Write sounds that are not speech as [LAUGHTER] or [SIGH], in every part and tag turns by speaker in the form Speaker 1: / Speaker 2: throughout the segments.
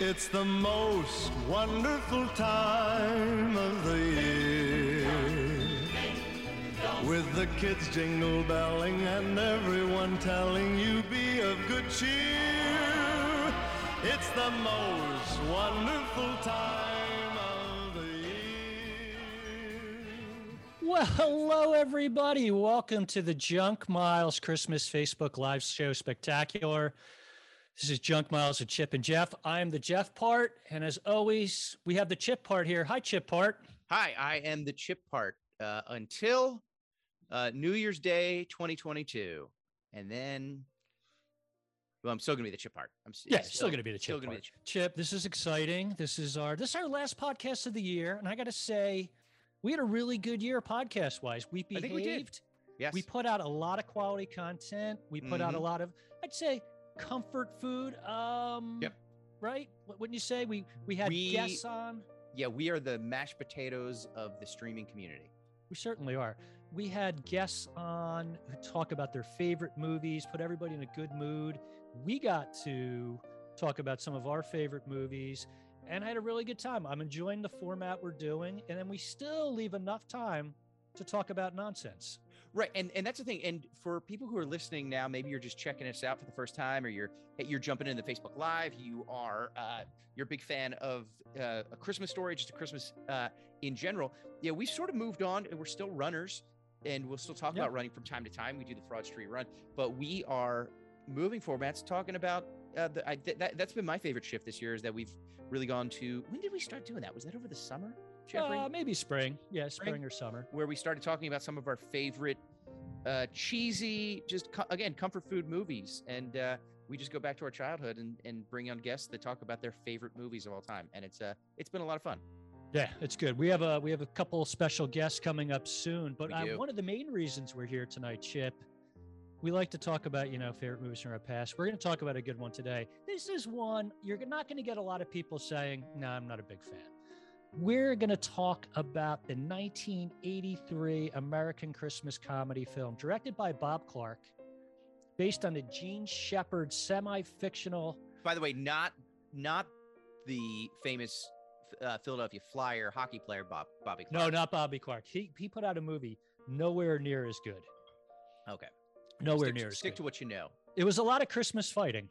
Speaker 1: It's the most wonderful time of the year. With the kids jingle belling and everyone telling you be of good cheer. It's the most wonderful time of the year.
Speaker 2: Well, hello, everybody. Welcome to the Junk Miles Christmas Facebook Live Show Spectacular. This is Junk Miles with Chip and Jeff. I'm the Jeff part. And as always, we have the Chip part here. Hi, Chip part.
Speaker 3: Hi, I am the chip part uh, until uh, New Year's Day 2022. And then, well, I'm still going to be the chip part. I'm s-
Speaker 2: Yeah, still going to be the
Speaker 3: still
Speaker 2: Chip
Speaker 3: gonna
Speaker 2: part. Chip, this is exciting. This is our this is our last podcast of the year. And I got to say, we had a really good year podcast wise. We
Speaker 3: I
Speaker 2: behaved.
Speaker 3: think we did. Yes.
Speaker 2: We put out a lot of quality content. We put out a
Speaker 3: Mhm.
Speaker 2: lot of, I'd say, comfort food. Um,
Speaker 3: Yep.
Speaker 2: Right? Wou- Wouldn't you say we we had
Speaker 3: We-
Speaker 2: guests on?
Speaker 3: yeah, we are the mashed potatoes of the streaming community.
Speaker 2: We certainly are. We had guests on who talk about their favorite movies, put everybody in a good mood. We got to talk about some of our favorite movies and I had a really good time. I'm enjoying the format we're doing, and then we still leave enough time to talk about nonsense.
Speaker 3: Right. And and that's the thing. And for people who are listening now, maybe you're just checking us out for the first time or you're you're jumping into the Facebook Live. You are uh you're a big fan of uh, a Christmas story, just a Christmas uh in general. Yeah, we've sort of moved on and we're still runners and we'll still talk
Speaker 2: Yeah.
Speaker 3: about running from time to time. We do the Fraud Street run, but we are moving formats talking about uh, the, I, th- that, that's been my favorite shift this year is that we've really gone to when did we start doing that? Was that over the summer, Jeffrey?
Speaker 2: Uh, maybe spring. Yeah,
Speaker 3: Spring?
Speaker 2: spring or summer.
Speaker 3: where we started talking about some of our favorite uh, cheesy, just co- again comfort food movies, and uh, we just go back to our childhood and, and bring on guests that talk about their favorite movies of all time, and it's uh it's been a lot of fun.
Speaker 2: Yeah, it's good. We have a we have a couple special guests coming up soon, but
Speaker 3: We
Speaker 2: uh,
Speaker 3: do.
Speaker 2: one of the main reasons we're here tonight, Chip, we like to talk about you know favorite movies from our past. We're going to talk about a good one today. This is one you're not going to get a lot of people saying, "No, I'm not a big fan." We're going to talk about the 1983 American Christmas comedy film directed by Bob Clark, based on the Gene Shepard semi-fictional
Speaker 3: By the way, not not the famous uh, Philadelphia Flyer hockey player Bob Bobby.
Speaker 2: No, not Bobby Clark. He he put out a movie nowhere near as good.
Speaker 3: Okay.
Speaker 2: Nowhere
Speaker 3: stick,
Speaker 2: near as
Speaker 3: Stick
Speaker 2: good.
Speaker 3: to what you know.
Speaker 2: it was a lot of Christmas fighting.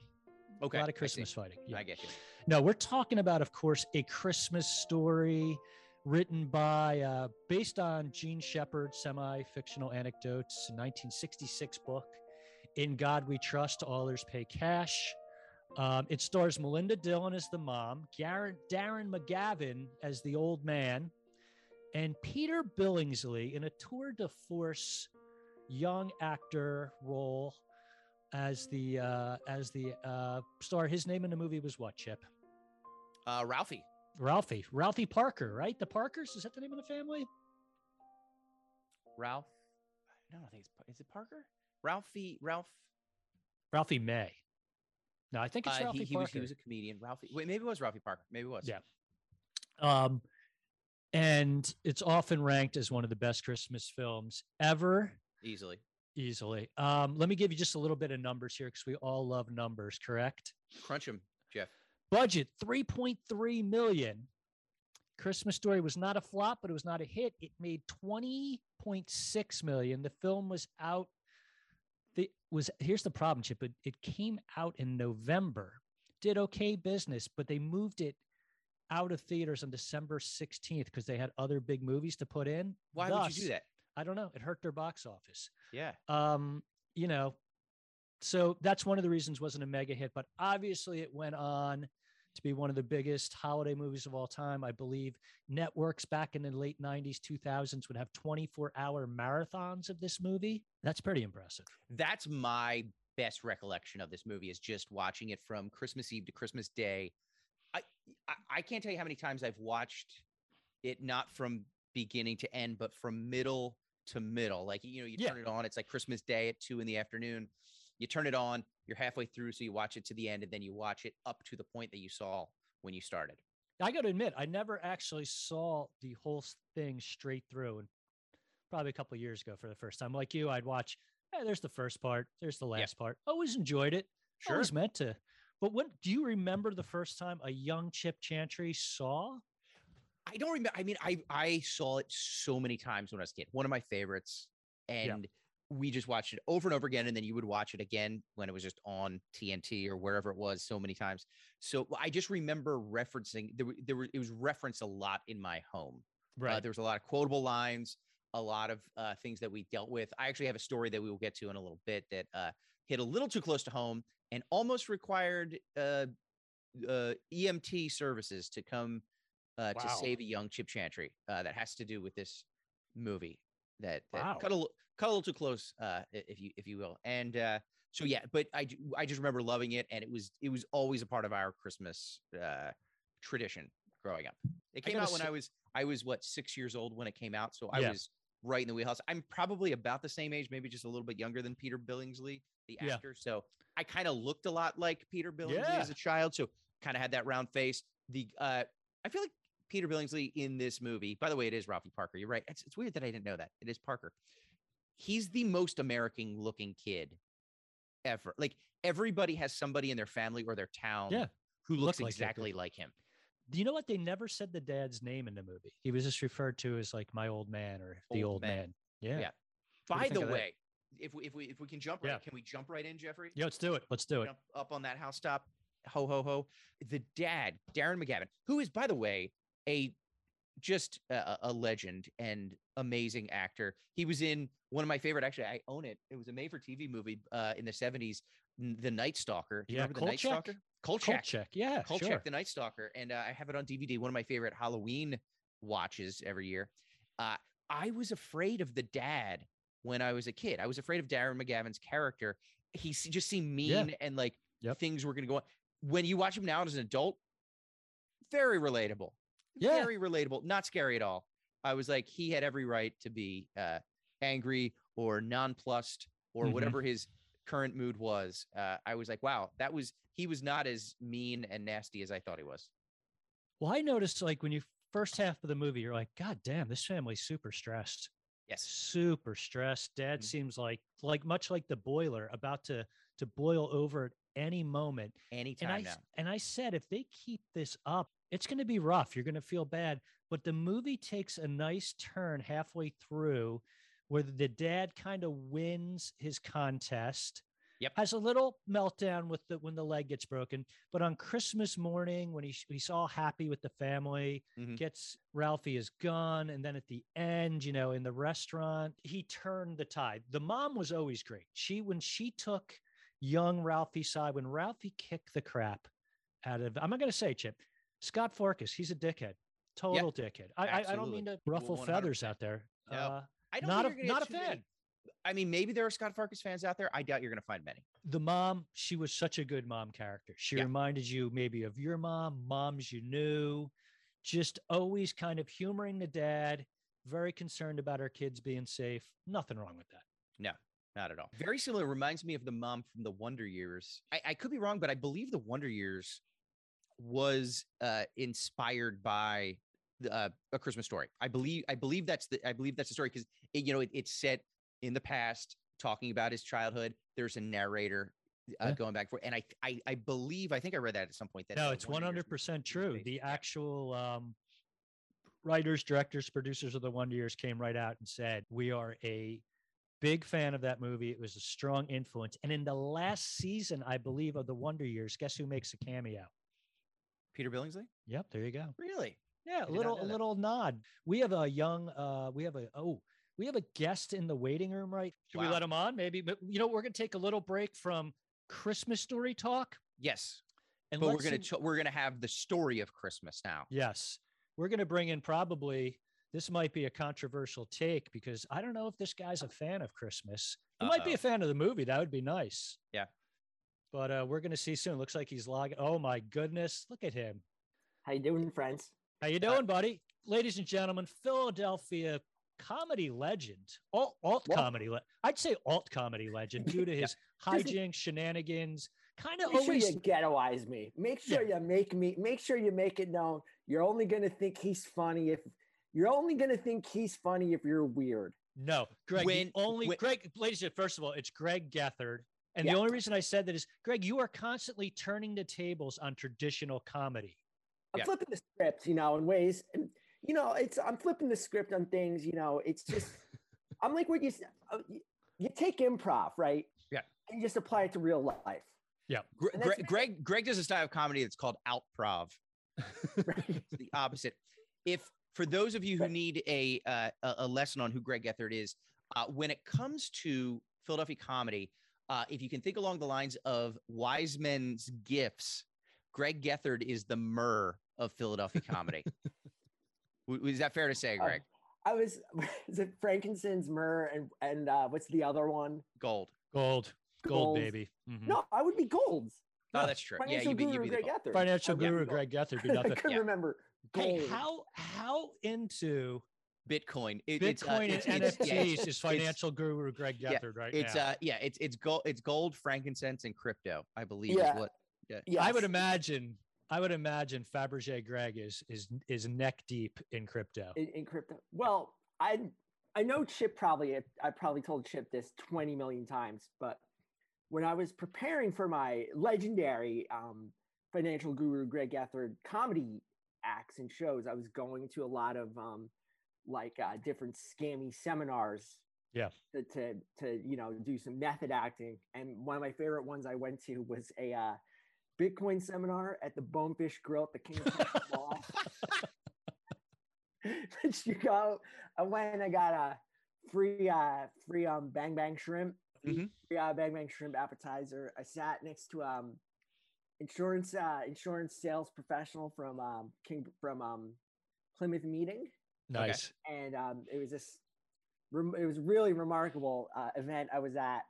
Speaker 3: Okay,
Speaker 2: a lot
Speaker 3: I
Speaker 2: of
Speaker 3: see.
Speaker 2: Christmas fighting. Yeah.
Speaker 3: I get you.
Speaker 2: No, we're talking about, of course, a Christmas story written by, uh, based on Gene Shepard's semi fictional anecdotes, 1966 book, In God We Trust, Allers Pay Cash. Um, it stars Melinda Dillon as the mom, Garen, Darren McGavin as the old man, and Peter Billingsley in a tour de force young actor role as the uh, as the uh, star. His name in the movie was what? Chip
Speaker 3: Uh, Ralphie.
Speaker 2: Ralphie Ralphie Parker, right? The Parkers is that the name of the family?
Speaker 3: Ralph. No, I think it's is it Parker. Ralphie. Ralph.
Speaker 2: Ralphie May. No, I think it's
Speaker 3: Uh,
Speaker 2: Ralphie
Speaker 3: he, he,
Speaker 2: Parker.
Speaker 3: was, he was a comedian. Ralphie. Wait, maybe it was Ralphie Parker. Maybe it was.
Speaker 2: Yeah. um, and it's often ranked as one of the best Christmas films ever.
Speaker 3: Easily.
Speaker 2: Easily. Um, let me give you just a little bit of numbers here because we all love numbers, correct?
Speaker 3: Crunch him, Jeff.
Speaker 2: budget 3.3 million christmas story was not a flop but it was not a hit it made 20.6 million the film was out the was here's the problem chip it, it came out in november did okay business but they moved it out of theaters on december 16th because they had other big movies to put in
Speaker 3: Why would you
Speaker 2: Thus,
Speaker 3: do that?
Speaker 2: i don't know it hurt their box office
Speaker 3: Yeah.
Speaker 2: um you know so that's one of the reasons it wasn't a mega hit but obviously it went on to be one of the biggest holiday movies of all time i believe networks back in the late 90s 2000s would have 24 hour marathons of this movie that's pretty impressive
Speaker 3: That's my best recollection of this movie is just watching it from Christmas Eve to Christmas Day. I I, I can't tell you how many times I've watched it not from beginning to end, but from middle to middle. Like you know, you
Speaker 2: Yeah.
Speaker 3: turn it on, it's like Christmas Day at two in the afternoon. You turn it on, you're halfway through, so you watch it to the end, and then you watch it up to the point that you saw when you started.
Speaker 2: i gotta admit i never actually saw the whole s- thing straight through and probably a couple of years ago for the first time like you i'd watch eh, there's the first part there's the last part always enjoyed it
Speaker 3: Sure.
Speaker 2: always meant to But when do you remember the first time a young Chip Chantry saw?
Speaker 3: I don't remember. I mean, I I saw it so many times when I was a kid. One of my favorites, and we just watched it over and over again. And then you would watch it again when it was just on TNT or wherever it was, so many times. So I just remember referencing there. were- There were it was referenced a lot in my home. Uh, there was a lot of quotable lines, a lot of uh, things that we dealt with. I actually have a story that we will get to in a little bit that uh, hit a little too close to home and almost required uh, uh, EMT services to come uh, to
Speaker 2: Wow.
Speaker 3: save a young Chip Chantry. Uh, that has to do with this movie that, that
Speaker 2: Wow.
Speaker 3: cut a li- cut a little too close, uh, i- if you if you will. And uh, so yeah, but I ju- I just remember loving it, and it was it was always a part of our Christmas uh, tradition growing up. It
Speaker 2: I
Speaker 3: came
Speaker 2: gotta
Speaker 3: out when
Speaker 2: say-
Speaker 3: I was I was what six years old when it came out, so I
Speaker 2: Yeah.
Speaker 3: was right in the wheelhouse. I'm probably about the same age, maybe just a little bit younger than Peter Billingsley, the
Speaker 2: Yeah.
Speaker 3: actor. So I kind of looked a lot like Peter Billingsley as
Speaker 2: Yeah.
Speaker 3: a child, so kind of had that round face. The uh, I feel like Peter Billingsley in this movie. By the way, it is Ralphie Parker. You're right. It's, it's weird that I didn't know that. It is Parker. He's the most American looking kid ever. Like everybody has somebody in their family or their town
Speaker 2: Yeah,
Speaker 3: who looks
Speaker 2: look like that dude.
Speaker 3: exactly like him.
Speaker 2: Do you know what? They never said the dad's name in the movie. He was just referred to as like my old man or the
Speaker 3: Old
Speaker 2: old
Speaker 3: man.
Speaker 2: man. Yeah.
Speaker 3: Yeah.
Speaker 2: yeah. do you
Speaker 3: By
Speaker 2: think
Speaker 3: the
Speaker 2: of that?
Speaker 3: way, if we if we if we can jump right,
Speaker 2: Yeah.
Speaker 3: can we jump right in, Jeffrey?
Speaker 2: Let's do it. Let's do it.
Speaker 3: Jump up on that housetop. Ho ho ho. The dad, Darren McGavin, who is by the way a just a- a, a legend and amazing actor. He was in one of my favorite. Actually, I own it. It was a made-for-TV movie uh, in the '70s, n- The Night Stalker. Do you
Speaker 2: Yeah,
Speaker 3: remember The Night
Speaker 2: Kolchak?
Speaker 3: Stalker? Kolchak.
Speaker 2: Colcheck. Yeah.
Speaker 3: Kolchak,
Speaker 2: sure.
Speaker 3: The Night Stalker, and uh, I have it on DVD. One of my favorite Halloween watches every year. Uh, I was afraid of the dad when I was a kid. I was afraid of Darren McGavin's character. He se- just seemed
Speaker 2: Yeah.
Speaker 3: mean and like
Speaker 2: Yep.
Speaker 3: things were going to go on. When you watch him now as an adult, very relatable.
Speaker 2: Yeah.
Speaker 3: Very relatable. Not scary at all. I was like, he had every right to be uh, angry or nonplussed or
Speaker 2: Mhm.
Speaker 3: whatever his current mood was. Uh, I was like, wow, that was he was not as mean and nasty as I thought he was.
Speaker 2: Well, I noticed like when you first half of the movie, you're like, God damn, this family's super stressed.
Speaker 3: Yes.
Speaker 2: Super stressed. Dad
Speaker 3: Mhm.
Speaker 2: seems like like much like the boiler about to to boil over at any moment.
Speaker 3: Anytime
Speaker 2: And I
Speaker 3: now.
Speaker 2: s- and I said if they keep this up, it's going to be rough. You're going to feel bad. But the movie takes a nice turn halfway through, where the dad kind of wins his contest.
Speaker 3: Yep.
Speaker 2: Has a little meltdown with the when the leg gets broken, but on Christmas morning when he sh- he's all happy with the family,
Speaker 3: Mhm.
Speaker 2: gets Ralphie his gun, and then at the end, you know, in the restaurant, he turned the tide. The mom was always great. She when she took young Ralphie side when Ralphie kicked the crap out of. I'm not going to say Chip Scott Farkas. He's a dickhead, total dickhead. I, I I don't mean to ruffle
Speaker 3: 100%.
Speaker 2: feathers out there.
Speaker 3: No.
Speaker 2: Uh,
Speaker 3: I don't
Speaker 2: not
Speaker 3: think
Speaker 2: a-
Speaker 3: you're
Speaker 2: not
Speaker 3: gonna get
Speaker 2: a
Speaker 3: too many.
Speaker 2: fan.
Speaker 3: I mean, maybe there are Scott Farkas fans out there. I doubt you're going to find many.
Speaker 2: the mom, she was such a good mom character. She
Speaker 3: Yeah.
Speaker 2: reminded you maybe of your mom, moms you knew, just always kind of humoring the dad, very concerned about her kids being safe. Nothing wrong with that.
Speaker 3: Not at all. Very similar. Reminds me of the mom from the Wonder Years. I, I could be wrong, but I believe the Wonder Years was uh, inspired by the, uh, a Christmas story. I believe. I believe that's the. I believe that's the story because you know it, it's set in the past, talking about his childhood. There's a narrator uh,
Speaker 2: Yeah.
Speaker 3: going back for, and I, I, I believe. I think I read that at some point. That
Speaker 2: no,
Speaker 3: the
Speaker 2: it's one
Speaker 3: Wonder Years
Speaker 2: hundred percent
Speaker 3: was
Speaker 2: true.
Speaker 3: based-
Speaker 2: The
Speaker 3: yeah.
Speaker 2: actual um, writers, directors, producers of the Wonder Years came right out and said, "We are a big fan of that movie. It was a strong influence." And in the last season, I believe, of the Wonder Years, guess who makes a cameo?
Speaker 3: Peter Billingsley.
Speaker 2: Yep, there you go.
Speaker 3: Really?
Speaker 2: Yeah,
Speaker 3: did
Speaker 2: a
Speaker 3: not
Speaker 2: little
Speaker 3: know
Speaker 2: a
Speaker 3: that.
Speaker 2: little nod. We have a young. uh We have a oh. We have a guest in the waiting room, right? Should we
Speaker 3: Wow.
Speaker 2: let him on? Maybe, but you know, we're going to take a little break from Christmas story talk,
Speaker 3: Yes.
Speaker 2: and
Speaker 3: but we're
Speaker 2: let's
Speaker 3: gonna
Speaker 2: in-
Speaker 3: ch- we're gonna have the story of Christmas now.
Speaker 2: Yes. We're going to bring in probably this might be a controversial take because I don't know if this guy's a fan of Christmas. He might be
Speaker 3: Uh-oh.
Speaker 2: a fan of the movie. That would be nice.
Speaker 3: Yeah.
Speaker 2: But uh, we're going to see soon. Looks like he's logging. Oh my goodness. Look at him.
Speaker 4: How you doing, friends?
Speaker 2: How you doing, buddy? Ladies and gentlemen, Philadelphia comedy legend, alt, alt
Speaker 4: Well-
Speaker 2: comedy. Le- I'd say alt comedy legend due to
Speaker 4: [LAUGHS]
Speaker 3: Yeah.
Speaker 2: his hijinks, shenanigans, kind of
Speaker 4: Make sure
Speaker 2: always
Speaker 4: you ghettoize me. Make sure you make me. Make sure you make it known. You're only gonna think he's funny if you're only gonna think he's funny if you're weird.
Speaker 2: No, Greg. the
Speaker 3: When-
Speaker 2: only
Speaker 3: when-
Speaker 2: Greg, ladies and first of all, it's Greg Gethard, And
Speaker 4: Yeah.
Speaker 2: the only reason I said that is, Greg, you are constantly turning the tables on traditional comedy.
Speaker 4: I'm
Speaker 3: Yeah.
Speaker 4: flipping the script, you know, in ways, and you know, it's I'm flipping the script on things, you know. It's just I'm like what you s- uh, you- you take improv, right?
Speaker 3: Yeah.
Speaker 4: and you just apply it to real life.
Speaker 3: Gre-
Speaker 4: And that's
Speaker 3: Greg, Greg, Greg does a style of comedy that's called outprov. it's the opposite. If for those of you who
Speaker 4: Right.
Speaker 3: need a uh, a a lesson on who Greg Gethard is, uh, when it comes to Philadelphia comedy, uh, if you can think along the lines of wise men's gifts, Greg Gethard is the myrrh of Philadelphia
Speaker 4: [LAUGHS]
Speaker 3: comedy. W- Is that fair to say,
Speaker 4: Oh.
Speaker 3: Greg?
Speaker 4: I was [LAUGHS] is it Frankincense, myrrh, and and uh, what's the other one?
Speaker 3: Gold.
Speaker 2: Gold, gold,
Speaker 4: Gold.
Speaker 2: baby. Mhm.
Speaker 4: No, I would be golds.
Speaker 3: Oh, that's true. Yeah,
Speaker 4: Financial
Speaker 3: you'd be, you'd
Speaker 4: guru
Speaker 3: be the
Speaker 4: Greg
Speaker 3: gold.
Speaker 4: Gethard.
Speaker 2: Financial
Speaker 4: I would be
Speaker 2: guru
Speaker 4: oh, gold.
Speaker 2: Greg Gethard
Speaker 4: [LAUGHS]
Speaker 2: do
Speaker 4: I
Speaker 2: nothing.
Speaker 4: couldn't
Speaker 3: Yeah.
Speaker 4: remember.
Speaker 2: Hey,
Speaker 4: Gold.
Speaker 2: how how into
Speaker 3: Bitcoin. It- it's, uh,
Speaker 2: Bitcoin
Speaker 3: it's-
Speaker 2: and
Speaker 3: it's- yeah, it's-
Speaker 2: NFTs is financial guru Greg
Speaker 3: yeah,
Speaker 2: Gethard right
Speaker 3: It's
Speaker 2: now?
Speaker 3: uh yeah, it's it's gold it's gold, frankincense, and crypto, I believe
Speaker 4: Yeah.
Speaker 3: is what
Speaker 2: I would
Speaker 4: Yes.
Speaker 2: imagine. I would imagine Fabergé Greg is is is neck deep in crypto.
Speaker 4: in, in crypto. Well, I I know Chip probably I probably told Chip this 20 million times, but when I was preparing for my legendary um, financial guru Greg Gethard comedy acts and shows, I was going to a lot of um, like uh, different scammy seminars.
Speaker 2: Yeah.
Speaker 4: To, to to you know do some method acting, and one of my favorite ones I went to was a uh, Bitcoin seminar at the Bonefish Grill at the King of Prussia Mall. [LAUGHS] but you go I went and I got a free uh free um bang bang shrimp
Speaker 3: Mhm.
Speaker 4: free uh, bang bang shrimp appetizer I sat next to um insurance uh insurance sales professional from um King from um Plymouth meeting
Speaker 2: Nice.
Speaker 4: and um it was this rem- it was really remarkable uh, event I was at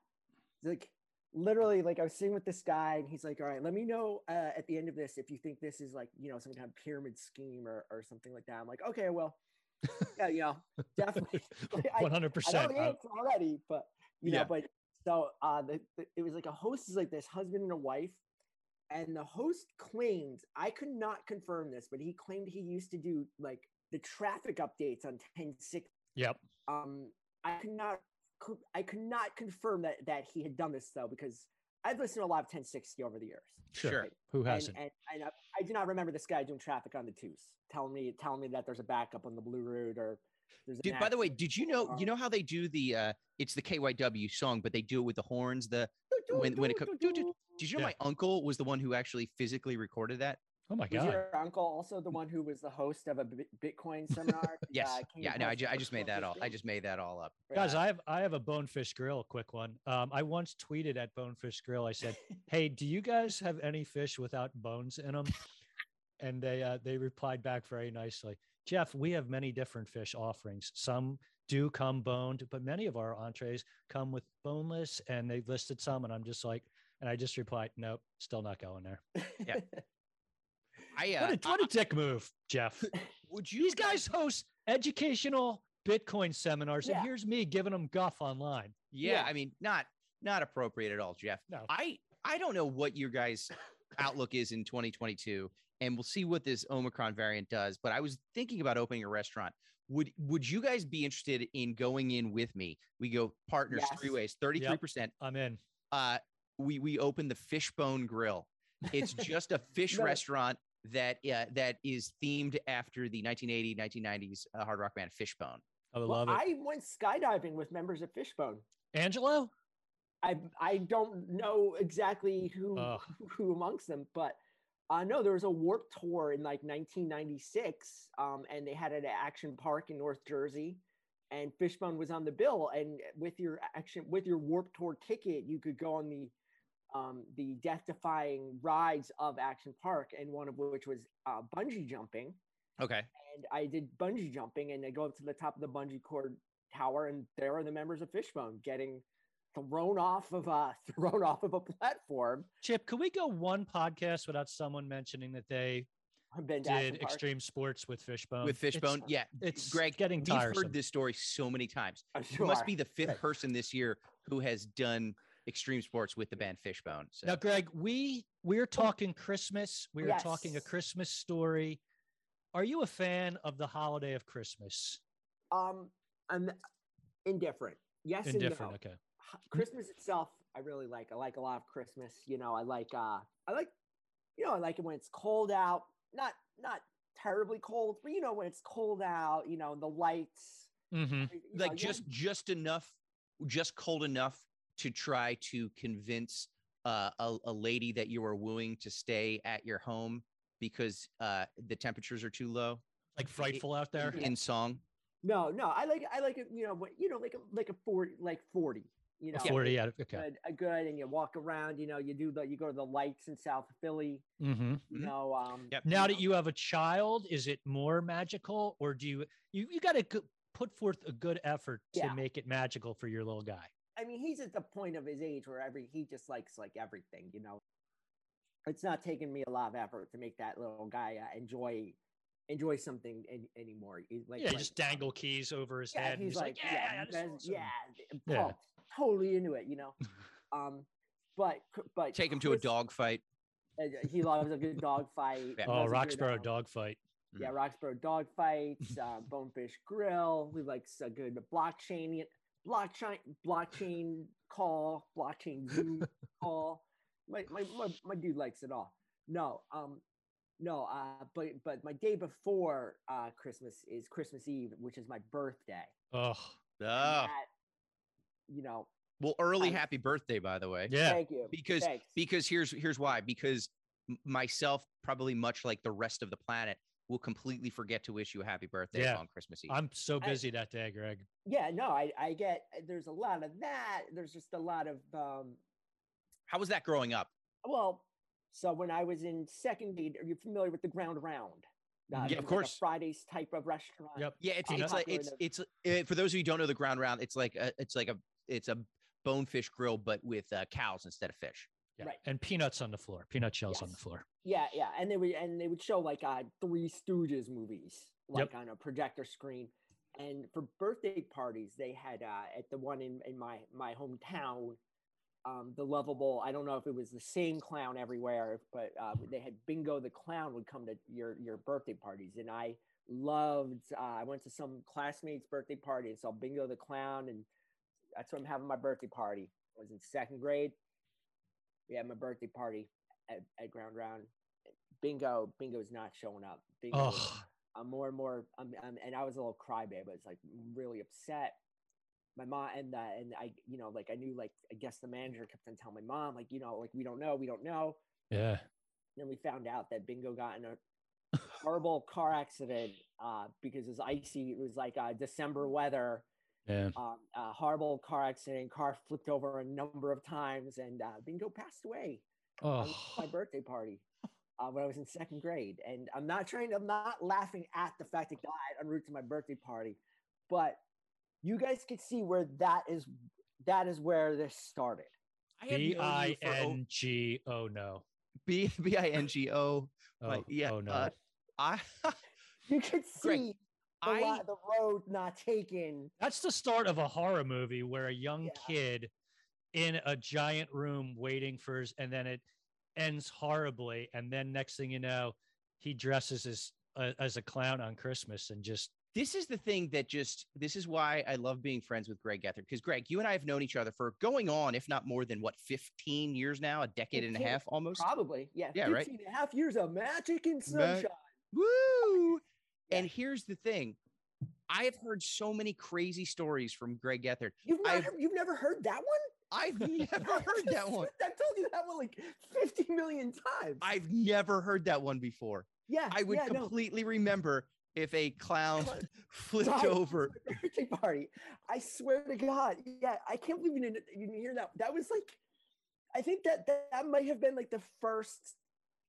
Speaker 4: like literally like I was sitting with this guy and he's like all right let me know uh, at the end of this if you think this is like you know some kind of pyramid scheme or, or something like that I'm like okay well yeah you know
Speaker 2: [LAUGHS]
Speaker 4: definitely Like, I,
Speaker 2: One hundred
Speaker 4: I know
Speaker 2: percent.
Speaker 4: the answer already but you know
Speaker 3: Yeah.
Speaker 4: but so uh the, the, it was like a host is like this husband and a wife and the host claimed I could not confirm this but he claimed he used to do like the traffic updates on 1060
Speaker 2: Yep.
Speaker 4: um i could not co- i could not confirm that that he had done this though because i've listened to a lot of 1060 over the years
Speaker 2: Sure.
Speaker 3: Sure.
Speaker 2: Who
Speaker 4: and,
Speaker 2: hasn't?
Speaker 4: and, and I, I do not remember this guy doing traffic on the twos telling me telling me that there's a backup on the blue route or there's an
Speaker 3: Dude, by the way,
Speaker 4: accident.
Speaker 3: did you know
Speaker 4: Um,
Speaker 3: you know how they do the uh it's the KYW song, but they do it with the horns, the when- when it co- doo, doo, did you know
Speaker 2: Yeah.
Speaker 3: my uncle was the one who actually physically recorded that?
Speaker 2: oh my
Speaker 4: was
Speaker 2: god.
Speaker 4: your uncle also the one who was the host of a Bi- bitcoin seminar The,
Speaker 3: [LAUGHS] Yes.
Speaker 4: uh, King
Speaker 3: yeah,
Speaker 4: of
Speaker 3: no, I, ju-
Speaker 4: Prussia
Speaker 3: I just made
Speaker 4: Bitcoin
Speaker 3: that all I
Speaker 4: Festival?
Speaker 3: just made that all up.
Speaker 2: Guys,
Speaker 4: Yeah.
Speaker 2: I have I have a Bonefish Grill, a quick one. Um, I once tweeted at Bonefish Grill. I
Speaker 3: [LAUGHS]
Speaker 2: said, "Hey, do you guys have any fish without bones in them?" And they uh, they replied back very nicely. Jeff, we have many different fish offerings. Some do come boned, but many of our entrees come with boneless. And they listed some, and I'm just like, and I just replied, "Nope, still not going there."
Speaker 3: yeah. I uh,
Speaker 2: What a,
Speaker 3: I-
Speaker 2: what a dick move, Jeff.
Speaker 3: [LAUGHS] would you
Speaker 2: These guys host educational Bitcoin seminars,
Speaker 4: Yeah.
Speaker 2: and here's me giving them guff online.
Speaker 3: yeah,
Speaker 4: Yeah.
Speaker 3: I mean, not not appropriate at all, Jeff.
Speaker 2: No.
Speaker 3: I I don't know what your guys' outlook is in 2022, and we'll see what this Omicron variant does. But I was thinking about opening a restaurant. Would Would you guys be interested in going in with me? We go partners
Speaker 4: Yes.
Speaker 3: three ways, 33 percent.
Speaker 2: I'm in.
Speaker 3: Uh, we we open the Fishbone Grill.
Speaker 2: [LAUGHS]
Speaker 3: It's just a fish
Speaker 4: No.
Speaker 3: restaurant that uh, that is themed after the 1980 1990s uh, hard rock band Fishbone.
Speaker 2: I would
Speaker 4: Well,
Speaker 2: love it.
Speaker 4: I went skydiving with members of Fishbone.
Speaker 2: Angelo?
Speaker 4: I I don't know exactly who
Speaker 2: Oh.
Speaker 4: who amongst them, but uh, no, there was a Warp Tour in like 1996, um, and they had it at Action Park in North Jersey, and Fishbone was on the bill. And with your action with your Warp Tour ticket, you could go on the um, the death defying rides of Action Park, and one of which was uh, bungee jumping
Speaker 3: Okay.
Speaker 4: and I did bungee jumping, and I go up to the top of the bungee cord tower, and there are the members of Fishbone getting thrown off of a [LAUGHS] thrown off of a platform.
Speaker 2: Chip, could we go one podcast without someone mentioning that they
Speaker 4: I've been to Aspen
Speaker 2: did
Speaker 4: Park.
Speaker 2: extreme sports with Fishbone?
Speaker 3: With Fishbone,
Speaker 2: Um, It's,
Speaker 3: yeah,
Speaker 2: it's
Speaker 3: Greg,
Speaker 2: getting
Speaker 3: We've
Speaker 2: tiresome.
Speaker 3: heard this story so many times.
Speaker 4: I'm
Speaker 3: You must
Speaker 4: sure.
Speaker 3: be the fifth
Speaker 2: Right.
Speaker 3: person this year who has done extreme sports with the band Fishbone. So
Speaker 2: Now, Greg, we we're talking Christmas. We are talking a
Speaker 4: Yes.
Speaker 2: Christmas story. Are you a fan of the holiday of Christmas?
Speaker 4: um, I'm indifferent. Yes,
Speaker 2: Indifferent.
Speaker 4: and
Speaker 2: Okay.
Speaker 4: no. H- Christmas itself I really like. I like a lot of Christmas. You know, I like uh I like you know, I like it when it's cold out. Not not terribly cold, but you know, when it's cold out, you know, the lights.
Speaker 2: Mm-hmm.
Speaker 4: you know,
Speaker 3: like
Speaker 4: yeah,
Speaker 3: just just enough just cold enough to try to convince uh, a, a lady that you are wooing to stay at your home because uh, the temperatures are too low
Speaker 2: Like frightful out there.
Speaker 4: Yeah.
Speaker 3: in song
Speaker 4: No, no, I like I like it. You know, what you know, like a like a forty, like forty. You know,
Speaker 2: Forty. Yeah. Okay.
Speaker 4: good, a good, and you walk around. You know, you do the you go to the lights in South Philly.
Speaker 2: Mm-hmm.
Speaker 4: You
Speaker 3: Mhm.
Speaker 4: know, um,
Speaker 3: Yep.
Speaker 2: Now that you have a child, is it more magical, or do you you you got to put forth a good effort to
Speaker 4: Yeah.
Speaker 2: make it magical for your little guy?
Speaker 4: I mean, he's at the point of his age where every he just likes like everything. You know, it's not taking me a lot of effort to make that little guy uh, enjoy enjoy something an- anymore. He- Like,
Speaker 2: yeah, you
Speaker 4: like,
Speaker 2: just dangle keys over his
Speaker 4: Yeah,
Speaker 2: head. and
Speaker 4: he's like, yeah, yeah,
Speaker 2: this is awesome."
Speaker 4: yeah,
Speaker 2: Yeah.
Speaker 4: pumped, totally into it.
Speaker 2: [LAUGHS]
Speaker 4: You know, um, but but
Speaker 3: take him to a
Speaker 4: Chris-
Speaker 3: dog fight
Speaker 4: And, uh, he loves a good dog fight.
Speaker 3: Yeah. Mm.
Speaker 4: He
Speaker 2: Oh,
Speaker 4: loves a good,
Speaker 2: Roxborough
Speaker 4: um,
Speaker 2: dogfight.
Speaker 4: Yeah, Roxborough dog
Speaker 2: [LAUGHS]
Speaker 4: fights, uh, Bonefish Grill. He likes a good blockchain, blockchain, blockchain call, blockchain Zoom
Speaker 2: [LAUGHS]
Speaker 4: call. My, my my my dude likes it all. No, um, no, uh, but but my day before uh Christmas is Christmas Eve, which is my birthday.
Speaker 2: Oh,
Speaker 4: And
Speaker 3: oh
Speaker 4: that, you know,
Speaker 3: well early
Speaker 4: I-
Speaker 3: happy birthday by the way
Speaker 2: yeah.
Speaker 4: thank you
Speaker 3: because
Speaker 4: Thanks.
Speaker 3: because here's here's why because m- myself probably much like the rest of the planet will completely forget to wish you a happy birthday
Speaker 2: Yeah.
Speaker 3: on christmas eve
Speaker 2: I'm so
Speaker 4: I-
Speaker 2: busy that day, Greg.
Speaker 4: yeah, no, I I get there's a lot of that. There's just a lot of um
Speaker 3: how was that growing up
Speaker 4: Well, so when I was in second grade, are you familiar with the Ground Round?
Speaker 2: Mm, Yeah, of
Speaker 4: it was like a
Speaker 3: course.
Speaker 4: Fridays type of restaurant.
Speaker 2: Yep.
Speaker 3: Yeah, it's
Speaker 4: I'm
Speaker 3: it's like
Speaker 4: popular in
Speaker 3: it's
Speaker 4: the-
Speaker 3: it's uh, for those of you who don't know the ground round, it's like a it's like a it's a bonefish grill but with uh, cows instead of fish.
Speaker 2: Yeah.
Speaker 4: Right.
Speaker 2: And peanuts on the floor. Peanut shells on the
Speaker 4: Yes.
Speaker 2: floor.
Speaker 4: Yeah, yeah, and they would and they would show like uh, Three Stooges movies, like
Speaker 2: Yep.
Speaker 4: on a projector screen. And for birthday parties, they had uh, at the one in, in my my hometown, um, the lovable. I don't know if it was the same clown everywhere, but uh, they had Bingo the clown would come to your your birthday parties, and I loved. Uh, I went to some classmates' birthday party and saw Bingo the clown, and that's when I'm having my birthday party. I was in second grade. We had my birthday party at, at Ground Round. Bingo, Bingo's not showing up. Bingo,
Speaker 2: Oh,
Speaker 4: I'm more and more, I'm, I'm, and I was a little crybaby. I was like really upset. My mom and uh, and I, you know, like I knew, like I guess the manager kept on telling my mom, like you know, like we don't know, we don't know.
Speaker 2: yeah.
Speaker 4: then we found out that Bingo got in a horrible car accident uh, because it was icy. It was like uh, December weather.
Speaker 2: Yeah.
Speaker 4: Um, a horrible car accident. Car flipped over a number of times, and uh, Bingo passed away
Speaker 2: Oh,
Speaker 4: on my birthday party uh, when I was in second grade. And I'm not trying, I'm not laughing at the fact it died en route to my birthday party, but you guys could see where that is. That is where this started. [LAUGHS]
Speaker 3: I
Speaker 2: B I N G. Oh no.
Speaker 3: B B I N G O.
Speaker 2: Oh,
Speaker 3: Like, yeah,
Speaker 2: oh no.
Speaker 3: uh, I [LAUGHS]
Speaker 4: You could
Speaker 3: Greg,
Speaker 4: see the,
Speaker 3: I
Speaker 4: li- the road not taken.
Speaker 2: That's the start of a horror movie where a young
Speaker 4: Yeah.
Speaker 2: kid in a giant room waiting for his, and then it ends horribly. And then next thing you know, he dresses as uh, as a clown on Christmas and just
Speaker 3: this is the thing that just this is why I love being friends with Greg Gethard because Greg, you and I have known each other for going on if not more than what fifteen years now, a decade and a
Speaker 4: 15,
Speaker 3: half almost.
Speaker 4: Probably. Yeah.
Speaker 3: Yeah, right.
Speaker 4: 15 and a half years of magic and sunshine.
Speaker 3: Woo!
Speaker 4: Yeah.
Speaker 3: And here's the thing. I have heard so many crazy stories from Greg Gethard.
Speaker 4: You've, not,
Speaker 3: I've-
Speaker 4: you've never heard that one?
Speaker 3: I've [LAUGHS] never
Speaker 4: [LAUGHS]
Speaker 3: heard that one.
Speaker 4: I've told you that one like 50 million times.
Speaker 3: I've never heard that one before.
Speaker 4: yeah.
Speaker 3: I would
Speaker 4: yeah, no.
Speaker 3: completely remember if a clown
Speaker 4: Clown
Speaker 3: [LAUGHS] flipped
Speaker 4: died.
Speaker 3: over.
Speaker 4: birthday party. I swear to God. Yeah, I can't believe you didn't, you didn't hear that. That was like, I think that, that that might have been like the first,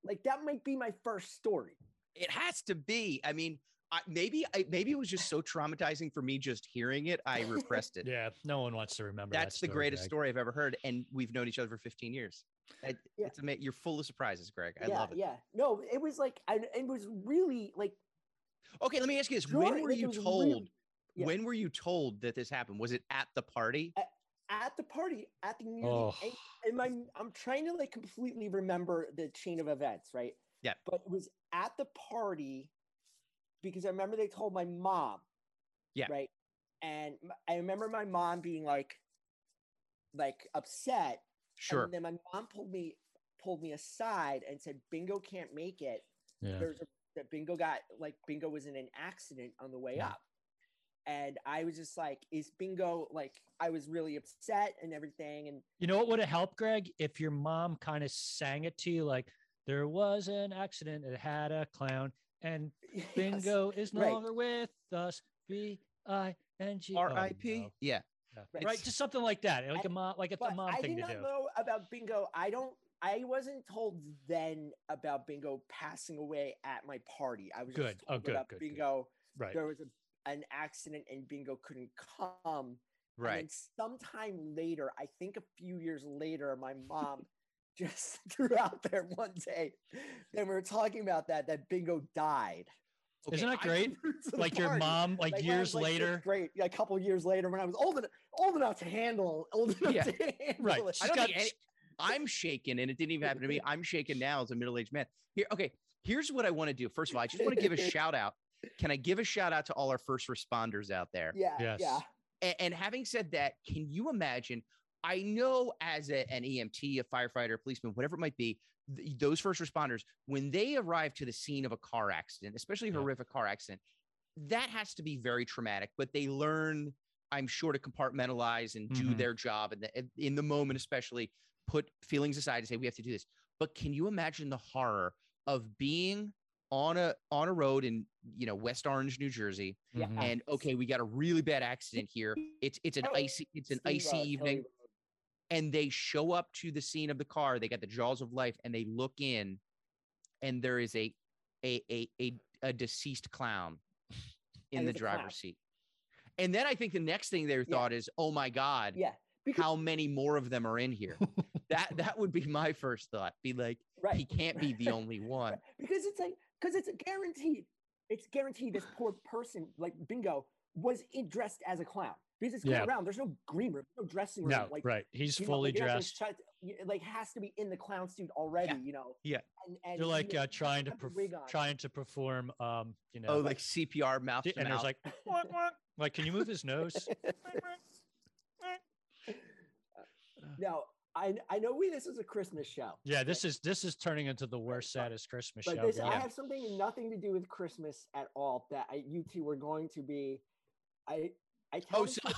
Speaker 4: like that might be my first story.
Speaker 3: It has to be. I mean, I, maybe I, maybe it was just so traumatizing for me just hearing it. I repressed it.
Speaker 2: yeah. No one wants to remember. that
Speaker 3: That's the
Speaker 2: story,
Speaker 3: greatest
Speaker 2: Greg.
Speaker 3: story I've ever heard, and we've known each other for 15 years. I,
Speaker 4: Yeah.
Speaker 3: It's ama- you're full of surprises, Greg. I
Speaker 4: yeah,
Speaker 3: love it.
Speaker 4: yeah. No, it was like, I, it was really like,
Speaker 3: Okay, let me ask you this:
Speaker 4: jarring,
Speaker 3: When were
Speaker 4: like, it
Speaker 3: you
Speaker 4: was
Speaker 3: told?
Speaker 4: really- yeah.
Speaker 3: When were you told that this happened? Was it at the party?
Speaker 4: at the party, at the music,
Speaker 2: Oh,
Speaker 4: and and my I'm trying to like completely remember the chain of events, right?
Speaker 3: Yeah.
Speaker 4: But it was at the party because I remember they told my mom.
Speaker 3: Yeah.
Speaker 4: Right. And m- I remember my mom being like, like upset
Speaker 3: Sure.
Speaker 4: And then my mom pulled me pulled me aside and said, "Bingo can't make it."
Speaker 2: Yeah.
Speaker 4: There's a that Bingo got like Bingo was in an accident on the way
Speaker 2: Yeah.
Speaker 4: up, and I was just like, "Is Bingo like?" I was really upset and everything, and [LAUGHS]
Speaker 2: You know what would have helped, Greg, if your mom kind of sang it to you like there was an accident, it had a clown, and
Speaker 4: Yes.
Speaker 2: bingo is no
Speaker 4: Right.
Speaker 2: longer with us. B I N G. Oh,
Speaker 3: R.I.P.
Speaker 2: no.
Speaker 3: Yeah.
Speaker 2: Yeah.
Speaker 4: Right.
Speaker 2: Right. Just something like that. Like a
Speaker 4: And-
Speaker 2: mom, like a,
Speaker 4: But
Speaker 2: a mom
Speaker 4: I
Speaker 2: thing
Speaker 4: did
Speaker 2: to
Speaker 4: not
Speaker 2: do.
Speaker 4: know about bingo. I don't. I wasn't told then about bingo passing away at my party. I was
Speaker 2: Good.
Speaker 4: Just
Speaker 2: Oh,
Speaker 4: told
Speaker 2: good,
Speaker 4: About
Speaker 2: good, good.
Speaker 4: bingo,
Speaker 2: Right.
Speaker 4: there was a, an accident and bingo couldn't come. And then
Speaker 3: Right.
Speaker 4: sometime later, I think a few years later, my mom [LAUGHS] just threw out there one day. Then we were talking about that. That bingo died. [LAUGHS]
Speaker 2: Isn't that
Speaker 3: I-
Speaker 2: great? Like your mom, like, years later.
Speaker 4: Great. A couple years later, when I was old enough, old enough to handle, old enough
Speaker 3: Yeah.
Speaker 4: to [LAUGHS] handle
Speaker 2: Right.
Speaker 4: it.
Speaker 2: She's
Speaker 3: I don't
Speaker 2: got-
Speaker 3: think any- I'm shaken, and it didn't even happen to
Speaker 4: [LAUGHS]
Speaker 3: me. I'm shaken now as a middle aged man. Here, okay. Here's what I want to do. First of all, I just want to give a
Speaker 4: [LAUGHS]
Speaker 3: shout out. Can I give a shout out to all our first responders out there?
Speaker 4: Yeah.
Speaker 2: Yes.
Speaker 4: Yeah.
Speaker 3: And, and having said that, can you imagine? I know as a- an EMT, a firefighter, a policeman, whatever it might be, th- those first responders, when they arrive to the scene of a car accident, especially a
Speaker 2: Yeah.
Speaker 3: horrific car accident, that has to be very traumatic, but they learn, I'm sure, to compartmentalize and do
Speaker 2: Mhm.
Speaker 3: their job. And the, in the moment, especially, put feelings aside and say, we have to do this. But can you imagine the horror of being on a on a road in you know West Orange, New Jersey,
Speaker 4: Yeah.
Speaker 2: Mhm.
Speaker 3: and okay, we got a really bad accident here. It's it's an
Speaker 4: Oh,
Speaker 3: icy it's an
Speaker 4: Steve, uh,
Speaker 3: icy
Speaker 4: Kelly
Speaker 3: evening,
Speaker 4: Rowe.
Speaker 3: and they show up to the scene of the car. They got the jaws of life, and they look in, and there is a a a a, a deceased clown in
Speaker 4: And
Speaker 3: the
Speaker 4: it's a clown.
Speaker 3: driver's seat. And then I think the next thing they thought is, oh my god,
Speaker 4: Yeah. Because,
Speaker 3: how many more of them are in here?
Speaker 4: [LAUGHS]
Speaker 3: that that would be my first thought. Be like, he
Speaker 4: right.
Speaker 3: can't be the only
Speaker 4: [LAUGHS]
Speaker 3: one.
Speaker 4: right. Because it's like, because it's guaranteed. It's guaranteed this poor person, like Bingo, was in, dressed as a clown. Because it's
Speaker 2: Yeah.
Speaker 4: clown around. There's no green room, no dressing room.
Speaker 2: No,
Speaker 4: like,
Speaker 2: right. He's
Speaker 4: you know,
Speaker 2: fully
Speaker 4: like, you're not gonna
Speaker 2: dressed.
Speaker 4: shut- you- it, like has to be in the clown suit already, you know.
Speaker 3: Yeah.
Speaker 4: And, and
Speaker 2: They're
Speaker 4: you
Speaker 2: like
Speaker 4: know,
Speaker 2: uh,
Speaker 4: you
Speaker 2: trying to
Speaker 4: have the
Speaker 2: perf-
Speaker 4: wig on.
Speaker 2: trying to perform, um, you know,
Speaker 3: Oh, like CPR mouth
Speaker 2: di-
Speaker 3: to
Speaker 2: and
Speaker 3: mouth.
Speaker 2: there's like, "Wonk, wonk." like, can you move his nose?
Speaker 4: [LAUGHS] Now, I I know we this is a Christmas show.
Speaker 2: Yeah, this is this is turning into the worst,
Speaker 4: but-
Speaker 2: saddest Christmas
Speaker 4: But
Speaker 2: show.
Speaker 4: this, I
Speaker 2: ever.
Speaker 4: have something nothing to do with Christmas at all. That I, you two were going to be, I, I tell
Speaker 3: Oh,
Speaker 4: this
Speaker 3: so,
Speaker 2: [LAUGHS]
Speaker 4: to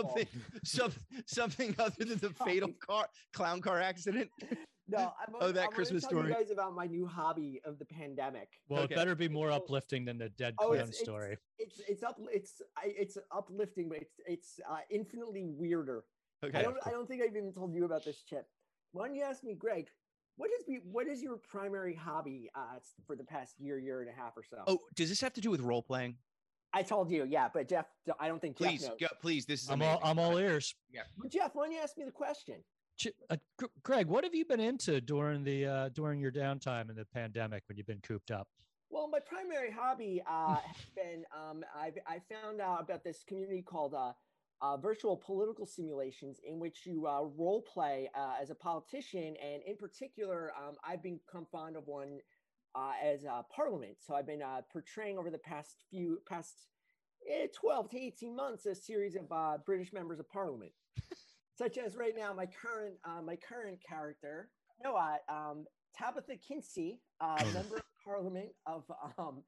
Speaker 3: oh,
Speaker 4: people-
Speaker 3: something, some, something other than the fatal car, clown car accident.
Speaker 2: [LAUGHS]
Speaker 4: No, I'm,
Speaker 3: Oh, that
Speaker 4: I'm gonna
Speaker 3: Christmas
Speaker 4: tell
Speaker 3: story.
Speaker 4: You guys about my new hobby of the pandemic.
Speaker 2: Well,
Speaker 3: Okay.
Speaker 2: it better be more
Speaker 4: Oh.
Speaker 2: uplifting than the dead
Speaker 4: Oh,
Speaker 2: clown
Speaker 4: it's- it's-
Speaker 2: story.
Speaker 4: It's it's up it's I, it's uplifting, but it's it's uh, infinitely weirder. I
Speaker 3: Okay.
Speaker 4: don't I don't think I've even told you about this, Chip. Why don't you ask me, Greg? What is be- what is your primary hobby uh, s- for the past year, year and a half or so?
Speaker 3: Oh, does this have to do with role playing?
Speaker 4: I told you, yeah, but Jeff, I don't think
Speaker 3: Please,
Speaker 4: Jeff knows.
Speaker 3: go, please. This is
Speaker 2: I'm all
Speaker 3: amazing.
Speaker 2: I'm all ears.
Speaker 4: But Jeff, why don't you ask me the question?
Speaker 2: Ch- uh, Gr- Greg, what have you been into during the uh, during your downtime in the pandemic when you've been cooped up?
Speaker 4: Well, my primary hobby uh, has been um, I've, I found out about this community called uh, uh, virtual political simulations, in which you uh, role play uh, as a politician, and in particular, um, I've become fond of one uh, as a parliament. So I've been uh, portraying over the past few past eh, twelve to eighteen months a series of uh, British members of parliament, such as right now my current uh, my current character Noah um, Tabitha Kinsey, uh,
Speaker 2: Oh.
Speaker 4: member of parliament of um,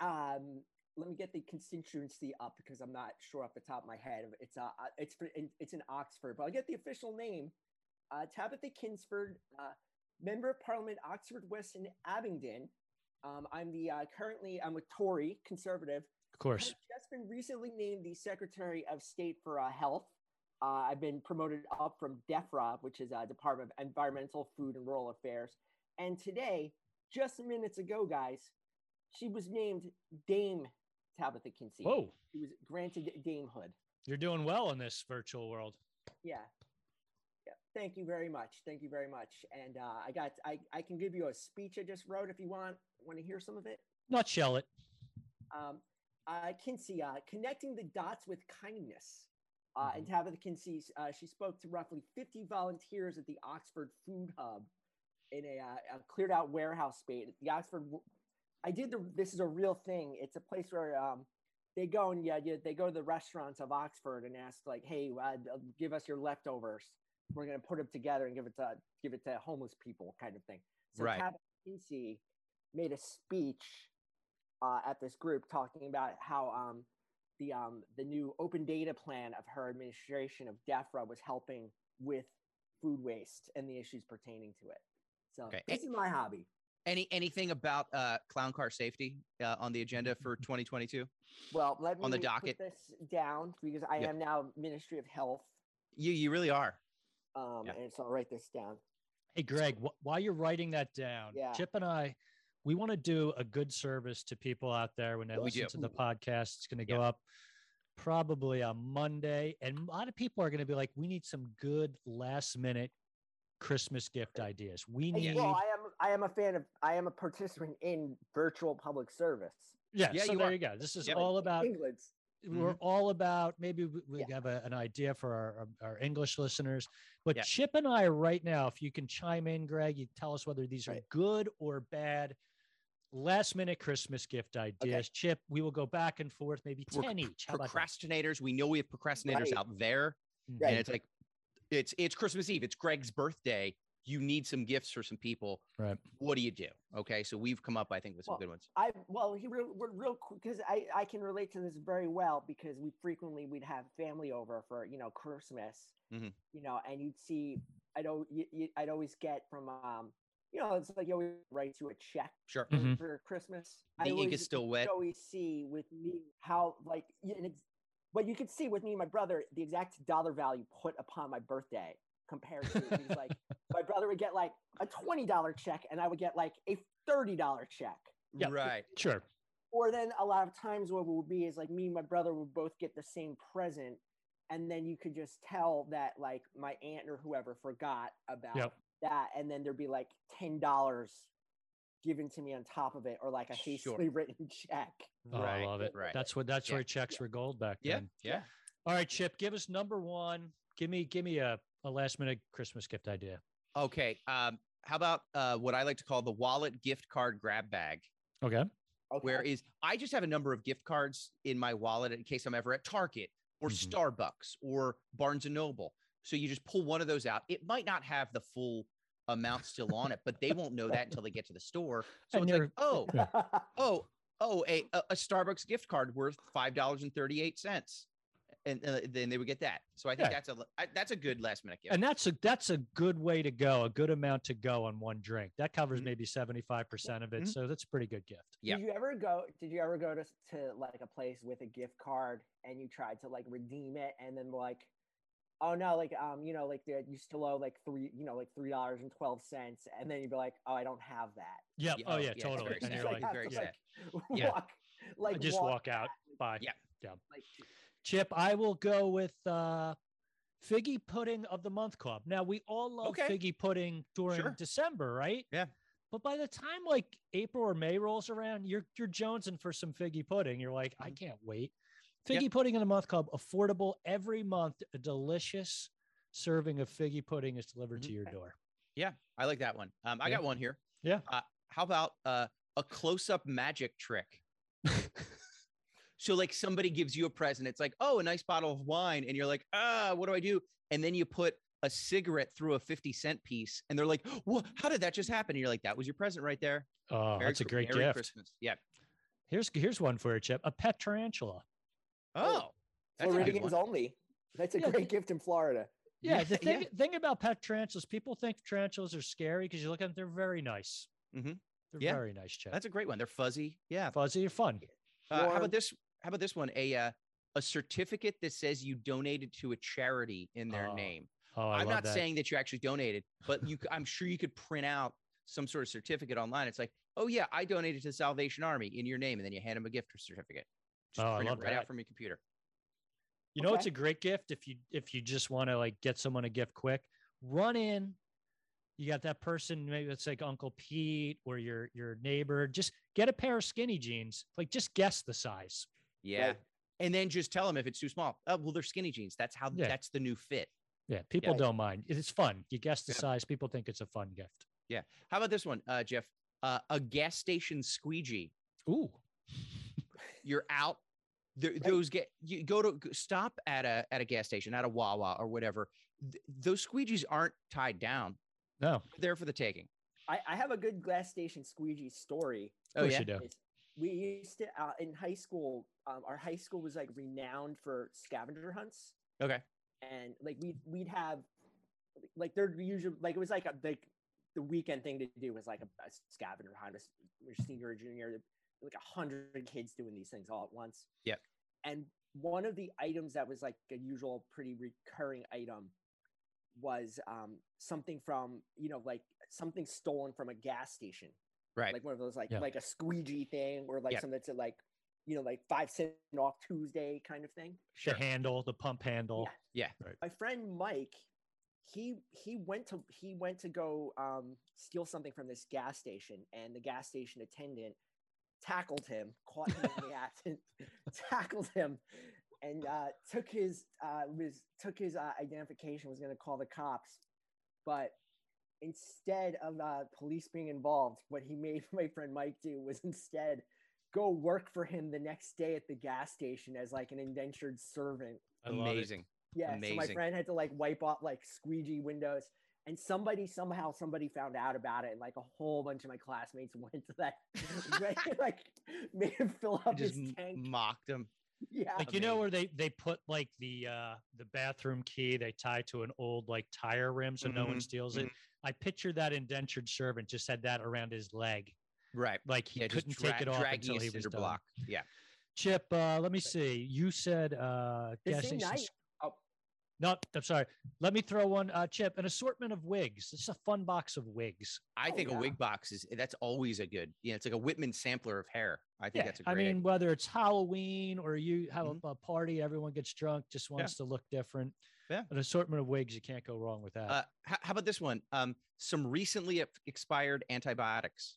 Speaker 4: um, let me get the constituency up because I'm not sure off the top of my head. It's uh, uh, it's for, in- it's in Oxford, but I'll get the official name. Uh, Tabitha Kinsford, uh, member of Parliament, Oxford West and Abingdon. Um, I'm the uh, currently I'm a Tory conservative.
Speaker 2: Of course,
Speaker 4: I've just been recently named the Secretary of State for uh, Health. Uh, I've been promoted up from DEFRA, which is uh, Department of Environmental, Food, and Rural Affairs. And today, just minutes ago, guys, she was named Dame Tabitha Kinsey.
Speaker 2: whoa,
Speaker 4: She was granted damehood.
Speaker 2: you're doing well in this virtual world.
Speaker 4: Yeah. Yeah. Thank you very much. Thank you very much. And uh, I got I, I can give you a speech I just wrote if you want want to hear some of it.
Speaker 2: Nutshell it.
Speaker 4: Um, uh, Kinsey, uh, connecting the dots with kindness. Uh, And Tabitha Kinsey, uh, she spoke to roughly 50 volunteers at the Oxford Food Hub in a, uh, a cleared out warehouse space. The Oxford, I did the, this is a real thing. It's a place where um, they go uh, and yeah, yeah, they go to the restaurants of Oxford and ask like, hey, uh, give us your leftovers. we're gonna put them together and give it to give it to homeless people kind of thing. So
Speaker 3: Right.
Speaker 4: Kevin Kinsey made a speech uh, at this group talking about how um, the um, the new open data plan of her administration of DEFRA was helping with food waste and the issues pertaining to it. So
Speaker 3: Okay.
Speaker 4: this is my hobby.
Speaker 3: Any anything about uh, clown car safety uh, on the agenda
Speaker 2: Mm-hmm.
Speaker 3: for 2022?
Speaker 4: Well, let me
Speaker 3: On the
Speaker 4: put
Speaker 3: docket.
Speaker 4: this down because I
Speaker 3: Yeah.
Speaker 4: am now Ministry of Health,
Speaker 3: You you really are.
Speaker 4: um,
Speaker 3: Yeah.
Speaker 4: and so I'll write this down.
Speaker 2: Hey, Greg, wh- while you're writing that down,
Speaker 4: Yeah.
Speaker 2: Chip and I, we want to do a good service to people out there when they
Speaker 3: We
Speaker 2: listen
Speaker 3: do.
Speaker 2: to the podcast. It's going to go
Speaker 3: Yeah.
Speaker 2: up probably on Monday. And a lot of people are going to be like, we need some good last minute Christmas gift ideas. We
Speaker 4: Hey,
Speaker 2: need,
Speaker 4: Well, I am I am a fan of I am a participant in virtual public service.
Speaker 2: yeah,
Speaker 3: Yeah,
Speaker 2: so
Speaker 3: you
Speaker 2: there
Speaker 3: are.
Speaker 2: you go. This is
Speaker 3: Yep.
Speaker 2: all about
Speaker 4: England's
Speaker 3: Mm-hmm.
Speaker 2: we're all about maybe we, we
Speaker 4: Yeah.
Speaker 2: have a, an idea for our, um, our, our english listeners but
Speaker 3: Yeah.
Speaker 2: chip and i right now if you can chime in greg you tell us whether these are
Speaker 4: Right.
Speaker 2: good or bad last minute christmas gift ideas chip we will go back and forth maybe
Speaker 3: Proc-
Speaker 2: 10 each How about that?
Speaker 3: Procrastinators. We know we have procrastinators
Speaker 4: Right.
Speaker 3: out there,
Speaker 4: Right.
Speaker 3: and it's like it's it's Christmas Eve. It's Greg's birthday. You need some gifts for some people.
Speaker 2: Right.
Speaker 3: What do you do? Okay, so we've come up, I think, with some
Speaker 4: Well,
Speaker 3: good ones.
Speaker 4: I well, he real we're real because I I can relate to this very well because we frequently we'd have family over for you know Christmas,
Speaker 3: Mhm.
Speaker 4: you know, and you'd see I'd al- y- y- I'd always get from um you know it's like you always write to a check
Speaker 3: Sure.
Speaker 4: for,
Speaker 2: Mhm.
Speaker 4: for Christmas.
Speaker 3: The
Speaker 4: I
Speaker 3: ink
Speaker 4: always-
Speaker 3: is still wet.
Speaker 4: could always see with me how like y- and it's, but you could see with me and my brother the exact dollar value put upon my birthday compared to he's
Speaker 3: [LAUGHS]
Speaker 4: like my brother would get like a twenty dollar check and I would get like a thirty dollar check.
Speaker 2: Yeah.
Speaker 3: Right.
Speaker 2: sure
Speaker 4: Or then a lot of times what would be is like me and my brother would both get the same present, and then you could just tell that like my aunt or whoever forgot about
Speaker 2: Yep.
Speaker 4: that, and then there'd be like ten dollars given to me on top of it, or like a
Speaker 3: Sure.
Speaker 4: hastily [LAUGHS] written check.
Speaker 2: oh,
Speaker 3: Right,
Speaker 2: i love it
Speaker 3: right.
Speaker 2: that's what that's
Speaker 3: Yeah.
Speaker 2: where checks were gold back
Speaker 3: Yeah.
Speaker 2: then
Speaker 3: Yeah.
Speaker 2: all right chip give us number one give me give me a, a last minute christmas gift idea
Speaker 3: Okay. Um, how about uh, what I like to call the wallet gift card grab bag?
Speaker 2: okay
Speaker 4: Okay.
Speaker 3: Where
Speaker 4: [LAUGHS]
Speaker 3: is I just have a number of gift cards in my wallet in case I'm ever at Target or
Speaker 2: Mhm.
Speaker 3: Starbucks or Barnes and Noble. So you just pull one of those out. It might not have the full amount still on it, but they won't know that until they get to the store. So
Speaker 2: And
Speaker 3: it's like,
Speaker 2: they're- [LAUGHS]
Speaker 3: oh, oh, oh, a, a a Starbucks gift card worth five dollars and thirty eight cents, and uh, then they would get that. So I think
Speaker 2: Yeah.
Speaker 3: that's a I- that's a good last minute gift.
Speaker 2: and that's a that's a good way to go a good amount to go on one drink that covers
Speaker 3: Mhm.
Speaker 2: maybe 75% of it
Speaker 3: Mhm.
Speaker 2: so that's a pretty good gift
Speaker 3: yeah.
Speaker 4: Did you ever go? Did you ever go to, s- to like a place with a gift card and you tried to like redeem it and then like, oh no, like um, you know, like the, you still owe like three, you know, like three dollars and twelve cents, and then you'd be like, oh, I don't have that.
Speaker 2: yep
Speaker 3: Yeah.
Speaker 2: oh
Speaker 3: Oh,
Speaker 2: yeah,
Speaker 3: yeah, it's
Speaker 2: totally
Speaker 3: very
Speaker 2: and
Speaker 3: sad.
Speaker 2: you're
Speaker 4: Just,
Speaker 2: like
Speaker 3: It's
Speaker 4: have
Speaker 3: very
Speaker 4: to,
Speaker 3: sad.
Speaker 4: Like,
Speaker 3: Yeah.
Speaker 4: [LAUGHS] Walk, like
Speaker 2: just walk out bye
Speaker 3: Yeah.
Speaker 4: Like,
Speaker 2: chip i will go with uh figgy pudding of the month club now we all love
Speaker 3: Okay.
Speaker 2: figgy pudding during
Speaker 3: Sure.
Speaker 2: december right
Speaker 3: Yeah.
Speaker 2: but by the time like april or may rolls around you're you're jonesing for some figgy pudding you're like i
Speaker 3: Mhm.
Speaker 2: can't wait
Speaker 3: Yeah.
Speaker 2: figgy pudding in the month club affordable every month a delicious serving of figgy pudding is delivered
Speaker 3: Mhm.
Speaker 2: to your door
Speaker 3: I like that one. Um, I
Speaker 2: Yeah.
Speaker 3: got one here.
Speaker 2: Yeah.
Speaker 3: Uh, how about uh, a close-up magic trick?
Speaker 2: [LAUGHS]
Speaker 3: so like somebody gives you a present. It's like, oh, a nice bottle of wine, and you're like, ah, what do I do? And then you put a cigarette through a 50 cent piece, and they're like, what? How did that just happen? And you're like, that was your present right there.
Speaker 2: Oh,
Speaker 3: Merry
Speaker 2: that's a
Speaker 3: Chri-
Speaker 2: great
Speaker 3: Merry
Speaker 2: gift.
Speaker 3: Christmas. Yeah.
Speaker 2: Here's here's one for you, Chip. A pet tarantula.
Speaker 4: Oh,
Speaker 3: Oh, that's a good
Speaker 4: Floridians
Speaker 3: one.
Speaker 4: only. That's a
Speaker 2: Yeah,
Speaker 4: great gift in Florida.
Speaker 2: Yeah,
Speaker 3: Yeah,
Speaker 2: the
Speaker 3: yeah.
Speaker 2: thing thing about pet tarantulas, people think tarantulas are scary because you look at them, they're very nice.
Speaker 3: Mhm.
Speaker 2: They're
Speaker 3: Yeah.
Speaker 2: very nice, Chip.
Speaker 3: That's a great one. They're fuzzy. Yeah.
Speaker 2: fuzzy or fun.
Speaker 3: Uh, how
Speaker 4: Warm.
Speaker 3: about this? How about this one? A uh, a certificate that says you donated to a charity in their
Speaker 2: Oh.
Speaker 3: name.
Speaker 2: Oh, I
Speaker 3: I'm
Speaker 2: love
Speaker 3: not
Speaker 2: that.
Speaker 3: saying that you actually donated, but you, c- I'm sure you could print out some sort of certificate online. It's like, oh yeah, I donated to the Salvation Army in your name, and then you hand them a gift certificate. Just
Speaker 2: Oh, I
Speaker 3: print
Speaker 2: love
Speaker 3: it right
Speaker 2: that.
Speaker 3: out from your computer.
Speaker 2: you know, it's
Speaker 4: Okay.
Speaker 2: a great gift if you if you just want to like get someone a gift quick. Run in. You got that person, maybe it's like Uncle Pete or your your neighbor. Just get a pair of skinny jeans. Like just guess the size.
Speaker 3: Yeah,
Speaker 4: Right.
Speaker 3: and then just tell them if it's too small. Oh, well, they're skinny jeans. That's how.
Speaker 2: Yeah.
Speaker 3: That's the new fit.
Speaker 2: Yeah, people
Speaker 4: Yeah.
Speaker 2: don't mind. It's fun. You guess the
Speaker 3: Yeah.
Speaker 2: size. People think it's a fun gift.
Speaker 3: How about this one, uh, Jeff? Uh, a gas station squeegee.
Speaker 2: Ooh.
Speaker 3: You're out. There, Those get you go to g- stop at a at a gas station at a Wawa or whatever, th- those squeegees aren't tied down.
Speaker 2: No, Oh, of
Speaker 3: They're there for the taking.
Speaker 4: I, I have a good gas station squeegee story.
Speaker 3: Oh
Speaker 2: course
Speaker 3: yeah.
Speaker 2: you do.
Speaker 4: It's- We used to uh, in high school. Um, our high school was like renowned for scavenger hunts.
Speaker 3: Okay.
Speaker 4: and like we'd we'd have like there'd be usually like it was like a like the weekend thing to do was like a, a scavenger hunt a s- your senior or junior like a hundred kids doing these things all at once
Speaker 3: Yep.
Speaker 4: and one of the items that was like a usual pretty recurring item was um something from you know like something stolen from a gas station
Speaker 3: Right.
Speaker 4: like one of those like
Speaker 2: Yeah.
Speaker 4: like a squeegee thing or like
Speaker 3: Yeah.
Speaker 4: something that's a, like you know like five cent off tuesday kind of thing
Speaker 3: sure.
Speaker 2: The handle, the pump handle.
Speaker 4: my friend Mike, he he went to he went to go um, steal something from this gas station, and the gas station attendant tackled him, caught him in the act, [LAUGHS] and tackled him, and uh, took his uh, was took his uh, identification. Was going to call the cops, but instead of uh, police being involved, what he made [LAUGHS] my friend Mike do was instead go work for him the next day at the gas station as like an indentured servant.
Speaker 2: I love it.
Speaker 3: Amazing.
Speaker 4: Yeah, so my
Speaker 3: Amazing.
Speaker 4: friend had to like wipe off like squeegee windows, and somebody somehow somebody found out about it, and like a whole bunch of my classmates [LAUGHS] went to that, right,
Speaker 3: [LAUGHS]
Speaker 4: like made him fill
Speaker 3: I
Speaker 4: up his
Speaker 3: just m-
Speaker 4: tank.
Speaker 3: mocked him.
Speaker 4: Yeah,
Speaker 2: Like you know
Speaker 3: Amazing.
Speaker 2: where they they put like the uh the bathroom key they tie to an old like tire rim so no one
Speaker 3: Mhm,
Speaker 2: steals it. I picture that indentured servant just had that around his leg,
Speaker 3: Right.
Speaker 2: like he
Speaker 3: Yeah.
Speaker 2: couldn't
Speaker 3: just dra-
Speaker 2: take it off
Speaker 3: dragging
Speaker 2: until
Speaker 3: a
Speaker 2: he was
Speaker 3: cinder
Speaker 2: done.
Speaker 3: block. Yeah.
Speaker 2: Chip, uh, let me see. You said uh,
Speaker 4: The
Speaker 2: gas
Speaker 4: same
Speaker 2: station
Speaker 4: night-
Speaker 2: s-
Speaker 4: oh.
Speaker 2: No, I'm sorry. Let me throw one. Uh, Chip, an assortment of wigs. This is a fun box of wigs.
Speaker 3: I
Speaker 4: Oh,
Speaker 3: think
Speaker 4: yeah.
Speaker 3: a wig box is that's always a good. Yeah, it's like a Whitman sampler of hair. I think that's a great. Mm-hmm.
Speaker 2: I mean,
Speaker 3: idea.
Speaker 2: whether it's Halloween or you have a- a party, everyone gets drunk, just wants to look different.
Speaker 3: Yeah.
Speaker 2: An assortment of wigs. You can't go wrong with that.
Speaker 3: uh, how, how about this one? Um, some recently ex- expired antibiotics.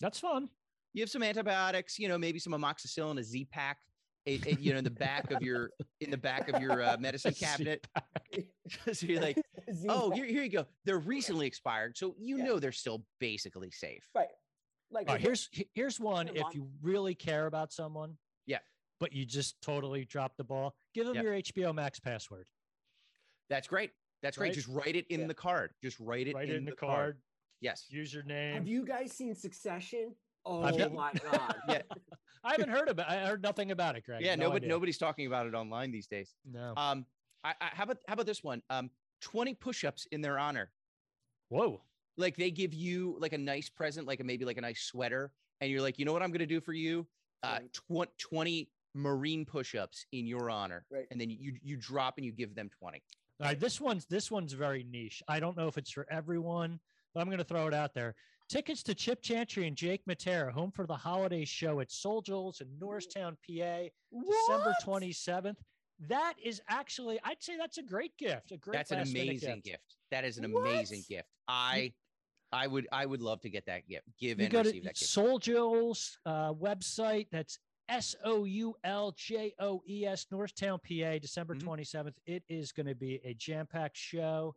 Speaker 2: That's fun.
Speaker 3: You have some antibiotics. You know, maybe some amoxicillin, a Z pack. It, it- you know, in the back of your in the back of your uh,
Speaker 4: [LAUGHS]
Speaker 3: medicine cabinet. [LAUGHS] so you're like, oh, here, here you go. They're recently expired, so you
Speaker 4: Yeah.
Speaker 3: know they're still basically safe.
Speaker 4: right, like
Speaker 2: All
Speaker 4: if
Speaker 2: right, here's he- here's one.
Speaker 4: Sure,
Speaker 2: If
Speaker 4: Mom.
Speaker 2: you really care about someone,
Speaker 3: Yeah.
Speaker 2: but you just totally drop the ball, give them
Speaker 3: Yeah.
Speaker 2: your HBO Max password.
Speaker 3: That's great. That's great.
Speaker 2: Right?
Speaker 3: Just write it in
Speaker 4: Yeah.
Speaker 3: the card. Just write it
Speaker 2: Write
Speaker 3: in, the, card. Yes.
Speaker 2: username.
Speaker 4: have you guys seen Succession? Oh
Speaker 2: not-
Speaker 3: [LAUGHS]
Speaker 4: my god,
Speaker 3: Yeah.
Speaker 2: I haven't heard about. I heard nothing about it, Greg.
Speaker 3: Yeah.
Speaker 2: no
Speaker 3: nobody,
Speaker 2: idea.
Speaker 3: nobody's talking about it online these days.
Speaker 2: No.
Speaker 3: Um, I, I, how about how about this one? Um, twenty push-ups in their honor.
Speaker 2: Whoa.
Speaker 3: Like they give you like a nice present, like a, maybe like a nice sweater, and you're like, you know what I'm gonna do for you? Uh, tw- twenty marine push-ups in your honor,
Speaker 4: Right.
Speaker 3: and then you you drop and you give them twenty.
Speaker 2: All right. This one's this one's very niche. I don't know if it's for everyone, but I'm going to throw it out there. Tickets to Chip Chantry and Jake Matera home for the holiday show at Souljoles in Norristown, PA, December
Speaker 4: What?
Speaker 2: 27th. That is actually, I'd say that's a great gift. A great.
Speaker 3: That's an
Speaker 2: last minute
Speaker 3: amazing gift.
Speaker 2: gift.
Speaker 3: That is an
Speaker 4: What?
Speaker 3: amazing gift. I I would I would love to get that gift. Give
Speaker 2: You
Speaker 3: and
Speaker 2: go to
Speaker 3: receive that gift.
Speaker 2: Souljoles uh, website. That's S O U L J O E S, Northtown, PA, December
Speaker 3: Mhm.
Speaker 2: 27th. It is going to be a jam packed show.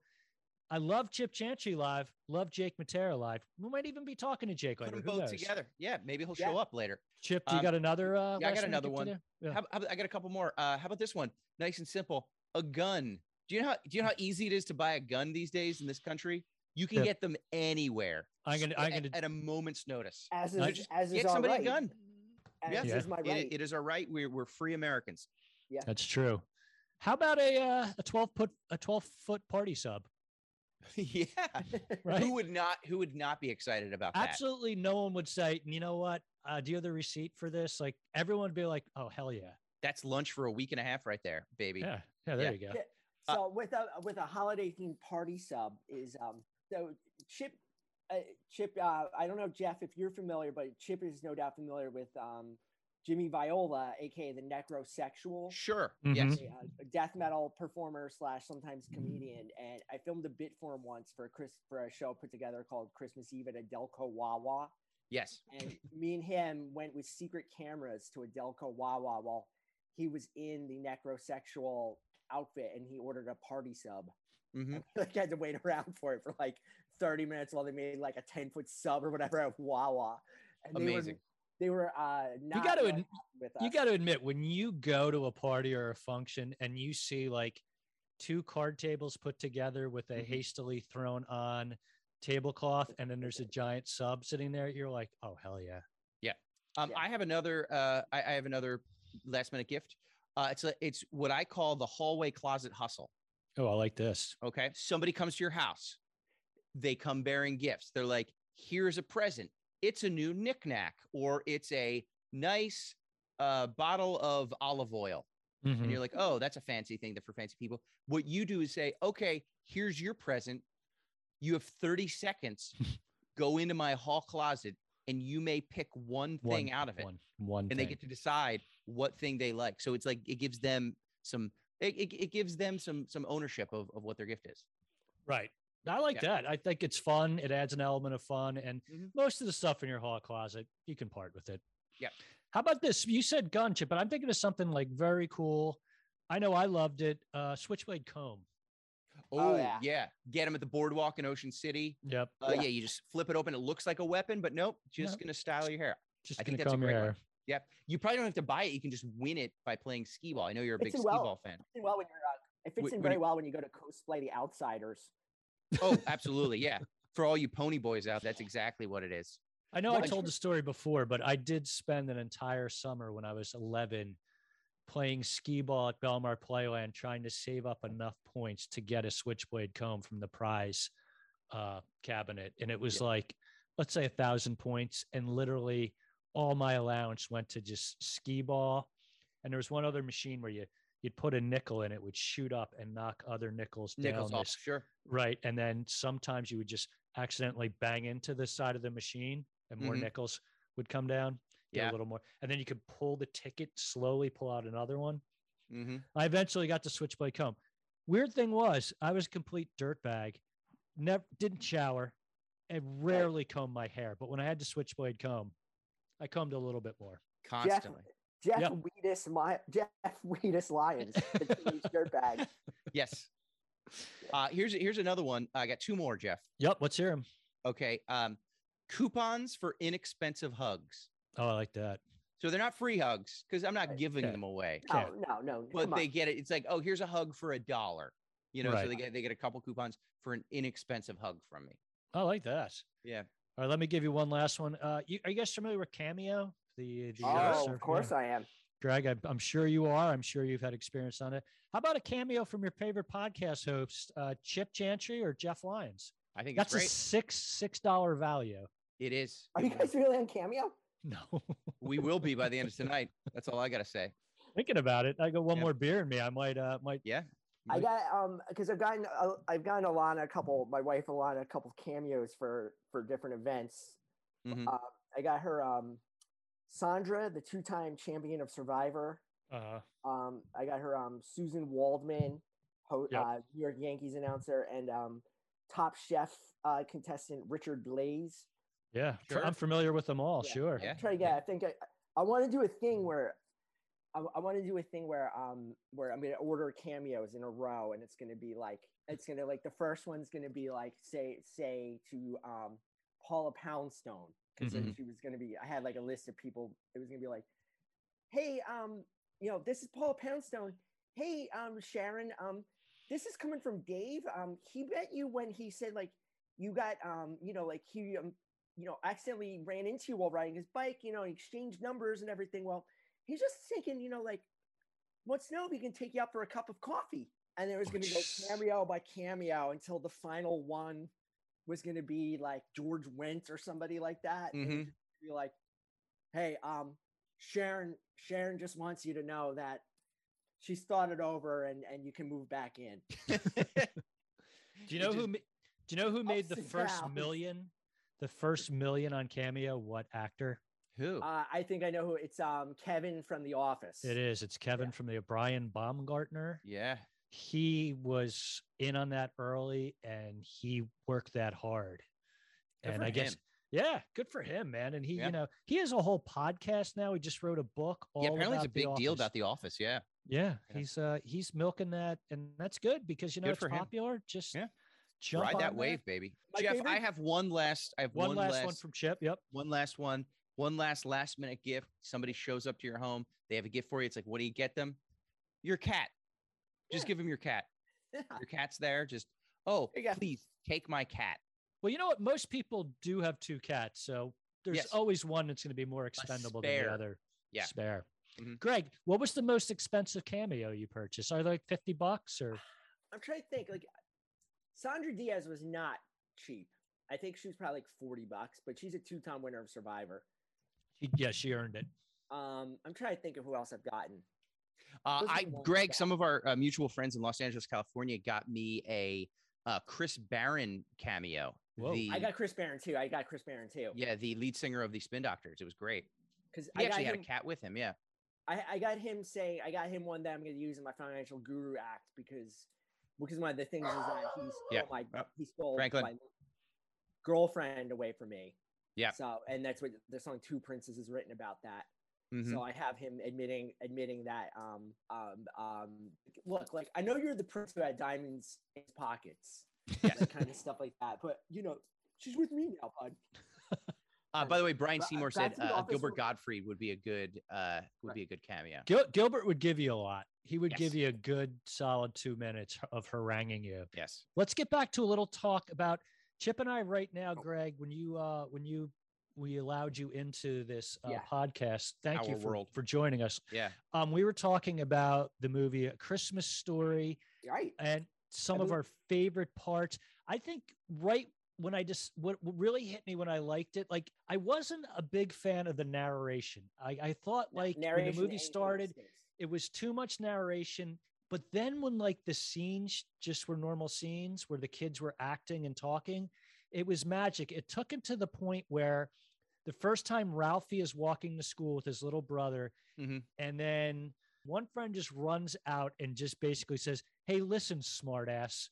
Speaker 2: I love Chip Chantry live. Love Jake Matera live. We might even be talking to Jake
Speaker 3: Put
Speaker 2: later.
Speaker 3: them
Speaker 2: Who
Speaker 3: both
Speaker 2: knows?
Speaker 3: together. Yeah, maybe he'll
Speaker 4: Yeah.
Speaker 3: show up later.
Speaker 2: Chip, do you
Speaker 3: Um,
Speaker 2: got another? Uh,
Speaker 3: yeah, I
Speaker 2: last
Speaker 3: got
Speaker 2: one to
Speaker 3: another
Speaker 2: get to
Speaker 3: one.
Speaker 2: there? Yeah.
Speaker 3: How, how- I got a couple more. Uh, how about this one? Nice and simple. A gun. Do you know how do you know how easy it is to buy a gun these days in this country? You can
Speaker 2: Yeah.
Speaker 3: get them anywhere.
Speaker 2: I'm gonna-
Speaker 3: s-
Speaker 2: I'm
Speaker 3: at-
Speaker 2: gonna-
Speaker 3: at a moment's notice.
Speaker 4: as
Speaker 2: I
Speaker 4: is
Speaker 3: just
Speaker 4: as is
Speaker 3: Get
Speaker 4: our
Speaker 3: somebody
Speaker 4: right,
Speaker 3: a gun.
Speaker 4: as
Speaker 3: Yeah.
Speaker 4: is my
Speaker 3: It-
Speaker 4: right.
Speaker 3: it is our right. We're we're
Speaker 2: [LAUGHS]
Speaker 3: free Americans.
Speaker 2: That's true. How about a uh, a 12 foot a 12 foot party sub?
Speaker 3: yeah.
Speaker 2: Right.
Speaker 3: [LAUGHS] Who would not who would not be excited about that?
Speaker 2: Absolutely, no one would say, you know what? Uh, do you have the receipt for this? Like everyone would be like, oh hell yeah,
Speaker 3: That's lunch for a week and a half right there, baby.
Speaker 2: yeah, yeah. There
Speaker 3: Yeah.
Speaker 2: you go.
Speaker 4: Yeah.
Speaker 3: Uh,
Speaker 4: So with a with a holiday themed party sub is um so Chip uh, Chip uh, I don't know Jeff if you're familiar but Chip is no doubt familiar with um Jimmy Viola aka the Necrosexual
Speaker 3: Sure.
Speaker 2: Mhm.
Speaker 3: Yes.
Speaker 4: a, uh, a death metal performer slash sometimes comedian and I filmed a bit for him once for a Chris for a show put together called Christmas Eve at Adelco Wawa
Speaker 3: Yes.
Speaker 4: and me and him went with secret cameras to Adelco Wawa while he was in the necrosexual outfit and he ordered a party sub.
Speaker 3: hmm
Speaker 4: [LAUGHS] Like I had to wait around for it for like 30 minutes while they made like a 10 foot sub or whatever at Wawa. And they
Speaker 3: Amazing.
Speaker 4: Were, they were uh not
Speaker 2: you got to
Speaker 4: really
Speaker 2: admit,
Speaker 4: happy with us.
Speaker 2: you got to admit when you go to a party or a function and you see like two card tables put together with a
Speaker 3: Mhm.
Speaker 2: hastily thrown on tablecloth, and then there's a giant sub sitting there. You're like, oh hell yeah!
Speaker 3: Um,
Speaker 4: Yeah.
Speaker 3: I have another. Uh, I, I have another last minute gift. Uh, it's a, it's what I call the hallway closet hustle.
Speaker 2: Oh, I like this.
Speaker 3: Okay, somebody comes to your house, they come bearing gifts. They're like, "Here's a present. It's a new knickknack, or it's a nice uh, bottle of olive oil."
Speaker 2: Mhm.
Speaker 3: and you're like, oh, that's a fancy thing that for fancy people. What you do is say, okay, here's your present. You have 30 seconds. Go into my hall closet and you may pick one thing out of it.
Speaker 2: One, one
Speaker 3: and they
Speaker 2: thing.
Speaker 3: get to decide what thing they like. So it's like it gives them some it, it, it gives them some some ownership of, of what their gift is.
Speaker 2: Right. I like that. I think it's fun. It adds an element of fun. And
Speaker 3: Mhm.
Speaker 2: most of the stuff in your hall closet, you can part with it.
Speaker 3: Yep.
Speaker 2: How about this? You said gun chip, but I'm thinking of something like very cool. I know I loved it. Uh, switchblade comb.
Speaker 4: Oh,
Speaker 3: Oh, yeah.
Speaker 4: yeah.
Speaker 3: Get them at the boardwalk in Ocean City.
Speaker 2: Yep.
Speaker 3: Uh, yeah.
Speaker 4: Yeah.
Speaker 3: you just flip it open. It looks like a weapon, but nope, just
Speaker 2: Nope.
Speaker 3: gonna style your hair.
Speaker 2: Just
Speaker 3: I
Speaker 2: gonna
Speaker 3: think that's a
Speaker 2: comb your
Speaker 3: great one.
Speaker 2: hair.
Speaker 3: Yep. You probably don't have to buy it. You can just win it by playing skee ball. I know you're a
Speaker 4: It's
Speaker 3: big
Speaker 4: in
Speaker 3: skee
Speaker 4: Wells.
Speaker 3: ball fan.
Speaker 4: in well when you're uh, it fits
Speaker 3: When-
Speaker 4: in
Speaker 3: when
Speaker 4: very
Speaker 3: you-
Speaker 4: well when you go to cosplay the outsiders.
Speaker 3: Oh, absolutely. Yeah. [LAUGHS] For all you pony boys out, that's exactly what it is.
Speaker 2: I know I
Speaker 4: Well,
Speaker 2: told
Speaker 4: sure.
Speaker 2: the story before, but I did spend an entire summer when I was 11 playing skee ball at Belmar Playland, trying to save up enough points to get a switchblade comb from the prize uh, cabinet. And it was
Speaker 3: Yeah.
Speaker 2: like, let's say a thousand points. And literally all my allowance went to just skee ball. And there was one other machine where you, you'd put a nickel in it would shoot up and knock other nickels down
Speaker 3: Nickels off.
Speaker 2: this
Speaker 3: Sure.
Speaker 2: Right. And then sometimes you would just accidentally bang into the side of the machine and more
Speaker 3: Mhm.
Speaker 2: nickels would come down. get
Speaker 3: Yeah.
Speaker 2: A little more. And then you could pull the ticket, slowly pull out another one.
Speaker 3: hmm
Speaker 2: I eventually got to switchblade comb. Weird thing was, I was a complete dirtbag, never didn't shower and rarely combed my hair. But when I had to switchblade comb, I combed a little bit more.
Speaker 3: Constantly.
Speaker 4: Jeff
Speaker 2: Yep.
Speaker 4: Weedus, my Jeff Weedus Lions, the teenage dirtbag.
Speaker 3: Yes. Uh, here's here's another one. I got two more, Jeff.
Speaker 2: Yep. Let's hear him.
Speaker 3: Okay. Um, coupons for inexpensive hugs.
Speaker 2: Oh, I like that.
Speaker 3: So they're not free hugs because I'm not
Speaker 4: Right.
Speaker 3: giving
Speaker 2: Yeah.
Speaker 3: them away.
Speaker 4: No,
Speaker 2: Yeah.
Speaker 4: Oh, no, no.
Speaker 3: But
Speaker 4: come
Speaker 3: they
Speaker 4: on.
Speaker 3: get it. It's like, oh, here's a hug for a dollar. You know,
Speaker 2: Right.
Speaker 3: so they get they get a couple coupons for an inexpensive hug from me.
Speaker 2: I like that.
Speaker 3: Yeah.
Speaker 2: All right. Let me give you one last one. Uh, you, are you guys familiar with Cameo? The, the uh,
Speaker 4: Oh,
Speaker 2: surf-
Speaker 4: of
Speaker 2: yeah.
Speaker 4: course I am.
Speaker 2: Greg, I, I'm sure you are. I'm sure you've had experience on it. How about a cameo from your favorite podcast host, uh, Chip Chantry or Jeff Lyons?
Speaker 3: I think
Speaker 2: That's a
Speaker 3: it's
Speaker 2: six six dollar value. [LAUGHS]
Speaker 3: great. It is.
Speaker 4: Are you
Speaker 3: It
Speaker 4: guys
Speaker 3: is.
Speaker 4: really on Cameo?
Speaker 2: No,
Speaker 3: We will be by the end of tonight. That's all I gotta say.
Speaker 2: thinking about it, I got one
Speaker 3: Yeah.
Speaker 2: more beer in me. I might, uh, might.
Speaker 3: Yeah.
Speaker 4: I
Speaker 3: Really?
Speaker 4: got um because I've gotten uh, I've gotten Alana a couple, my wife Alana a couple cameos for for different events.
Speaker 3: Mhm.
Speaker 4: Uh, I got her um Sandra, the two time champion of Survivor.
Speaker 2: Uh,
Speaker 4: Um, I got her um Susan Waldman, ho-
Speaker 2: Yep.
Speaker 4: uh, New York Yankees announcer, and um Top Chef uh, contestant Richard Blaze.
Speaker 2: yeah, f-
Speaker 3: Sure.
Speaker 2: I'm familiar with them all.
Speaker 4: Yeah.
Speaker 2: Sure. [LAUGHS]
Speaker 3: Yeah. Mm-hmm.
Speaker 4: try to get. I think I, I want to do a thing where I, I want to do a thing where um where I'm gonna order cameos in a row, and it's gonna be like it's gonna like the first one's gonna be like say say to um Paula Poundstone because
Speaker 3: Mhm.
Speaker 4: she was gonna be. I had like a list of people. It was gonna be like, hey, um, you know, this is Paula Poundstone. Hey, um, Sharon, um, this is coming from Dave. Um, he bet you when he said like you got um, you know, like he um, you know, accidentally ran into you while riding his bike, you know, and exchanged numbers and everything. Well, he's just thinking, you know, like, what's no, we can take you out for a cup of coffee. And there was
Speaker 2: Oh,
Speaker 4: going to go
Speaker 2: jeez.
Speaker 4: cameo by cameo until the final one was going to be like George Wentz or somebody like that. And it
Speaker 3: Mhm.
Speaker 4: was just gonna be like, hey, um, Sharon, Sharon just wants you to know that she's thought it over and, and you can move back
Speaker 3: [LAUGHS]
Speaker 4: in.
Speaker 2: Do you know
Speaker 3: It
Speaker 2: who?
Speaker 3: just-
Speaker 2: ma- Do you know who made the
Speaker 4: Ups and
Speaker 2: first
Speaker 4: downs.
Speaker 2: million? The first million on cameo. What actor?
Speaker 3: Who?
Speaker 4: Uh, I think I know who it's um, Kevin from The Office.
Speaker 2: It
Speaker 4: [LAUGHS]
Speaker 2: is. It's Kevin from the O'Brien Baumgartner.
Speaker 3: yeah.
Speaker 2: he was in on that early and he worked that hard.
Speaker 3: Good
Speaker 2: and
Speaker 3: for
Speaker 2: I guess,
Speaker 3: him.
Speaker 2: yeah, good for him, man. And he,
Speaker 3: Yeah.
Speaker 2: you know, he has a whole podcast now. He just wrote a book. All
Speaker 3: Yeah, apparently it's a
Speaker 2: about The
Speaker 3: big deal
Speaker 2: Office.
Speaker 3: about the office. Yeah.
Speaker 2: Yeah,
Speaker 3: Yeah.
Speaker 2: he's uh he's milking that, and that's good because you know
Speaker 3: Good
Speaker 2: it's
Speaker 3: for him.
Speaker 2: popular. Just
Speaker 3: Yeah.
Speaker 2: jump
Speaker 3: Ride
Speaker 2: on
Speaker 3: that wave, baby.
Speaker 4: My
Speaker 3: Jeff, I
Speaker 4: favorite-
Speaker 3: have one last I have
Speaker 2: One, last, one from Chip. Yep.
Speaker 3: one last one, one last last minute gift. Somebody shows up to your home, they have a gift for you. It's like, what do you get them? Your cat. Just
Speaker 4: Yeah.
Speaker 3: give them your cat. Your cat's there. Just oh,
Speaker 4: There you go.
Speaker 3: please take my cat.
Speaker 2: Well, you know what? Most people do have two cats, so there's
Speaker 3: Yes.
Speaker 2: always one that's going to be more expendable than
Speaker 3: spare.
Speaker 2: the other.
Speaker 3: Yeah.
Speaker 2: Spare.
Speaker 3: Mhm.
Speaker 2: Greg, what was the most expensive cameo you purchased? Are they like 50 bucks
Speaker 3: [SIGHS]
Speaker 2: or
Speaker 4: I'm trying to think. Like Sandra Diaz was not cheap. I think she was probably like 40 bucks, but she's a two-time winner of Survivor.
Speaker 2: yeah, she earned it.
Speaker 4: Um, I'm trying to think of who else I've gotten.
Speaker 3: Uh,
Speaker 4: Those are
Speaker 3: I,
Speaker 4: the ones
Speaker 3: Greg,
Speaker 4: that-
Speaker 3: some of our uh, mutual friends in Los Angeles, California, got me a uh, Chris Barron cameo.
Speaker 2: Whoa.
Speaker 3: The,
Speaker 4: I got Chris Barron too. I got Chris Barron too.
Speaker 3: Mm. yeah, the lead singer of the Spin Doctors. It was great.
Speaker 4: because
Speaker 3: He
Speaker 4: I got
Speaker 3: actually had
Speaker 4: him.
Speaker 3: a cat with him. Yeah,
Speaker 4: I, I got him saying I got him one that I'm going to use in my financial guru act because because one of the things is that he stole
Speaker 3: Yeah.
Speaker 4: my
Speaker 3: Oh,
Speaker 4: he stole
Speaker 3: Franklin.
Speaker 4: my girlfriend away from me.
Speaker 3: Yeah.
Speaker 4: So and that's what the song Two Princes is written about that.
Speaker 3: Mhm.
Speaker 4: So I have him admitting admitting that um um um look like I know you're the prince who had diamonds in his pockets,
Speaker 3: Yes.
Speaker 4: like, kind of stuff like that. But you know she's with me now, bud.
Speaker 3: Uh, by the way, Brian
Speaker 4: Ba-
Speaker 3: Seymour
Speaker 4: back
Speaker 3: said
Speaker 4: to the
Speaker 3: uh,
Speaker 4: office
Speaker 3: Gilbert
Speaker 4: room.
Speaker 3: Gottfried would be a good uh, would
Speaker 4: Right.
Speaker 3: be a good cameo.
Speaker 2: Gil- Gilbert would give you a lot. He would give
Speaker 3: Yes.
Speaker 2: you a good solid two minutes of haranguing you.
Speaker 3: Yes.
Speaker 2: Let's get back to a little talk about Chip and I right now, Greg. When you uh, when you we allowed you into this uh,
Speaker 4: Yeah.
Speaker 2: podcast, thank you
Speaker 3: Our
Speaker 2: for,
Speaker 3: world.
Speaker 2: for joining us.
Speaker 3: Yeah.
Speaker 2: Um, we were talking about the movie A Christmas Story
Speaker 4: Right.
Speaker 2: and some of
Speaker 4: believe-
Speaker 2: our favorite parts. I think right when I just what what really hit me when I liked it, like I wasn't a big fan of the narration. I, I thought like when the
Speaker 4: Narration
Speaker 2: movie
Speaker 4: and
Speaker 2: started,
Speaker 4: instincts.
Speaker 2: it was too much narration. But then when like the scenes just were normal scenes where the kids were acting and talking, it was magic. It took him to the point where the first time Ralphie is walking to school with his little brother,
Speaker 3: Mhm.
Speaker 2: and then one friend just runs out and just basically says, Hey, listen, smartass.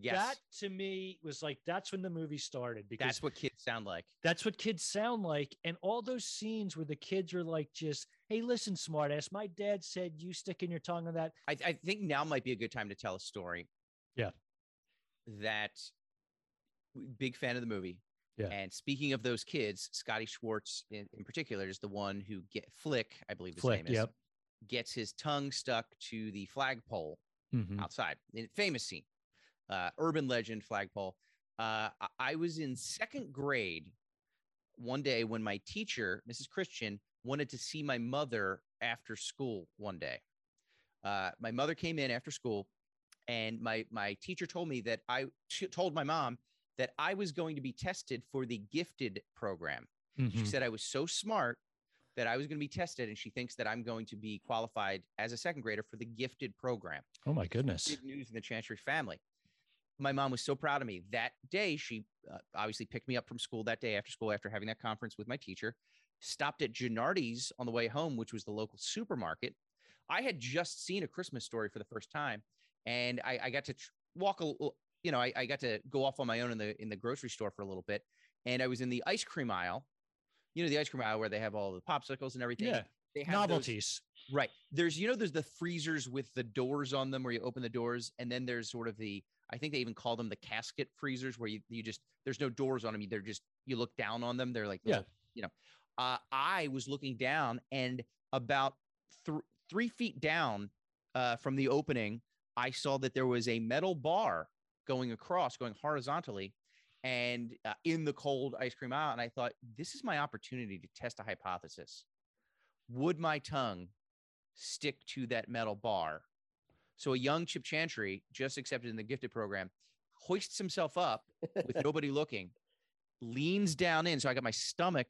Speaker 3: Yes.
Speaker 2: That to me was like that's when the movie started because
Speaker 3: That's what kids sound like.
Speaker 2: that's what kids sound like. And all those scenes where the kids are like, just, hey, listen, smartass, my dad said you sticking your tongue on that.
Speaker 3: I, I think now might be a good time to tell a story.
Speaker 2: Yeah.
Speaker 3: That w- big fan of the movie.
Speaker 2: Yeah.
Speaker 3: And speaking of those kids, Scotty Schwartz in, in particular is the one who get Flick, I believe his
Speaker 2: Flick,
Speaker 3: name is,
Speaker 2: yep.
Speaker 3: gets his tongue stuck to the flagpole
Speaker 2: Mm-hmm,
Speaker 3: outside. In- Famous scene, uh, urban legend flagpole. Uh, I- I was in second grade one day when my teacher, Mrs. Christian, wanted to see my mother after school one day. Uh, my mother came in after school, and my my teacher told me that I she told my mom that I was going to be tested for the gifted program.
Speaker 2: mm-hmm.
Speaker 3: She said I was so smart that I was going to be tested, and she thinks that I'm going to be qualified as a second grader for the gifted program
Speaker 2: Oh,
Speaker 3: [LAUGHS]
Speaker 2: my goodness.
Speaker 3: big news in the Chantry family. My mom was so proud of me that day. She uh, obviously picked me up from school that day after school after having that conference with my teacher. Stopped at Gennardi's on the way home, which was the local supermarket. I had just seen a Christmas story for the first time, and I, I got to tr- walk a, l- you know, I, I got to go off on my own in the in the grocery store for a little bit, and I was in the ice cream aisle. You know, the ice cream aisle where they have all the popsicles and everything.
Speaker 2: Yeah.
Speaker 3: they have those-
Speaker 2: Novelties.
Speaker 3: Right. There's, you know, there's the freezers with the doors on them where you open the doors. And then there's sort of the, I think they even call them the casket freezers where you, you just, there's no doors on them. They're just, you look down on them. They're like,
Speaker 2: Yeah.
Speaker 3: little, you know, uh, I was looking down and about thr three feet down uh, from the opening, I saw that there was a metal bar going across, going horizontally and uh, in the cold ice cream aisle. And I thought, this is my opportunity to test a hypothesis. Would my tongue stick to that metal bar? So a young Chip Chantry, just accepted in the gifted program, hoists himself up with nobody looking, leans down in. So I got my stomach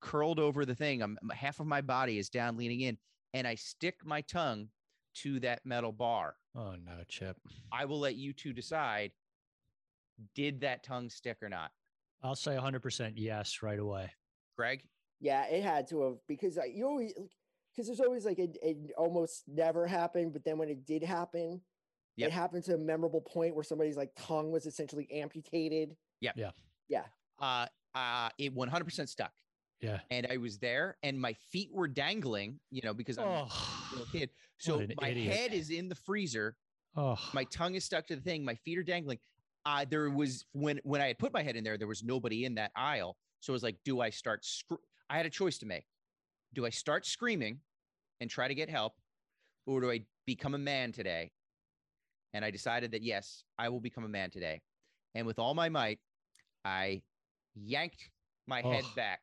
Speaker 3: curled over the thing. I'm half of my body is down, leaning in, and I stick my tongue to that metal bar.
Speaker 2: Oh, no, Chip.
Speaker 3: I will let you two decide did that tongue stick or not.
Speaker 2: I'll say 100% yes right away.
Speaker 3: Greg?
Speaker 4: Yeah, it had to have because like, you always because there's always like it, it almost never happened, but then when it did happen,
Speaker 3: Yep.
Speaker 4: it happened to a memorable point where somebody's like tongue was essentially amputated.
Speaker 3: Uh, uh, it 100% stuck.
Speaker 2: Yeah.
Speaker 3: And I was there and my feet were dangling, you know, because I'm a
Speaker 2: Oh,
Speaker 3: little kid. So
Speaker 2: an
Speaker 3: my
Speaker 2: idiot.
Speaker 3: head is in the freezer
Speaker 2: oh.
Speaker 3: my tongue is stuck to the thing my feet are dangling uh, there was when when i had put my head in there there was nobody in that aisle so i was like do i start scr-? i had a choice to make do i start screaming and try to get help or do i become a man today And I decided that, yes, I will become a man today. And with all my might, I yanked my head
Speaker 2: Ugh.
Speaker 3: back.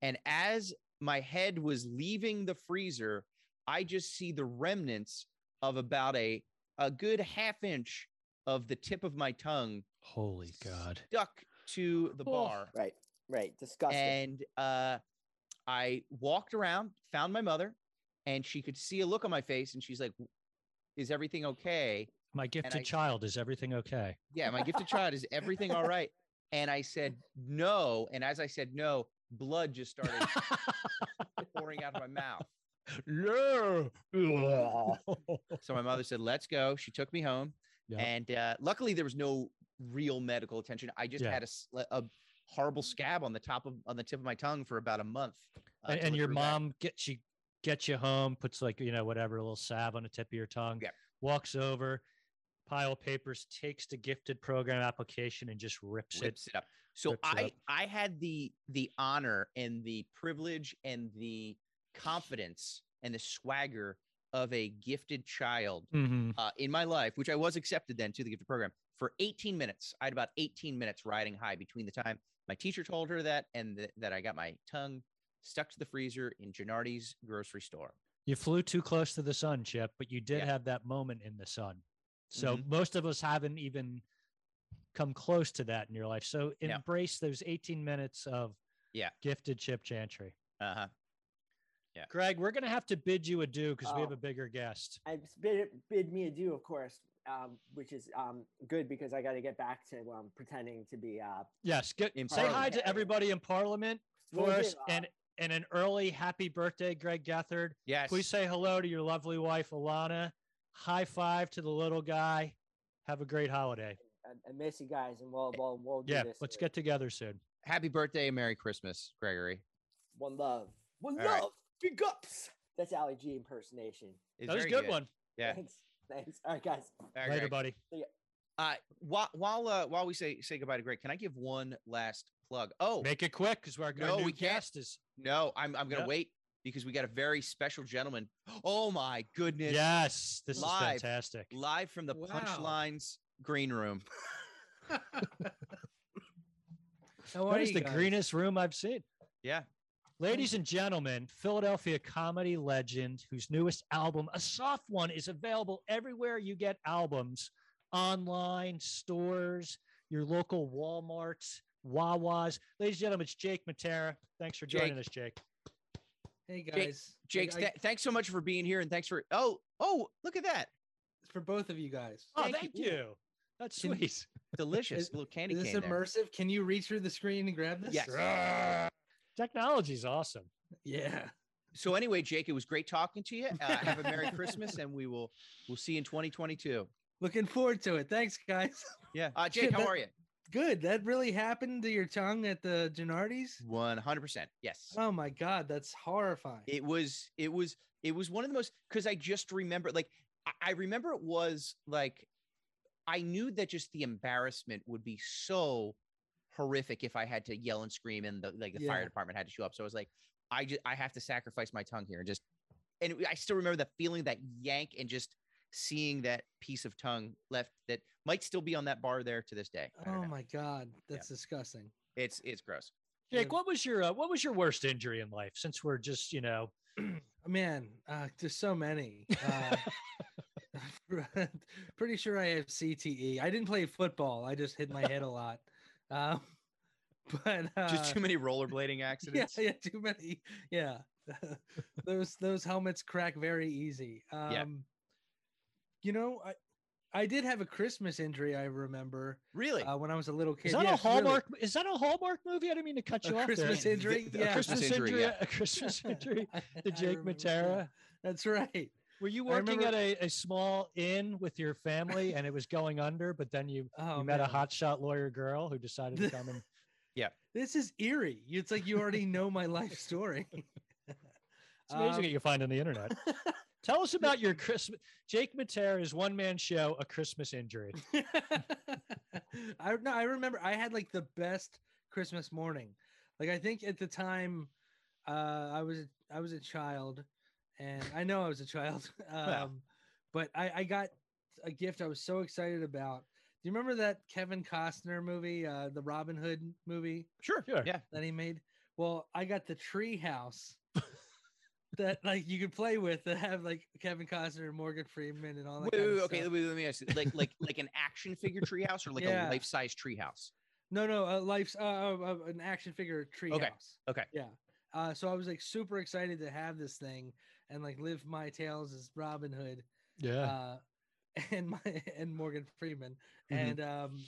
Speaker 3: And as my head was leaving the freezer, I just see the remnants of about a, a good half inch of the tip of my tongue
Speaker 2: Holy God.
Speaker 3: stuck to the
Speaker 2: Oh.
Speaker 3: bar.
Speaker 4: Right. Right. Disgusting.
Speaker 3: And uh, I walked around, found my mother, and she could see a look on my face. And she's like, Is everything okay?
Speaker 2: My gifted
Speaker 3: I-
Speaker 2: child, is everything [LAUGHS] okay?
Speaker 3: Yeah, my gifted child, is everything all right? And I said, No. And as I said, No, blood just
Speaker 2: [LAUGHS]
Speaker 3: started pouring out of my mouth.
Speaker 2: no. [LAUGHS]
Speaker 3: So my mother said, "Let's go." She took me home,
Speaker 2: Yeah.
Speaker 3: and uh, luckily there was no real medical attention. I just
Speaker 2: Yeah.
Speaker 3: had a, sl- a horrible scab on the top of on the tip of my tongue for about a month. uh,
Speaker 2: and,
Speaker 3: till
Speaker 2: and
Speaker 3: it
Speaker 2: your
Speaker 3: grew back.
Speaker 2: mom gets you gets you home, puts like you know whatever a little salve on the tip of your tongue,
Speaker 3: Yep.
Speaker 2: walks over, pile of papers, takes the gifted program application, and just rips,
Speaker 3: rips
Speaker 2: it.
Speaker 3: it up. So
Speaker 2: rips it
Speaker 3: I
Speaker 2: up.
Speaker 3: I had the the honor and the privilege and the confidence and the swagger of a gifted child
Speaker 2: Mhm.
Speaker 3: uh, in my life, which I was accepted then to the gifted program for 18 minutes. I had about 18 minutes riding high between the time my teacher told her that and th- that I got my tongue stuck to the freezer in Gennardi's grocery store.
Speaker 2: You flew too close to the sun, Chip, but you did
Speaker 3: Yeah.
Speaker 2: have that moment in the sun. So
Speaker 3: Mhm.
Speaker 2: most of us haven't even come close to that in your life. So
Speaker 3: Yeah.
Speaker 2: embrace those 18 minutes of
Speaker 3: Yeah.
Speaker 2: gifted Chip Chantry.
Speaker 3: Uh huh.
Speaker 2: Greg, we're gonna have to bid you adieu because we have
Speaker 4: Oh.
Speaker 2: a bigger guest.
Speaker 4: I bid, bid me adieu, of course, um, which is um, good because I got to get back to um, pretending to be. Uh,
Speaker 2: Yes, get,
Speaker 3: In
Speaker 2: say hi
Speaker 4: Parliament.
Speaker 2: to everybody in Parliament
Speaker 4: Will
Speaker 2: for
Speaker 4: do,
Speaker 2: us,
Speaker 4: uh,
Speaker 2: and and an early happy birthday, Greg Gethard.
Speaker 3: Yes.
Speaker 2: Please say hello to your lovely wife, Alana. High five to the little guy. Have a great holiday.
Speaker 4: uh, I, I miss you guys, and we'll we'll, we'll do
Speaker 2: Yeah,
Speaker 4: this.
Speaker 2: let's
Speaker 4: later.
Speaker 2: get together soon.
Speaker 3: Happy birthday and Merry Christmas, Gregory.
Speaker 4: one love, one
Speaker 3: All right.
Speaker 4: love, big ups. That's Ali G impersonation.
Speaker 3: It's
Speaker 2: that was a
Speaker 3: very
Speaker 2: good, one.
Speaker 3: Yeah.
Speaker 4: Thanks, thanks. All right, guys.
Speaker 3: All right,
Speaker 2: Later,
Speaker 3: Greg.
Speaker 2: buddy.
Speaker 3: Uh, while while uh, while we say say goodbye to Greg, can I give one last plug? Oh
Speaker 2: Make it quick because our,
Speaker 3: No,
Speaker 2: our new
Speaker 3: we can't.
Speaker 2: guest is.
Speaker 3: no, I'm I'm gonna
Speaker 2: No.
Speaker 3: wait because we got a very special gentleman. Oh my goodness!
Speaker 2: Yes, this
Speaker 3: Live.
Speaker 2: is fantastic.
Speaker 3: live from the
Speaker 5: Wow.
Speaker 3: punchlines green room.
Speaker 5: How
Speaker 2: That
Speaker 5: are
Speaker 2: is
Speaker 5: you
Speaker 2: the
Speaker 5: guys?
Speaker 2: greenest room I've seen.
Speaker 3: Yeah.
Speaker 2: Ladies and gentlemen, Philadelphia comedy legend whose newest album, a soft one, is available everywhere you get albums online, stores, your local Walmarts, Wawa's. Ladies and gentlemen, it's Jake Matera. Thanks for joining us, Jake.
Speaker 5: Hey guys,
Speaker 3: Jake- Jake,
Speaker 5: I- I-
Speaker 3: th- thanks so much for being here and thanks for oh oh look at that
Speaker 5: for both of you guys.
Speaker 2: Oh,
Speaker 3: Thank
Speaker 2: thank,
Speaker 3: you.
Speaker 2: you. That's
Speaker 5: Can-
Speaker 2: sweet.
Speaker 3: delicious
Speaker 5: Is-
Speaker 3: little candy
Speaker 5: Is this
Speaker 3: cane. there.
Speaker 5: immersive? Can you reach through the screen and grab this?
Speaker 3: Yes.
Speaker 2: Technology's awesome.
Speaker 5: Yeah.
Speaker 3: So anyway, Jake, it was great talking to you. Uh, have a
Speaker 5: [LAUGHS]
Speaker 3: merry Christmas, and we will we'll see you in 2022.
Speaker 5: Looking forward to it. Thanks, guys. [LAUGHS]
Speaker 3: Yeah, uh, Jake,
Speaker 5: Shit,
Speaker 3: how
Speaker 5: that-
Speaker 3: are you?
Speaker 5: Good. That really happened to your tongue at the Gennardi's.
Speaker 3: 100. percent Yes.
Speaker 5: Oh my God, that's horrifying.
Speaker 3: it was it was it was one of the most because i just remember like I- i remember it was like i knew that just the embarrassment would be so horrific if i had to yell and scream and the like the fire
Speaker 5: Yeah.
Speaker 3: department had to show up so i was like i just i have to sacrifice my tongue here and just and it- i still remember that feeling that yank and just seeing that piece of tongue left that might still be on that bar there to this day I don't
Speaker 5: oh
Speaker 3: know.
Speaker 5: my God, that's disgusting.
Speaker 3: it's it's gross
Speaker 2: Jake,
Speaker 5: Yeah.
Speaker 2: what was your uh, what was your worst injury in life? Since we're just you know,
Speaker 5: Man, uh, there's so many. Uh, [LAUGHS] pretty sure I have CTE. I didn't play football. I just hit my head a lot. Um, [LAUGHS] but uh,
Speaker 3: just too many rollerblading accidents
Speaker 5: [LAUGHS] Yeah, yeah, too many. Yeah, [LAUGHS] those those helmets crack very easy. Um,
Speaker 3: Yeah.
Speaker 5: You know, I I did have a Christmas injury. I remember
Speaker 3: really
Speaker 5: uh, when I was a little kid.
Speaker 2: is that
Speaker 5: Yeah,
Speaker 2: a
Speaker 5: really.
Speaker 2: Hallmark?
Speaker 5: [LAUGHS]
Speaker 2: Is that a Hallmark movie? I didn't mean to cut
Speaker 5: A
Speaker 2: you off
Speaker 5: Christmas
Speaker 2: there.
Speaker 5: injury?
Speaker 3: [LAUGHS] The- the
Speaker 5: Yeah.
Speaker 2: Christmas,
Speaker 3: injury,
Speaker 2: injury,
Speaker 3: yeah.
Speaker 2: a [LAUGHS]
Speaker 5: [LAUGHS]
Speaker 2: Christmas injury
Speaker 5: I
Speaker 2: to Jake
Speaker 5: remember, yeah.
Speaker 2: Matera.
Speaker 5: That's right.
Speaker 2: Were you
Speaker 5: I
Speaker 2: working
Speaker 5: remember-
Speaker 2: at a, a small inn with your family and it was going under, but then
Speaker 5: [LAUGHS]
Speaker 2: you,
Speaker 5: Oh,
Speaker 2: you met a
Speaker 5: man.
Speaker 2: hotshot lawyer girl who decided
Speaker 5: [LAUGHS]
Speaker 2: to
Speaker 5: The-
Speaker 2: come and
Speaker 5: This is eerie. It's like you already know my life story.
Speaker 2: [LAUGHS] it's amazing
Speaker 5: Um,
Speaker 2: what you can find on the
Speaker 5: [LAUGHS]
Speaker 2: internet. Tell us about your Christmas. Jake Matera's one man show, A Christmas
Speaker 5: [LAUGHS]
Speaker 2: Injury.
Speaker 5: I no, I remember I had like the best Christmas morning. Like I think at the time, uh, I was I was a child, [LAUGHS] and I know I was a child. Um,
Speaker 2: Well.
Speaker 5: But I, I got a gift I was so excited about. Do you remember that Kevin Costner movie, uh, the Robin Hood movie
Speaker 3: Sure.
Speaker 2: Sure.
Speaker 3: Yeah.
Speaker 5: that he made? Well, I got the
Speaker 3: [LAUGHS]
Speaker 5: tree house that like you could play with that have like Kevin Costner and Morgan Freeman and all
Speaker 3: Wait,
Speaker 5: that. kind
Speaker 3: wait,
Speaker 5: of
Speaker 3: wait, okay,
Speaker 5: stuff.
Speaker 3: let me, let me ask you. Like, like, like an action figure treehouse or like
Speaker 5: Yeah.
Speaker 3: a life-size treehouse?
Speaker 5: No, no, uh, life's uh, uh, an action figure treehouse.
Speaker 3: Okay, okay.
Speaker 5: Yeah. Uh, so I was like super excited to have this thing and like live my tales as Robin Hood
Speaker 2: Yeah.
Speaker 5: uh, [LAUGHS] and my and Morgan Freeman
Speaker 3: Mhm.
Speaker 5: and um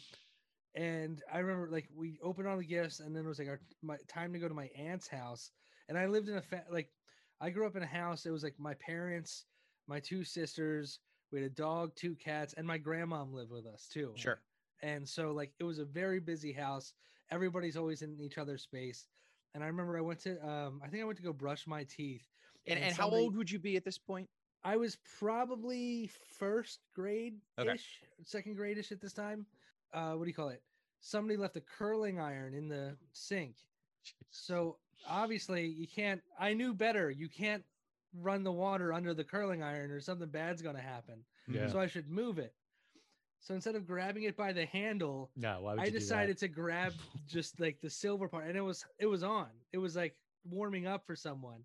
Speaker 5: and I remember like we opened all the gifts and then it was like our my time to go to my aunt's house and I lived in a fa- like I grew up in a house it was like my parents my two sisters we had a dog two cats and my grandmom lived with us too
Speaker 3: Sure.
Speaker 5: and so like it was a very busy house everybody's always in each other's space and I remember I went to um I think I went to go brush my teeth
Speaker 3: And,
Speaker 5: And
Speaker 3: and how
Speaker 5: somebody-
Speaker 3: old would you be at this point?
Speaker 5: I was probably first grade ish,
Speaker 3: Okay.
Speaker 5: second grade ish at this time. Uh, what do you call it? Somebody left a curling iron in the sink. So obviously, you can't. I knew better. You can't run the water under the curling iron or something bad's going to happen.
Speaker 2: yeah.
Speaker 5: So I should move it. So instead of grabbing it by the handle,
Speaker 2: no, why would
Speaker 5: I
Speaker 2: you do that? [LAUGHS]
Speaker 5: decided to grab just like the silver part, and it was it was on. It was like warming up for someone,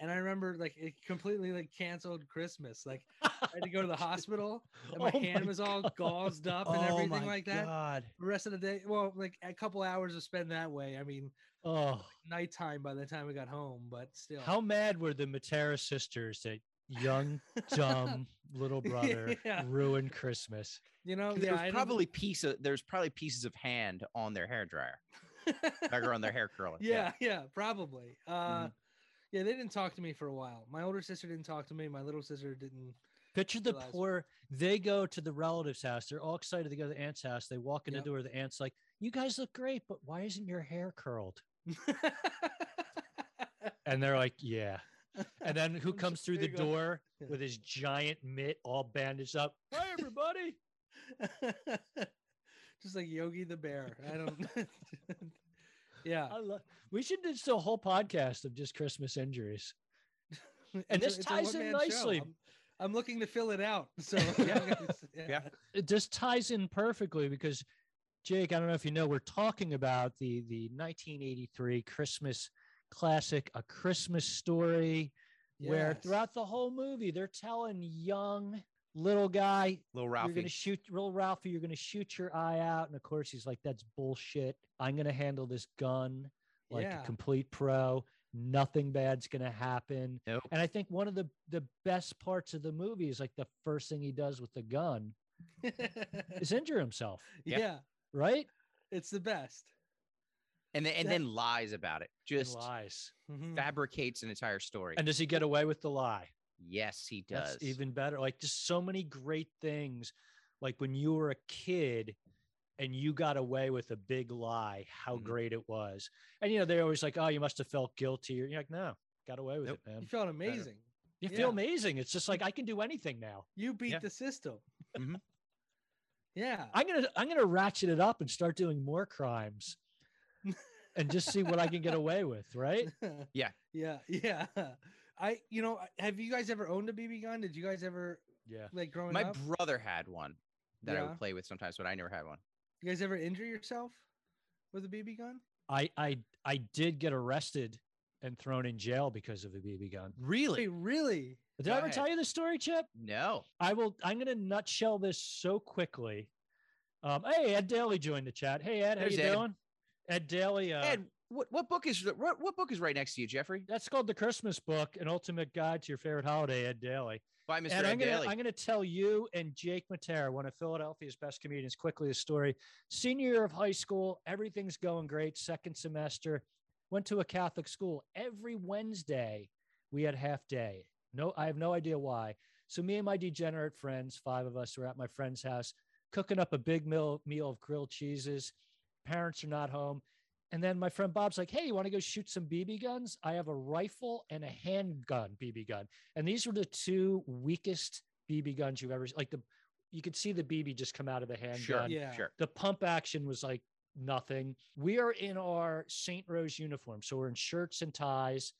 Speaker 5: and I remember like it completely like canceled Christmas. Like I had to go
Speaker 2: [LAUGHS]
Speaker 5: to the hospital, and my
Speaker 2: Oh
Speaker 5: hand
Speaker 2: my
Speaker 5: was all gauzed up and
Speaker 2: Oh
Speaker 5: everything
Speaker 2: my
Speaker 5: like that.
Speaker 2: God.
Speaker 5: The rest of the day, well, like a couple hours to spend that way. I mean,
Speaker 2: Oh,
Speaker 5: nighttime by the time we got home, but still. [LAUGHS]
Speaker 2: how mad were the Matera sisters that young, dumb little brother
Speaker 5: [LAUGHS] Yeah.
Speaker 2: ruined Christmas?
Speaker 5: you know?
Speaker 3: There's
Speaker 5: Oh, Yeah, I don't- [LAUGHS]
Speaker 3: probably piece of there's probably pieces of hand on their hair dryer or on their hair
Speaker 5: [LAUGHS]
Speaker 3: curler.
Speaker 5: yeah, yeah, probably. Uh,
Speaker 2: Mm-hmm.
Speaker 5: Yeah, they didn't talk to me for a while. My older sister didn't talk to me. My little sister didn't.
Speaker 2: Picture the
Speaker 5: Realize-
Speaker 2: poor. They go to the relative's house. They're all excited to go to the aunt's house. They walk in
Speaker 5: Yep.
Speaker 2: the door. The aunt's like, "You guys look great, but why isn't your hair curled?" And they're like, "Yeah." And then who
Speaker 5: [LAUGHS] I'm so
Speaker 2: comes through the
Speaker 5: big on-
Speaker 2: door
Speaker 5: Yeah.
Speaker 2: with his giant mitt all bandaged up? Hi,
Speaker 5: [LAUGHS]
Speaker 2: everybody.
Speaker 5: just like Yogi the Bear. I don't. [LAUGHS] yeah,
Speaker 3: Uh,
Speaker 2: I love. We should just do a whole podcast of just Christmas injuries. And this ties in
Speaker 5: one-man
Speaker 2: nicely.
Speaker 5: I'm, I'm looking to fill it out. [LAUGHS] So
Speaker 3: Yeah.
Speaker 5: I'm gonna-
Speaker 3: [LAUGHS] Yeah.
Speaker 2: it just ties in perfectly because Jake, I don't know if you know, we're talking about the the 1983 Christmas classic, A Christmas Story, where
Speaker 5: Yes.
Speaker 2: throughout the whole movie they're telling young little guy,
Speaker 3: Little
Speaker 2: you're gonna
Speaker 3: Ralphie.
Speaker 2: shoot little Ralphie, you're gonna shoot your eye out, and of course he's like, that's bullshit. I'm gonna handle this gun like
Speaker 5: Yeah.
Speaker 2: a
Speaker 5: [LAUGHS]
Speaker 2: complete pro. Nothing bad's gonna happen.
Speaker 3: Nope.
Speaker 2: And I think one of the the best parts of the movie is like the first thing he does with the gun is injure himself,
Speaker 3: Yeah.
Speaker 5: yeah,
Speaker 2: right?
Speaker 5: it's the best.
Speaker 3: And then and
Speaker 5: that-
Speaker 3: then lies about it.
Speaker 2: And
Speaker 3: Just
Speaker 2: lies.
Speaker 3: [LAUGHS]
Speaker 5: Mhm.
Speaker 3: fabricates an entire story.
Speaker 2: And does he get away with the lie?
Speaker 3: yes, he does.
Speaker 2: That's even better. Like just so many great things. Like when you were a kid and you got away with a big lie, how
Speaker 3: Mhm.
Speaker 2: great it was. And you know, they're always like, Oh, you must have felt guilty. Or you're like, No, got away with
Speaker 3: Nope.
Speaker 2: it,
Speaker 5: You
Speaker 2: man.
Speaker 5: [LAUGHS] felt amazing.
Speaker 2: You
Speaker 5: yeah.
Speaker 2: feel amazing. It's just like I can do anything now.
Speaker 5: You beat
Speaker 3: Yeah.
Speaker 5: the system.
Speaker 3: Mhm.
Speaker 5: [LAUGHS] Yeah. [LAUGHS]
Speaker 2: I'm gonna I'm gonna ratchet it up and start doing more crimes and just see what I can get away with,
Speaker 5: [LAUGHS]
Speaker 2: right?
Speaker 3: Yeah.
Speaker 5: yeah. Yeah. I, you know, I- have you guys ever owned a BB gun? Did you guys ever
Speaker 2: Yeah.
Speaker 5: like growing
Speaker 3: My
Speaker 5: up?
Speaker 3: brother had one that I
Speaker 5: Yeah.
Speaker 3: would play with sometimes, but I never had one.
Speaker 5: you guys ever injure yourself with a BB gun?
Speaker 2: I I I did get arrested and thrown in jail because of a BB gun.
Speaker 3: Really?
Speaker 5: Wait, really?
Speaker 2: Did
Speaker 3: Go
Speaker 2: I ever
Speaker 3: ahead.
Speaker 2: tell you the story, Chip?
Speaker 3: No.
Speaker 2: I will. I'm going to nutshell this so quickly. Um, hey, Ed Daly joined the chat. Hey, Ed, how
Speaker 3: There's
Speaker 2: you
Speaker 3: Ed.
Speaker 2: doing? Ed Daly. Uh,
Speaker 3: Ed, what, what book is what, what book is right next to you, Jeffrey?
Speaker 2: That's called the Christmas book, an ultimate guide to your favorite holiday. Ed Daly.
Speaker 3: By Mr.
Speaker 2: and I'm
Speaker 3: Ed
Speaker 2: gonna,
Speaker 3: Daly.
Speaker 2: I'm going to tell you and Jake Matera, one of Philadelphia's best comedians, quickly the story. Senior year of high school, everything's going great. Second semester, went to a Catholic school. Every Wednesday, we had half day. No, I have no idea why. So me and my degenerate friends, five of us, were at my friend's house cooking up a big meal, meal of grilled cheeses. Parents are not home. And then my friend Bob's like, hey, you want to go shoot some BB guns? I have a rifle and a handgun BB gun. And these were the two weakest BB guns you've ever like the you could see the BB just come out of the handgun.
Speaker 3: sure.
Speaker 5: Yeah.
Speaker 3: Sure.
Speaker 2: The pump action was like nothing. We are in our St. Rose uniform. So we're in shirts and ties.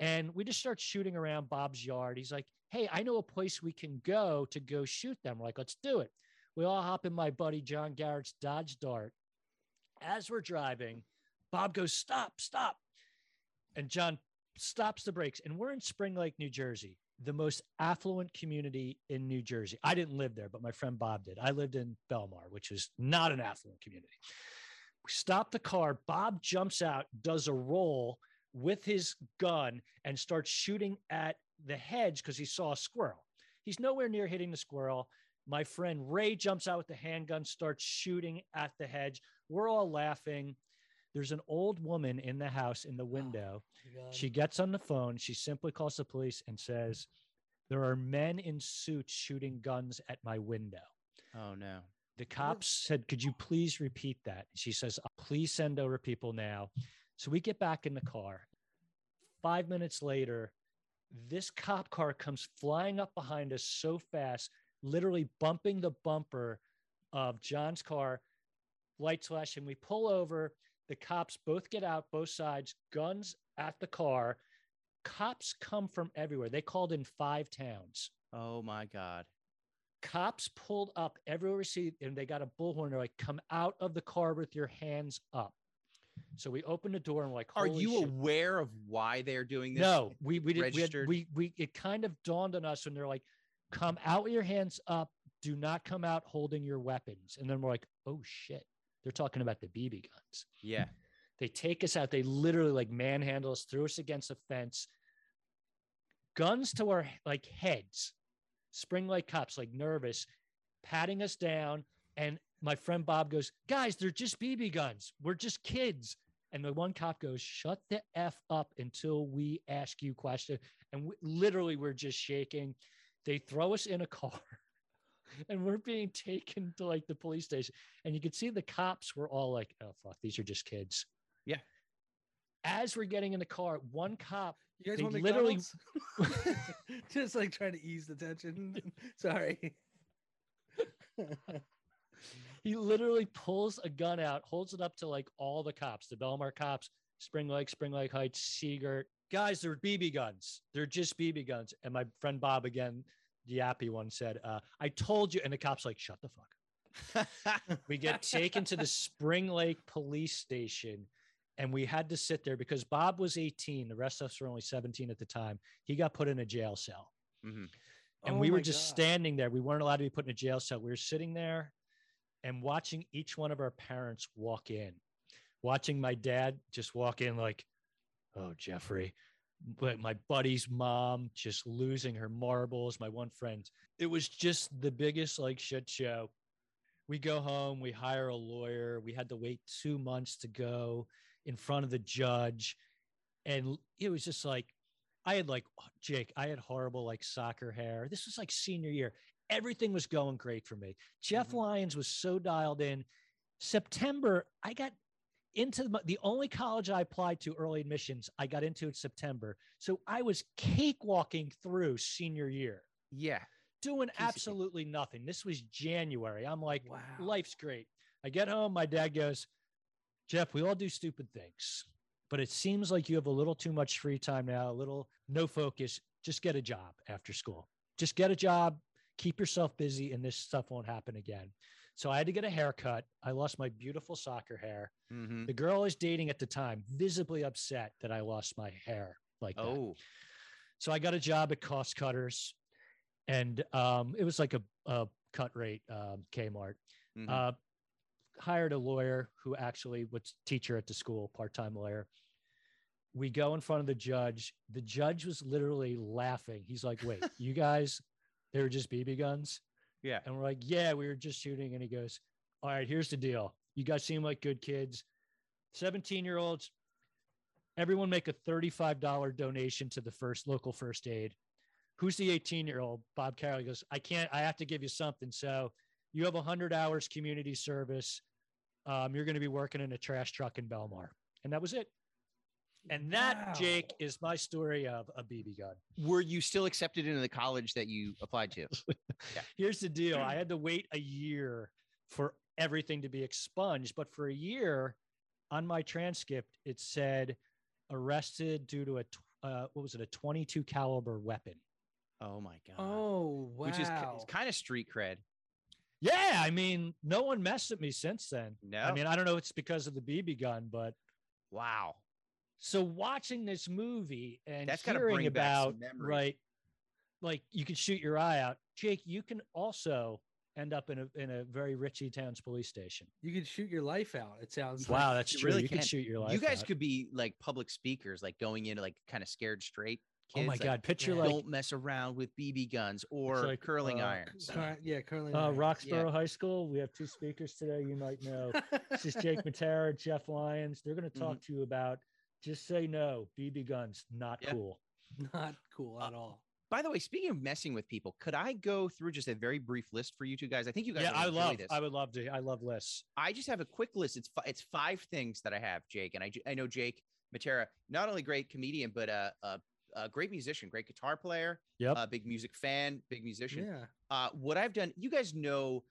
Speaker 2: And we just start shooting around Bob's yard. He's like, Hey, I know a place we can go to go shoot them. We're like, Let's do it. We all hop in my buddy John Garrett's Dodge Dart. As we're driving, Bob goes, Stop, stop. And John stops the brakes. And we're in Spring Lake, New Jersey, the most affluent community in New Jersey. I didn't live there, but my friend Bob did. I lived in Belmar, which is not an affluent community. We stop the car. Bob jumps out, does a roll with his gun, and starts shooting at the hedge because he saw a squirrel. He's nowhere near hitting the squirrel. My friend Ray jumps out with the handgun, starts shooting at the hedge. We're all laughing. There's an old woman in the house in the window. She gets on the phone. She simply calls the police and says, There are men in suits shooting guns at my window.
Speaker 3: Oh no.
Speaker 2: The cops said, Could you please repeat that? She says, Please send over people now. So we get back in the car. Five minutes later, this cop car comes flying up behind us so fast, literally bumping the bumper of John's car, lights flash, and we pull over. The cops both get out, both sides, guns at the car. Cops come from everywhere. They called in five towns
Speaker 3: Oh my god.
Speaker 2: cops pulled up everywhere we see and they got a bullhorn they're like come out of the car with your hands up so we opened the door and we're like
Speaker 3: Are
Speaker 2: "Holy
Speaker 3: you
Speaker 2: shit."
Speaker 3: aware of why they're doing this?
Speaker 2: no we we, did, we, had,
Speaker 3: registered?
Speaker 2: we we it kind of dawned on us when they're like come out with your hands up do not come out holding your weapons and then we're like oh shit they're talking about the bb guns
Speaker 3: Yeah. [LAUGHS]
Speaker 2: they take us out. They literally like manhandle us, threw us against a fence, guns to our like heads, spring like cops, like nervous, patting us down. And my friend Bob goes, Guys, they're just BB guns. We're just kids. And the one cop goes, Shut the F up until we ask you question. And we, literally, we're just shaking. They throw us in a car [LAUGHS] and we're being taken to like the police station. And you could see the cops were all like, Oh, fuck, these are just kids as we're getting in the car, one cop,
Speaker 5: You guys
Speaker 2: They
Speaker 5: want
Speaker 2: literally-
Speaker 5: McDonald's? [LAUGHS] Just like trying to ease
Speaker 2: [LAUGHS]
Speaker 5: the tension. [LAUGHS] Sorry.
Speaker 2: he literally pulls a gun out, holds it up to like all the cops, the Belmar cops, Spring Lake, Spring Lake Heights, Seagirt. Guys, they're BB guns. They're just BB guns. And my friend Bob again, the yappy one said, uh, I told you. And the cop's like, shut the fuck up. we get taken to the Spring Lake police station and we had to sit there because Bob was 18. The rest of us were only 17 at the time. He got put in a jail cell. and
Speaker 5: Oh
Speaker 2: we were
Speaker 5: my
Speaker 2: just
Speaker 5: God.
Speaker 2: standing there. We weren't allowed to be put in a jail cell. We were sitting there and watching each one of our parents walk in, watching my dad just walk in like, "Oh, Jeffrey." But my buddy's mom just losing her marbles. My one friend, it was just the biggest like shit show. We go home, we hire a lawyer. We had to wait two months to go in front of the judge. And it was just like, I had like Jake, I had horrible like soccer hair. This was like senior year. Everything was going great for me. Jeff
Speaker 3: Mhm.
Speaker 2: Lyons was so dialed in. September, I got into the, the only college I applied to early admissions. I got into in September. So I was cakewalking through senior year,
Speaker 3: Yeah.
Speaker 2: doing
Speaker 3: of cake.
Speaker 2: absolutely nothing. This was January. I'm like,
Speaker 5: Wow.
Speaker 2: life's great. I get home, my dad goes, Jeff, we all do stupid things, but it seems like you have a little too much free time now, a little no focus. Just get a job after school. Just get a job, keep yourself busy, and this stuff won't happen again. So I had to get a haircut. I lost my beautiful soccer hair.
Speaker 3: Mm-hmm.
Speaker 2: The girl I was dating at the time, visibly upset that I lost my hair like that.
Speaker 3: Oh.
Speaker 2: So I got a job at Cost Cutters, and um, it was like a, a cut rate um, Kmart.
Speaker 3: mhm.
Speaker 2: Uh, hired a lawyer who actually was teacher at the school, part time lawyer. We go in front of the judge. The judge was literally laughing. He's like, "Wait, you guys, they were just BB guns?"
Speaker 3: Yeah.
Speaker 2: And we're like, "Yeah, we were just shooting." And he goes, "All right, here's the deal. You guys seem like good kids. Seventeen year olds, everyone make a thirty-five dollar donation to the first local first aid." Who's the 18 year old? Bob Carroll He goes, I can't, I have to give you something. So you have 100 hours community service. Um, you're going to be working in a trash truck in Belmar. And that was it. And that,
Speaker 5: Wow.
Speaker 2: Jake, is my story of a BB gun.
Speaker 3: Were you still accepted into the college that you applied
Speaker 2: [LAUGHS]
Speaker 3: to?
Speaker 2: Here's the deal I had to wait a year for everything to be expunged. But for a year on my transcript, it said arrested due to a uh, what was it, a 22 caliber weapon.
Speaker 3: Oh my god.
Speaker 5: Oh wow.
Speaker 3: Which is kind of street cred.
Speaker 2: Yeah, I mean, no one messed with me since then.
Speaker 3: No.
Speaker 2: I mean, I don't know if it's because of the BB gun, but
Speaker 3: wow.
Speaker 2: so watching this movie and
Speaker 3: That's gotta
Speaker 2: hearing
Speaker 3: bring back some
Speaker 2: about
Speaker 3: memories.
Speaker 2: right, like you can shoot your eye out, Jake. You can also end up in a in a very Richie Towns police station.
Speaker 5: you could shoot your life out. It sounds like.
Speaker 2: Wow, that's
Speaker 3: you
Speaker 2: true.
Speaker 3: really
Speaker 2: you can
Speaker 3: can.
Speaker 2: shoot your life.
Speaker 3: you guys
Speaker 2: out.
Speaker 3: could be like public speakers, like going into like kind of scared straight
Speaker 2: Oh
Speaker 3: kids.
Speaker 2: my
Speaker 3: like,
Speaker 2: god, picture
Speaker 5: Yeah.
Speaker 2: like
Speaker 3: don't mess around with BB guns or
Speaker 2: like,
Speaker 3: curling
Speaker 2: uh,
Speaker 5: [LAUGHS]
Speaker 3: irons.
Speaker 5: Cur- yeah, curling.
Speaker 2: uh,
Speaker 5: iron. [LAUGHS]
Speaker 2: Roxborough High School. We have two speakers today. You might
Speaker 3: [LAUGHS]
Speaker 2: know. This is Jake Matera, Jeff Lyons. They're going to talk to
Speaker 3: Mm-hmm.
Speaker 2: you about just say no, BB guns, not
Speaker 3: Yeah.
Speaker 2: cool.
Speaker 5: Not cool
Speaker 3: Uh,
Speaker 5: at all.
Speaker 3: By the way, speaking of messing with people, could I go through just a very brief list for you two guys? I think you guys.
Speaker 2: Yeah,
Speaker 3: will
Speaker 2: I
Speaker 3: enjoy
Speaker 2: love.
Speaker 3: This.
Speaker 2: I would love to. I love lists.
Speaker 3: I just have a quick list. It's fi- it's five things that I have, Jake, and I ju- I know Jake Matera, not only great comedian but a a, a great musician, great guitar player,
Speaker 2: Yep.
Speaker 3: a big music fan, big musician.
Speaker 5: Yeah.
Speaker 3: Uh, what I've done, you guys know,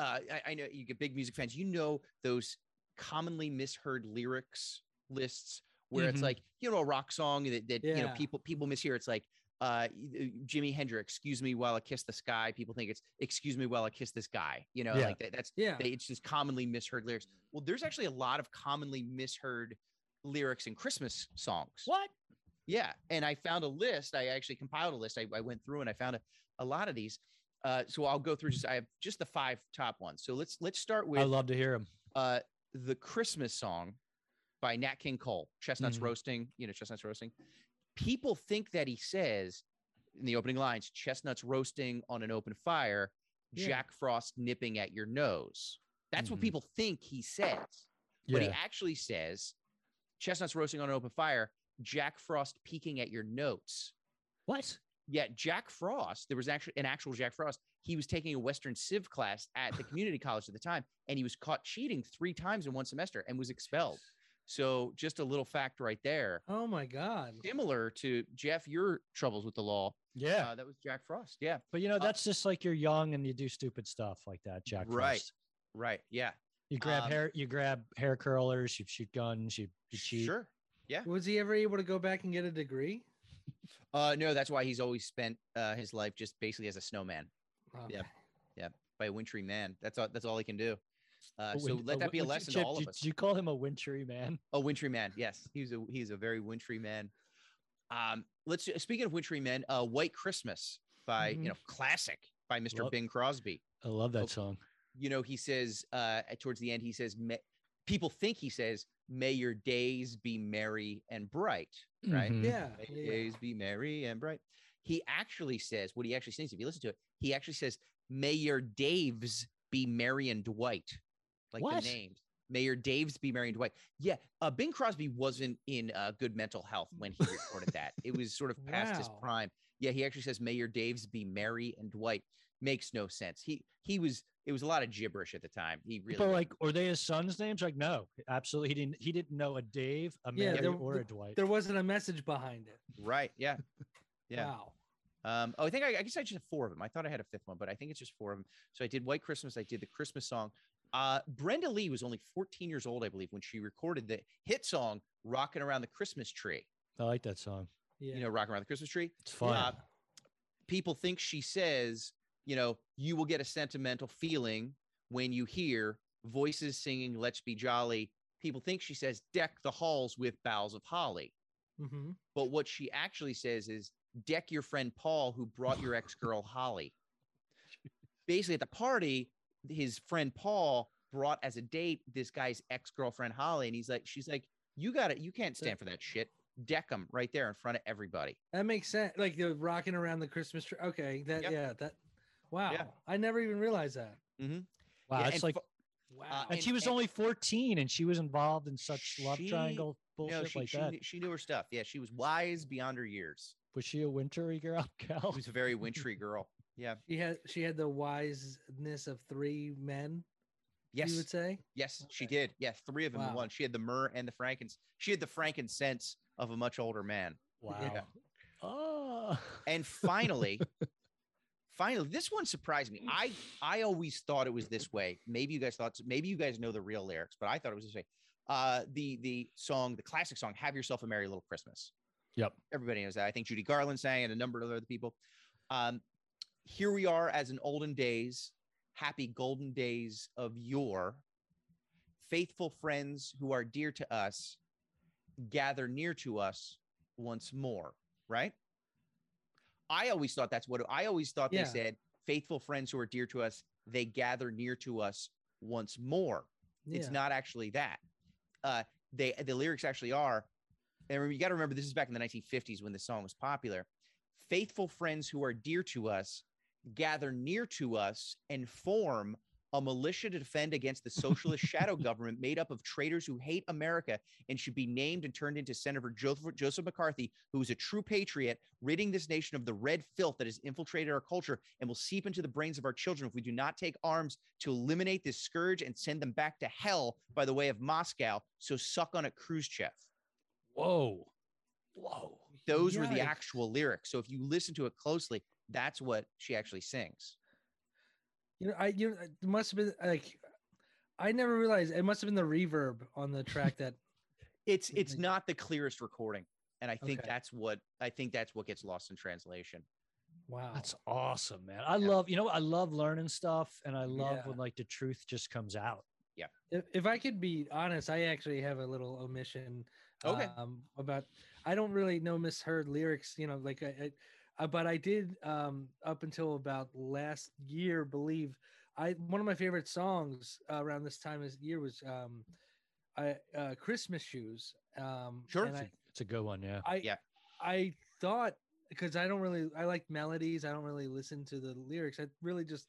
Speaker 3: uh, I, I know you get big music fans. You know those commonly misheard lyrics lists where it's
Speaker 2: Mhm.
Speaker 3: like you know a rock song that that you know
Speaker 5: Yeah.
Speaker 3: people people mishear. It's like uh Jimi Hendrix, "Excuse Me While I Kiss the Sky." People think it's "Excuse Me While I Kiss This Guy." You know,
Speaker 2: Yeah.
Speaker 3: like that, that's
Speaker 5: Yeah.
Speaker 3: they, it's just commonly misheard lyrics.
Speaker 2: Mm.
Speaker 3: Well, there's actually a lot of commonly misheard lyrics in Christmas songs.
Speaker 2: What?
Speaker 3: Yeah. And I found a list. I actually compiled a list. I, I went through and I found a, a lot of these. Uh, so I'll go through just I have just the five top ones. So let's let's start
Speaker 2: I
Speaker 3: with
Speaker 2: love to hear them.
Speaker 3: uh, the Christmas song by Nat King Cole, Chestnuts
Speaker 2: Mhm.
Speaker 3: Roasting, you know, Chestnuts Roasting. People think that he says in the opening lines, Chestnuts Roasting on an open fire,
Speaker 5: Yeah.
Speaker 3: Jack Frost nipping at your nose. That's what
Speaker 2: Mhm.
Speaker 3: people think he says, but he actually says, Chestnuts Roasting on an open fire, Jack Frost peeking at your notes.
Speaker 2: What?
Speaker 3: Yet Jack Frost, there was actually an actual Jack Frost. He was taking a Western Civ class [SIGHS] at the community college at the time, and he was caught cheating three times in one semester and was expelled. So just a little fact right there,
Speaker 5: Oh my God.
Speaker 3: similar to Jeff, your troubles with the law.
Speaker 2: Yeah.
Speaker 3: Uh, that was Jack Frost. Yeah,
Speaker 2: but you know, that's just like you're young and you do stupid stuff like that, Jack.
Speaker 3: Right.
Speaker 2: Frost.
Speaker 3: right. Yeah,
Speaker 2: You grab
Speaker 3: Um,
Speaker 2: hair. You grab hair curlers. You shoot guns. You, you cheat.
Speaker 3: sure.
Speaker 5: Was he ever able to go back and get a degree?
Speaker 3: Uh, no, that's why he's always spent uh, his life just basically as a snowman
Speaker 5: Um,
Speaker 3: Yep. by a wintry man. That's all. That's all he can do. Uh,
Speaker 2: A
Speaker 3: so
Speaker 2: win-
Speaker 3: let that
Speaker 2: win-
Speaker 3: be a
Speaker 2: would you-
Speaker 3: lesson to
Speaker 2: Chip,
Speaker 3: all
Speaker 2: did,
Speaker 3: of us.
Speaker 2: Did you call him a wintry man?
Speaker 3: A wintry man. Yes, he's a he's a very wintry man. Um, let's speaking of wintry men, uh, White Christmas by
Speaker 5: Mhm.
Speaker 3: you know classic by Mr.
Speaker 2: Love-
Speaker 3: Bing Crosby.
Speaker 2: I love that
Speaker 3: Oh,
Speaker 2: song.
Speaker 3: You know he says uh, at- towards the end he says "May-" people think he says may your days be merry and bright, right?
Speaker 2: Mhm.
Speaker 5: Yeah.
Speaker 3: May your
Speaker 5: yeah, yeah.
Speaker 3: days be merry and bright. He actually says what he actually sings. If you listen to it, he actually says may your Daves be merry and Dwight, like
Speaker 2: What?
Speaker 3: the names. May your Daves be merry and Dwight. Yeah, uh, Bing Crosby wasn't in uh, good mental health when he
Speaker 2: [LAUGHS]
Speaker 3: recorded that. It was sort of past his
Speaker 5: Wow.
Speaker 3: prime. Yeah, he actually says, "May your Daves be merry and Dwight." Makes no sense. He he was it was a lot of gibberish at the time. He really
Speaker 2: But
Speaker 3: was-
Speaker 2: like, were they his son's names? Like, no, absolutely. He didn't. He didn't know a Dave, a
Speaker 5: Yeah,
Speaker 2: Mary,
Speaker 5: there-
Speaker 2: or
Speaker 5: there-
Speaker 2: a Dwight.
Speaker 5: There wasn't a message behind it.
Speaker 3: right. Yeah, yeah.
Speaker 5: Wow.
Speaker 3: Um, oh, I think I, I guess I just have four of them. I thought I had a fifth one, but I think it's just four of them. So I did White Christmas. I did the Christmas song. Uh, Brenda Lee was only 14 years old, I believe, when she recorded the hit song "Rocking Around the Christmas Tree."
Speaker 2: I like that song.
Speaker 5: Yeah.
Speaker 3: You know, "Rocking Around the Christmas Tree."
Speaker 2: It's fun.
Speaker 3: uh, people think she says, you know, you will get a sentimental feeling when you hear voices singing "Let's Be Jolly." People think she says "Deck the halls with boughs of holly."
Speaker 5: hmm
Speaker 3: But what she actually says is deck your friend Paul who brought your ex girl
Speaker 2: [LAUGHS]
Speaker 3: Holly. Basically, at the party, his friend Paul brought as a date this guy's ex girlfriend Holly. And he's like, she's like, you got it. You can't stand for that shit. Deck him right there in front of everybody.
Speaker 5: That makes sense. Like the rocking around the Christmas tree. Okay. That,
Speaker 3: Yep.
Speaker 5: yeah. That, wow.
Speaker 3: Yeah,
Speaker 5: I never even realized that.
Speaker 2: wow,
Speaker 3: Yeah,
Speaker 2: it's
Speaker 3: and
Speaker 2: like,
Speaker 3: fo-
Speaker 5: Wow.
Speaker 2: and,
Speaker 3: and-
Speaker 2: she was
Speaker 3: and-
Speaker 2: only 14, and she was involved in such love
Speaker 3: She-
Speaker 2: triangle bullshit
Speaker 3: no, she,
Speaker 2: like
Speaker 3: she,
Speaker 2: that.
Speaker 3: knew, she knew her stuff. Yeah, she was wise beyond her years.
Speaker 2: Was she a wintry girl? [LAUGHS] Cal?
Speaker 3: She was a very wintry girl. Yeah.
Speaker 5: she had, she had the wiseness of three men.
Speaker 3: Yes.
Speaker 5: You would say?
Speaker 3: Yes, she
Speaker 5: Okay.
Speaker 3: did. Yeah, three of them in
Speaker 5: Wow.
Speaker 3: one. She had the myrrh and the frankincense. She had the frankincense of a much older man.
Speaker 2: Wow.
Speaker 5: Yeah.
Speaker 2: Oh.
Speaker 3: And finally, finally, this one surprised me. I I always thought it was this way. Maybe you guys thought maybe you guys know the real lyrics, but I thought it was this way. Uh, the the song, the classic song, "Have Yourself a Merry Little Christmas."
Speaker 2: Yep.
Speaker 3: Everybody knows that. I think Judy Garland sang and a number of other people. Um, here we are as in olden days, happy golden days of yore. Faithful friends who are dear to us gather near to us once more, right? I always thought that's what I always thought
Speaker 5: Yeah.
Speaker 3: they said faithful friends who are dear to us, they gather near to us once more. It's
Speaker 5: Yeah.
Speaker 3: not actually that. Uh, they the lyrics actually are, and you got to remember this is back in the 1950s when the song was popular. Faithful friends who are dear to us gather near to us and form a militia to defend against the socialist shadow government made up of traitors who hate America and should be named and turned into Senator Joseph, Joseph McCarthy, who is a true patriot, ridding this nation of the red filth that has infiltrated our culture and will seep into the brains of our children if we do not take arms to eliminate this scourge and send them back to hell by the way of Moscow. So suck on it, Khrushchev.
Speaker 2: Whoa. Whoa.
Speaker 3: Those were the
Speaker 5: Yikes.
Speaker 3: actual lyrics. So if you listen to it closely, that's what she actually sings.
Speaker 5: You know, I you know, it must have been like I never realized it must have been the reverb on the track that [LAUGHS]
Speaker 3: It's it's
Speaker 5: Amazing.
Speaker 3: not the clearest recording. And I think
Speaker 5: Oh Okay.
Speaker 3: that's what I think that's what gets lost in translation.
Speaker 5: wow.
Speaker 2: That's awesome, man. I
Speaker 3: Yeah.
Speaker 2: love, you know, what? I love learning stuff and I love
Speaker 5: Yeah.
Speaker 2: when like the truth just comes out.
Speaker 5: if, if I could be honest, I actually have a little omission.
Speaker 3: Okay.
Speaker 5: Um, about I don't really know misheard lyrics, you know, like I, I uh, but I did um up until about last year believe I one of my favorite songs uh, around this time this year was um I uh Christmas shoes. Um
Speaker 3: Sure.
Speaker 5: and I,
Speaker 2: It's a good one. Yeah.
Speaker 5: I
Speaker 3: Yeah.
Speaker 5: I thought because I don't really I like melodies. I don't really listen to the lyrics. I really just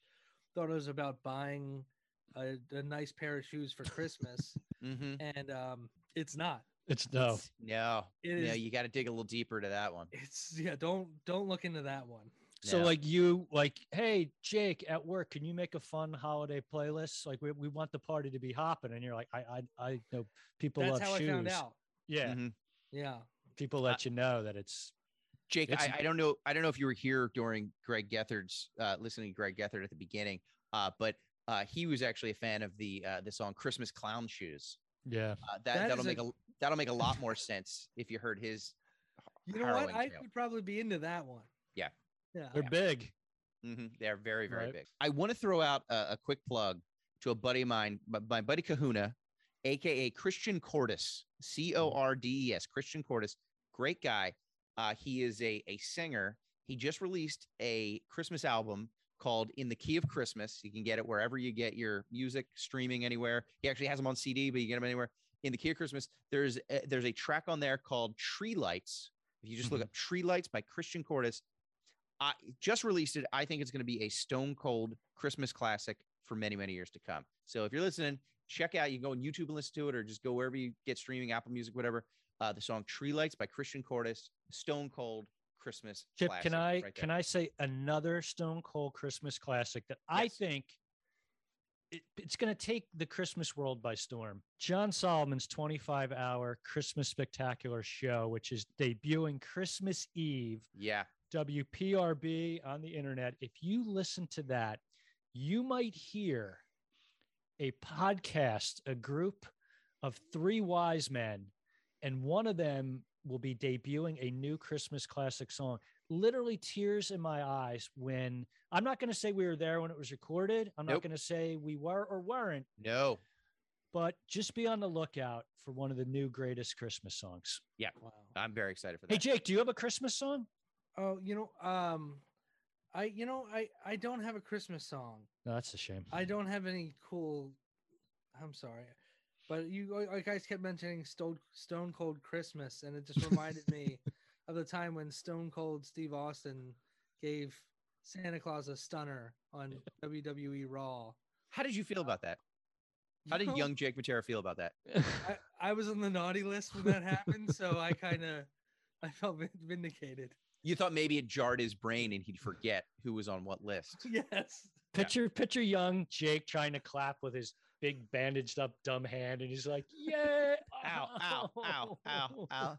Speaker 5: thought it was about buying a, a nice pair of shoes for Christmas,
Speaker 3: [LAUGHS] Mm-hmm.
Speaker 5: and um, it's not.
Speaker 2: It's no.
Speaker 3: No,
Speaker 5: It
Speaker 3: no,
Speaker 5: is-
Speaker 3: you got to dig a little deeper to that one.
Speaker 5: It's yeah. Don't don't look into that one.
Speaker 2: So
Speaker 3: Yeah.
Speaker 2: like you like, hey Jake at work, can you make a fun holiday playlist? Like we, we want the party to be hopping, and you're like, I I, I know people
Speaker 5: That's
Speaker 2: love
Speaker 5: how
Speaker 2: shoes.
Speaker 5: I found out. Mm-hmm.
Speaker 2: Yeah,
Speaker 3: Mhm.
Speaker 5: Yeah.
Speaker 2: people let you know that it's
Speaker 3: Jake,
Speaker 2: It's-
Speaker 3: I, I don't know. I don't know if you were here during Greg Gethard's uh, listening to Greg Gethard at the beginning, uh, but uh, he was actually a fan of the uh, the song "Christmas Clown Shoes."
Speaker 2: yeah.
Speaker 3: Uh, that,
Speaker 5: That
Speaker 3: that'll
Speaker 5: is a-
Speaker 3: make a that'll make a lot more sense if you heard his.
Speaker 5: You know what?
Speaker 3: Harrowing
Speaker 5: I
Speaker 3: tale.
Speaker 5: would probably be into that one.
Speaker 3: Yeah.
Speaker 5: Yeah.
Speaker 2: They're big.
Speaker 3: Mhm. They're very very
Speaker 2: Right.
Speaker 3: big. I want to throw out a, a quick plug to a buddy of mine, my, my buddy Kahuna, aka Christian Cordes, C O R D E S, Christian Cordes. Great guy. Uh, he is a a singer. He just released a Christmas album called In the Key of Christmas. You can get it wherever you get your music streaming anywhere. He actually has them on CD, but you get them anywhere. In the Key of Christmas, there's a, there's a track on there called Tree Lights. If you just
Speaker 2: Mm-hmm.
Speaker 3: look up Tree Lights by Christian Cordes, I just released it. I think it's going to be a stone cold Christmas classic for many many years to come. So if you're listening, check out. You can go on YouTube and listen to it, or just go wherever you get streaming, Apple Music, whatever. Uh, the song Tree Lights by Christian Cordes, stone cold Christmas.
Speaker 2: Chip,
Speaker 3: classic
Speaker 2: can I
Speaker 3: right there.
Speaker 2: can I say another Stone Cold Christmas classic that I
Speaker 3: Yes.
Speaker 2: think it, it's going to take the Christmas world by storm? John Solomon's 25 hour Christmas Spectacular show, which is debuting Christmas Eve,
Speaker 3: Yeah.
Speaker 2: WPRB on the internet. If you listen to that, you might hear a podcast, a group of three wise men, and one of them will be debuting a new Christmas classic song. Literally tears in my eyes when I'm not going to say we were there when it was recorded. I'm not
Speaker 3: Nope.
Speaker 2: going to say we were or weren't,
Speaker 3: No.
Speaker 2: but just be on the lookout for one of the new greatest Christmas songs.
Speaker 5: Wow.
Speaker 3: I'm very excited for that.
Speaker 2: Hey, Jake, do you have a Christmas song?
Speaker 5: Oh, you know, um, I you know I I don't have a Christmas song.
Speaker 2: No, that's a shame.
Speaker 5: I don't have any cool. I'm sorry, but you uh, you guys kept mentioning Stone Stone Cold Christmas, and it just reminded
Speaker 3: [LAUGHS]
Speaker 5: me of the time when Stone Cold Steve Austin gave Santa Claus a stunner on WWE Raw.
Speaker 3: How did you feel about that? How
Speaker 5: You
Speaker 3: did
Speaker 2: [LAUGHS]
Speaker 5: know,
Speaker 3: young Jake Matera feel about that?
Speaker 5: I, I was on the naughty list when that happened, so I kind of I felt vin- vindicated. [LAUGHS]
Speaker 3: You thought maybe it jarred his brain and he'd forget who was on
Speaker 2: [LAUGHS]
Speaker 3: what list.
Speaker 5: Yes. [LAUGHS]
Speaker 3: Yeah.
Speaker 2: Picture picture young Jake trying to clap with his big bandaged up dumb hand, and he's like, "Yeah,
Speaker 3: [LAUGHS] Ow, ow, ow, ow,
Speaker 2: [LAUGHS]
Speaker 3: ow.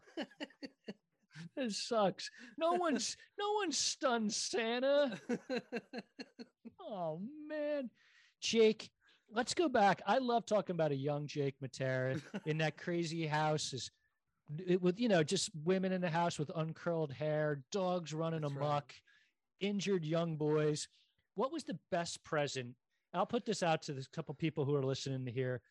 Speaker 2: This sucks. No one's no one stunned Santa. Oh man, Jake,
Speaker 5: [LAUGHS]
Speaker 2: let's go back. I love talking about a young Jake Matera in that crazy house. Is it, with you know just women in the house with uncurled hair, dogs running
Speaker 5: That's right.
Speaker 2: amok, injured young boys. What was the best present? I'll put this out to the couple people who are listening to here.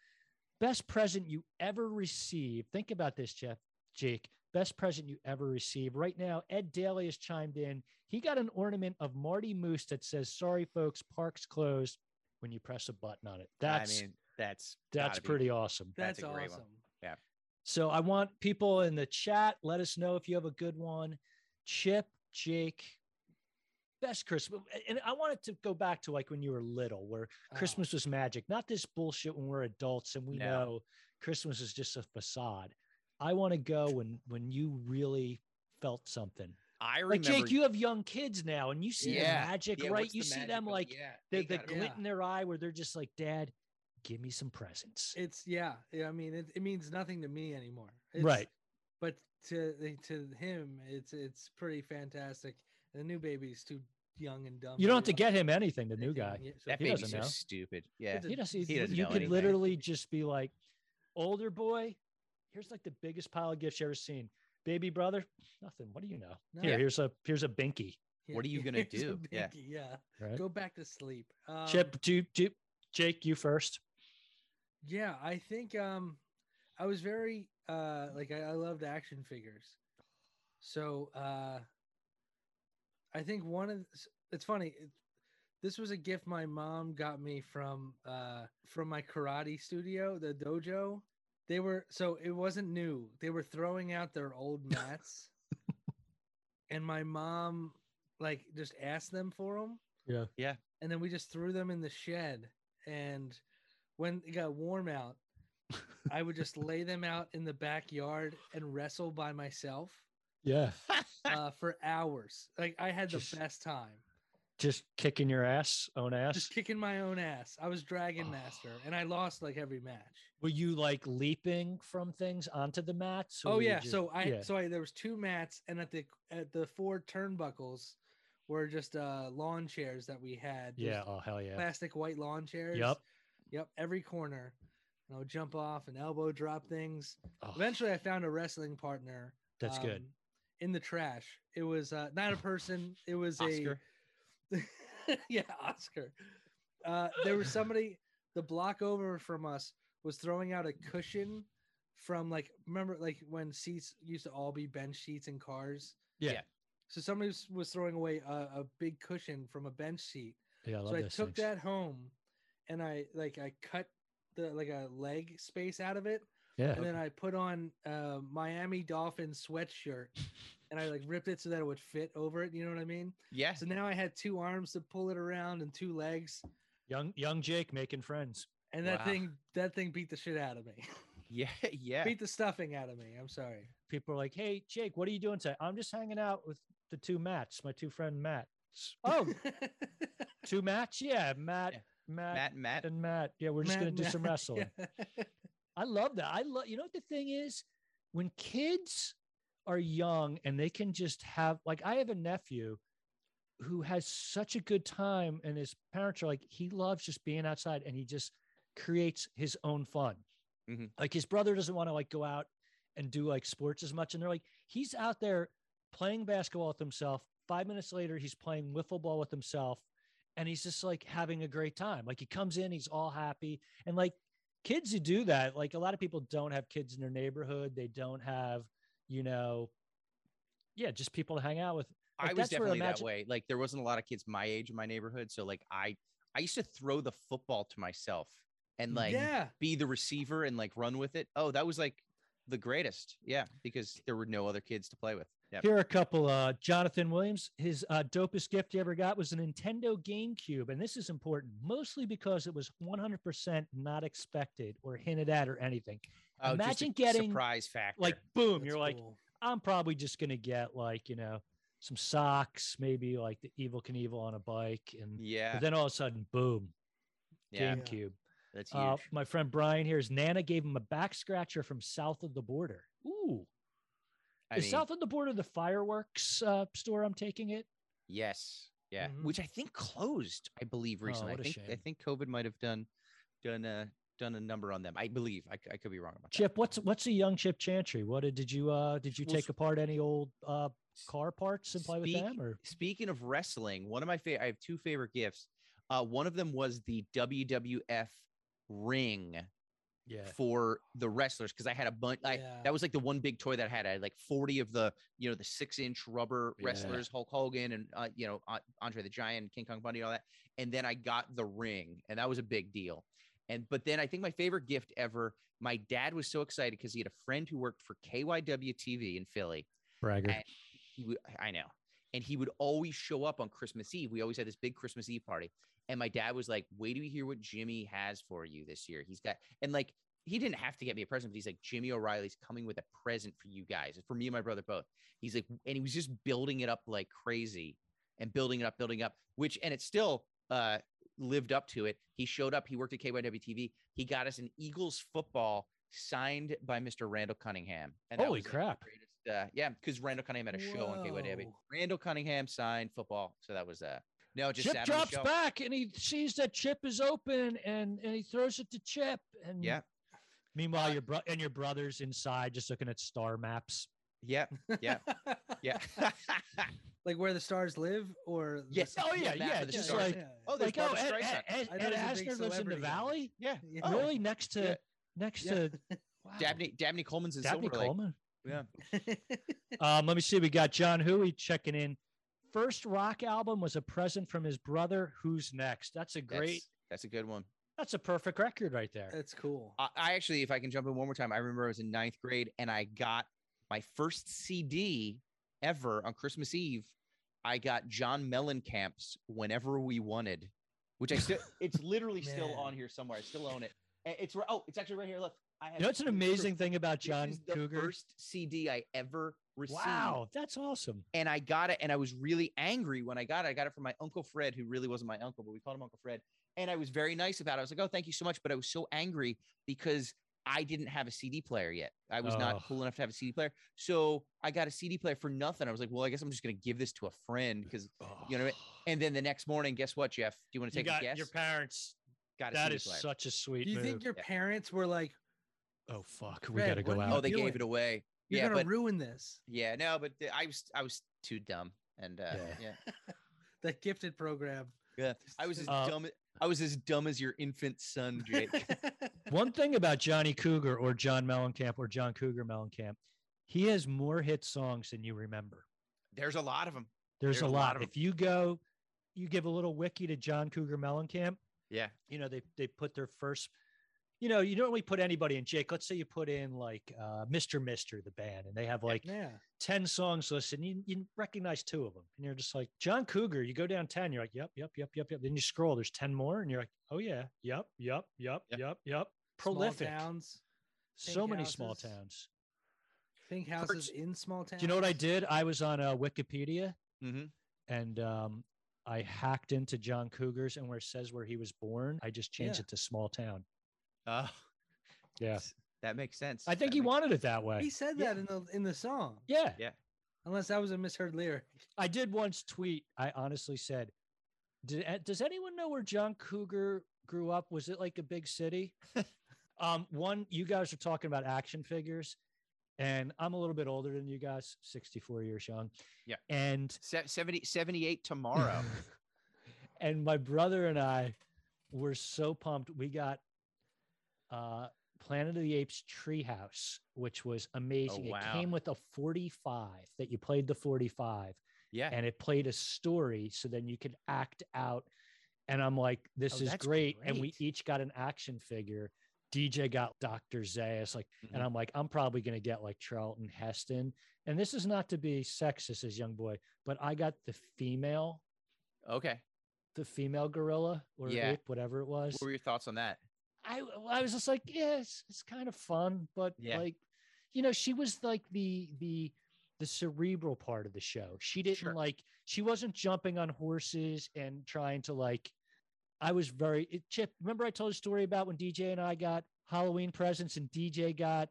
Speaker 2: Best present you ever received. Think about this, Jeff, Jake. Best present you ever received. Right now, Ed Daly has chimed in. He got an ornament of Marty Moose that says, "Sorry, folks, park's closed." When you press a button on it, that's
Speaker 3: I mean, that's
Speaker 2: that's
Speaker 3: gotta be-
Speaker 2: pretty awesome.
Speaker 5: That's,
Speaker 3: That's a great one.
Speaker 5: awesome.
Speaker 2: So I want people in the chat, let us know if you have a good one. Chip, Jake, best Christmas. And I wanted to go back to like when you were little, where
Speaker 5: Oh,
Speaker 3: Uh-huh.
Speaker 2: Christmas was magic, not this bullshit when we're adults and we
Speaker 3: No.
Speaker 2: know Christmas is just a facade. I want to go when when you really felt something.
Speaker 3: I remember.
Speaker 2: Like Jake, you have young kids now and you see
Speaker 3: Yeah.
Speaker 2: the magic,
Speaker 3: Yeah,
Speaker 2: right?
Speaker 3: what's
Speaker 2: You
Speaker 3: the
Speaker 2: see
Speaker 3: magic
Speaker 2: them
Speaker 3: of-
Speaker 2: like
Speaker 3: yeah,
Speaker 2: the,
Speaker 3: they
Speaker 2: the
Speaker 3: gotta-
Speaker 2: glint
Speaker 5: Yeah.
Speaker 2: in their eye where they're just like, Dad, give me some presents.
Speaker 5: It's yeah, yeah. I mean, it, it means nothing to me anymore. It's,
Speaker 2: Right.
Speaker 5: But to the- to him, it's it's pretty fantastic. The new baby's too young and dumb.
Speaker 2: you don't have to
Speaker 5: realize
Speaker 2: get him anything, the new guy.
Speaker 5: anything yet, so
Speaker 3: that
Speaker 5: he
Speaker 3: baby's
Speaker 5: doesn't
Speaker 3: so
Speaker 2: know.
Speaker 3: stupid. Yeah,
Speaker 5: It's a-
Speaker 2: he doesn't,
Speaker 5: He
Speaker 2: even
Speaker 5: doesn't
Speaker 2: you
Speaker 5: know
Speaker 2: could
Speaker 5: anything.
Speaker 2: literally just be like older boy here's like the biggest pile of gifts you ever seen baby brother nothing what do you know
Speaker 5: No.
Speaker 2: here
Speaker 5: Yeah.
Speaker 2: here's a here's a binky
Speaker 5: Yeah,
Speaker 3: What are you
Speaker 5: [LAUGHS]
Speaker 3: gonna
Speaker 5: here's a
Speaker 3: do? Yeah.
Speaker 5: binky, yeah.
Speaker 2: right
Speaker 5: Go back to sleep. Um,
Speaker 2: chip do, do jake you first
Speaker 5: Yeah, I think um I was very uh like I, I loved action figures. So uh I think one of th- it's funny. It, this was a gift my mom got me from uh from my karate studio, the dojo. They were so it wasn't new. They were throwing out their old mats. and my mom like just asked them for them
Speaker 2: yeah
Speaker 5: and then we just threw them in the shed. And when it got warm out, I would just lay them out in the backyard and wrestle by myself
Speaker 2: yeah
Speaker 5: uh, for hours. Like I had the
Speaker 2: Just-
Speaker 5: best time,
Speaker 2: just kicking your ass own ass
Speaker 5: just kicking my own ass. I was Dragon
Speaker 2: Oh.
Speaker 5: Master, and I lost like every match.
Speaker 2: were you like leaping from things onto the mats or
Speaker 5: oh
Speaker 2: were you
Speaker 5: yeah,
Speaker 2: just-
Speaker 5: so I
Speaker 2: yeah.
Speaker 5: so I there was two mats, and at the at the four turnbuckles were just uh lawn chairs that we had. just
Speaker 2: yeah oh hell yeah
Speaker 5: plastic white lawn chairs.
Speaker 2: Yup.
Speaker 5: Yep. Every corner. And I would jump off and elbow drop things.
Speaker 2: Oh,
Speaker 5: Eventually I found a wrestling partner.
Speaker 2: that's good
Speaker 5: um, In the trash. It was uh, not a person. It was
Speaker 3: Oscar.
Speaker 5: a [LAUGHS] yeah, Oscar. Uh, there was somebody the block over from us was throwing out a cushion from like remember like when seats used to all be bench seats in cars.
Speaker 2: yeah yeah,
Speaker 3: yeah.
Speaker 5: So somebody was, was throwing away a, a big cushion from a bench seat
Speaker 2: I love
Speaker 5: so I
Speaker 2: those
Speaker 5: took
Speaker 2: things.
Speaker 5: that home and I like I cut the like a leg space out of it
Speaker 2: yeah
Speaker 5: and then I put on uh Miami Dolphin sweatshirt and I like ripped it so that it would fit over it, you know what I mean?
Speaker 2: [LAUGHS]
Speaker 3: yeah. [LAUGHS]
Speaker 5: So now I had two arms to pull it around and two legs
Speaker 2: young young jake making friends
Speaker 5: and that
Speaker 3: Wow.
Speaker 5: thing that thing beat the shit out of me.
Speaker 3: Yeah, yeah.
Speaker 5: [LAUGHS] beat the stuffing out of me. I'm sorry.
Speaker 2: people are like, "Hey, Jake, what are you doing today?" I'm just hanging out with the two Matts, my two friend Matts. Oh, [LAUGHS]
Speaker 5: [LAUGHS]
Speaker 2: two Matts? Yeah, Matt,
Speaker 3: Yeah.
Speaker 2: Matt,
Speaker 3: Matt, Matt.
Speaker 2: and Matt. Yeah, we're just
Speaker 5: Matt-
Speaker 2: gonna do some
Speaker 5: Matt-
Speaker 2: wrestling.
Speaker 5: yeah.
Speaker 2: I love that. I love. You know what the thing is, when kids are young and they can just have like, I have a nephew who has such a good time, and his parents are like, he loves just being outside, and he just creates his own fun.
Speaker 3: Mhm.
Speaker 2: Like his brother doesn't want to like go out and do like sports as much, and they're like, he's out there playing basketball with himself. Five minutes later, he's playing wiffle ball with himself. And he's just like having a great time. Like he comes in, he's all happy. And like kids who do that, like a lot of people don't have kids in their neighborhood. They don't have, you know, yeah, just people to hang out with.
Speaker 3: I
Speaker 2: Like,
Speaker 3: was
Speaker 2: that's where
Speaker 3: definitely that
Speaker 2: imagine-
Speaker 3: way. Like there wasn't a lot of kids my age in my neighborhood, so like I I used to throw the football to myself and like
Speaker 5: yeah.
Speaker 3: be the receiver and like run with it. Oh, that was like the greatest. Yeah, because there were no other kids to play with. Yeah.
Speaker 2: Here are a couple. Uh, Jonathan Williams, his uh, dopest gift he ever got was a Nintendo GameCube. And this is important, mostly because it was 100% not expected or hinted at or anything.
Speaker 3: Oh, just a
Speaker 2: Imagine getting,
Speaker 3: surprise factor.
Speaker 2: Like, boom,
Speaker 5: That's
Speaker 2: you're like,
Speaker 5: cool.
Speaker 2: I'm probably just going to get like, you know, some socks, maybe like the Evil Knievel on a bike. And
Speaker 3: yeah,
Speaker 2: but then all of a sudden, boom,
Speaker 3: yeah,
Speaker 5: game-
Speaker 2: GameCube.
Speaker 3: that's huge.
Speaker 2: Uh, my friend Brian here is Nana gave him a back scratcher from south of the border. Ooh,
Speaker 3: I
Speaker 2: is
Speaker 3: mean,
Speaker 2: south of the border the fireworks uh, store? I'm taking it.
Speaker 3: yes, yeah,
Speaker 5: Mhm.
Speaker 3: which I think closed. I believe
Speaker 2: Mm-hmm.
Speaker 3: recently.
Speaker 2: Oh, what a
Speaker 3: I think I
Speaker 2: shame.
Speaker 3: think COVID might have done done uh done a number on them. I believe. I, c- I could be wrong about that.
Speaker 2: Chip, what's what's a young Chip Chantry? What did, did you uh did you
Speaker 3: Well,
Speaker 2: take
Speaker 3: s-
Speaker 2: apart any old uh car parts and play with
Speaker 3: speak-
Speaker 2: them or
Speaker 3: Speaking of wrestling, one of my favorite, I have two favorite gifts. Uh, one of them was the WWF ring
Speaker 2: yeah
Speaker 3: for the wrestlers because I had a bunch. I
Speaker 5: Yeah.
Speaker 3: that was like the one big toy that I had. I had like forty of the you know the six inch rubber
Speaker 2: Yeah.
Speaker 3: wrestlers, Hulk Hogan and uh, you know uh, Andre the Giant, King Kong Bundy, all that. And then I got the ring, and that was a big deal. And but then I think my favorite gift ever. My dad was so excited because he had a friend who worked for KYW TV in Philly,
Speaker 2: bragger?
Speaker 3: I- he would I know. And he would always show up on Christmas Eve. We always had this big Christmas Eve party. And my dad was like, wait till you hear what Jimmy has for you this year. He's got and like he didn't have to get me a present, but he's like, Jimmy O'Reilly's coming with a present for you guys, for me and my brother both. He's like, and he was just building it up like crazy and building it up, building up, which and it still uh lived up to it. He showed up, he worked at KYW TV. He got us an Eagles football signed by Mr. Randall Cunningham. And that
Speaker 2: Holy
Speaker 3: was, like,
Speaker 2: crap.
Speaker 3: greatest, uh, yeah, because Randall Cunningham had a show on KYW.
Speaker 5: Whoa.
Speaker 3: Randall Cunningham signed football, so that was uh no, just
Speaker 2: Chip
Speaker 3: sat on the
Speaker 2: drops
Speaker 3: shelf.
Speaker 2: back and he sees that Chip is open and and he throws it to Chip and
Speaker 3: Yeah, Uh,
Speaker 2: Meanwhile, your bro and your brothers inside just looking at star maps.
Speaker 3: yeah,
Speaker 5: [LAUGHS]
Speaker 3: yeah,
Speaker 2: [LAUGHS]
Speaker 3: yeah. [LAUGHS]
Speaker 5: like where the stars live, or the
Speaker 3: Yes.
Speaker 5: sun-
Speaker 2: Oh, yeah,
Speaker 3: Map of
Speaker 2: yeah,
Speaker 3: the
Speaker 2: just
Speaker 3: stars.
Speaker 2: like-
Speaker 3: oh, there's
Speaker 2: like, oh,
Speaker 3: Barbra
Speaker 2: Ed,
Speaker 3: Streisand.
Speaker 2: Ed, Ed,
Speaker 5: I know
Speaker 2: Ed
Speaker 5: there's a big
Speaker 2: Asner lives in the
Speaker 5: celebrity.
Speaker 2: valley.
Speaker 3: yeah,
Speaker 5: yeah.
Speaker 2: Oh, really? Next to
Speaker 3: Yeah.
Speaker 2: next
Speaker 5: Yeah.
Speaker 2: to wow.
Speaker 3: Dabney, Dabney Coleman's in
Speaker 2: Dabney
Speaker 3: Silver Lake. [LAUGHS]
Speaker 2: Coleman.
Speaker 3: Yeah,
Speaker 2: Um, let me see. We got John Huey checking in. First rock album was a present from his brother. Who's next? That's a
Speaker 3: that's,
Speaker 2: great. That's,
Speaker 3: That's a good one.
Speaker 2: a perfect record right there.
Speaker 5: [LAUGHS] That's cool.
Speaker 3: I, I actually, if I can jump in one more time, I remember I was in ninth grade and I got my first CD ever on Christmas Eve. I got John Mellencamp's "Whenever We Wanted," which I still, it's
Speaker 2: [LAUGHS]
Speaker 3: literally still
Speaker 5: Man.
Speaker 3: on here somewhere. I still own it. A- It's ri- oh, it's actually right here. Look, I have.
Speaker 2: You know, it's an
Speaker 3: proof.
Speaker 2: amazing thing about
Speaker 3: This
Speaker 2: John
Speaker 3: is the
Speaker 2: Cougar.
Speaker 3: First CD I ever received
Speaker 2: Wow, that's awesome.
Speaker 3: and I got it, and I was really angry when I got it. I got it from my uncle Fred, who really wasn't my uncle, but we called him Uncle Fred. And I was very nice about it. I was like, "Oh, thank you so much," but I was so angry because I didn't have a CD player yet. I was
Speaker 2: Ugh.
Speaker 3: not cool enough to have a CD player, so I got a CD player for nothing. I was like, "Well, I guess I'm just going to give this to a friend," because. You know what And then the next morning, guess what, Jeff? Do you want to
Speaker 2: Oh, you
Speaker 3: take
Speaker 2: got
Speaker 3: a guess?
Speaker 2: your parents.
Speaker 3: got a
Speaker 2: That
Speaker 3: CD
Speaker 2: is
Speaker 3: player.
Speaker 2: such a sweet
Speaker 5: Do you
Speaker 2: move.
Speaker 5: think your
Speaker 3: Yeah.
Speaker 5: parents were like,
Speaker 2: oh fuck, we
Speaker 5: Fred,
Speaker 2: gotta
Speaker 5: what
Speaker 2: go
Speaker 5: do you
Speaker 2: out.
Speaker 3: oh, they
Speaker 5: doing?
Speaker 3: gave it away.
Speaker 5: "You're
Speaker 3: yeah,
Speaker 5: gonna
Speaker 3: but
Speaker 5: ruin this"?
Speaker 3: yeah, no, but th- I was I was too dumb, and uh,
Speaker 2: Yeah.
Speaker 3: yeah.
Speaker 5: That gifted program.
Speaker 3: Yeah, I was as
Speaker 2: Uh,
Speaker 3: dumb. I was as dumb as your infant son,
Speaker 2: [LAUGHS]
Speaker 3: Jake.
Speaker 2: One thing about Johnny Cougar or John Mellencamp or John Cougar Mellencamp, he has more hit songs than you remember.
Speaker 3: [LAUGHS] There's a lot of them.
Speaker 2: There's, a lot.
Speaker 3: of 'em.
Speaker 2: if you go, you give a little wiki to John Cougar Mellencamp,
Speaker 3: Yeah,
Speaker 2: you know, they, they put their first, you know, you don't really put anybody in Jake. Let's say you put in like uh, Mr. Mister, the band, and they have like
Speaker 5: [LAUGHS] yeah.
Speaker 2: 10 songs listed, and you, you recognize two of them. And you're just like, John Cougar, you go down 10, you're like, yep, yep, yep, yep, yep. Then you scroll, there's 10 more, and you're like, oh yeah, yep, yep, yep,
Speaker 3: Yep.
Speaker 2: yep, yep.
Speaker 5: Small
Speaker 2: Prolific.
Speaker 5: towns.
Speaker 2: so
Speaker 5: Pink
Speaker 2: many small
Speaker 5: houses.
Speaker 2: towns.
Speaker 5: Think houses in small towns.
Speaker 2: Do you know what I did? I was on uh, Wikipedia
Speaker 3: mm-hmm.
Speaker 2: and um, I hacked into John Cougar's and where it says where he was born, I just changed
Speaker 5: Yeah.
Speaker 2: it to small town.
Speaker 3: uh,
Speaker 2: Yeah.
Speaker 3: that makes sense.
Speaker 2: I think
Speaker 3: That
Speaker 2: he
Speaker 3: makes-
Speaker 2: wanted it that way.
Speaker 5: He said
Speaker 2: Yeah.
Speaker 5: that in the in the song.
Speaker 2: yeah.
Speaker 3: Yeah,
Speaker 5: Unless that was a misheard lyric.
Speaker 2: I did once tweet, I honestly said, did, a- Does anyone know where John Cougar grew up? Was it like a big
Speaker 3: [LAUGHS]
Speaker 2: city? um, one, you guys are talking about action figures, and I'm a little bit older than you guys, 64 years young.
Speaker 3: Yeah.
Speaker 2: And
Speaker 3: Se- 70, 78
Speaker 2: [LAUGHS]
Speaker 3: tomorrow.
Speaker 2: and my brother and I were so pumped. We got uh Planet of the Apes Treehouse, which was
Speaker 5: Oh,
Speaker 2: amazing. It
Speaker 3: wow.
Speaker 2: came with a 45 that you played the 45
Speaker 3: yeah,
Speaker 2: and it played a story so then you could act out. And I'm like, this
Speaker 5: Oh,
Speaker 2: is
Speaker 5: that's
Speaker 2: great. And we
Speaker 5: great.
Speaker 2: each got an action figure. DJ got Dr. Zayas, like, and
Speaker 5: Mm-hmm.
Speaker 3: Mhm.
Speaker 2: I'm like, I'm probably gonna get like Charlton Heston. And this is not to be sexist as young boy, but I got the female
Speaker 3: okay.
Speaker 2: the female gorilla or
Speaker 3: Yeah.
Speaker 2: ape, whatever it was.
Speaker 3: What were your thoughts on that?
Speaker 2: I I was just like, yeah, it's, it's kind of fun, but
Speaker 3: Yeah.
Speaker 2: like, you know, she was like the the the cerebral part of the show. She didn't
Speaker 3: Sure.
Speaker 2: like she wasn't jumping on horses and trying to like. I was very it, Chip. Remember I told a story about when DJ and I got Halloween presents and DJ got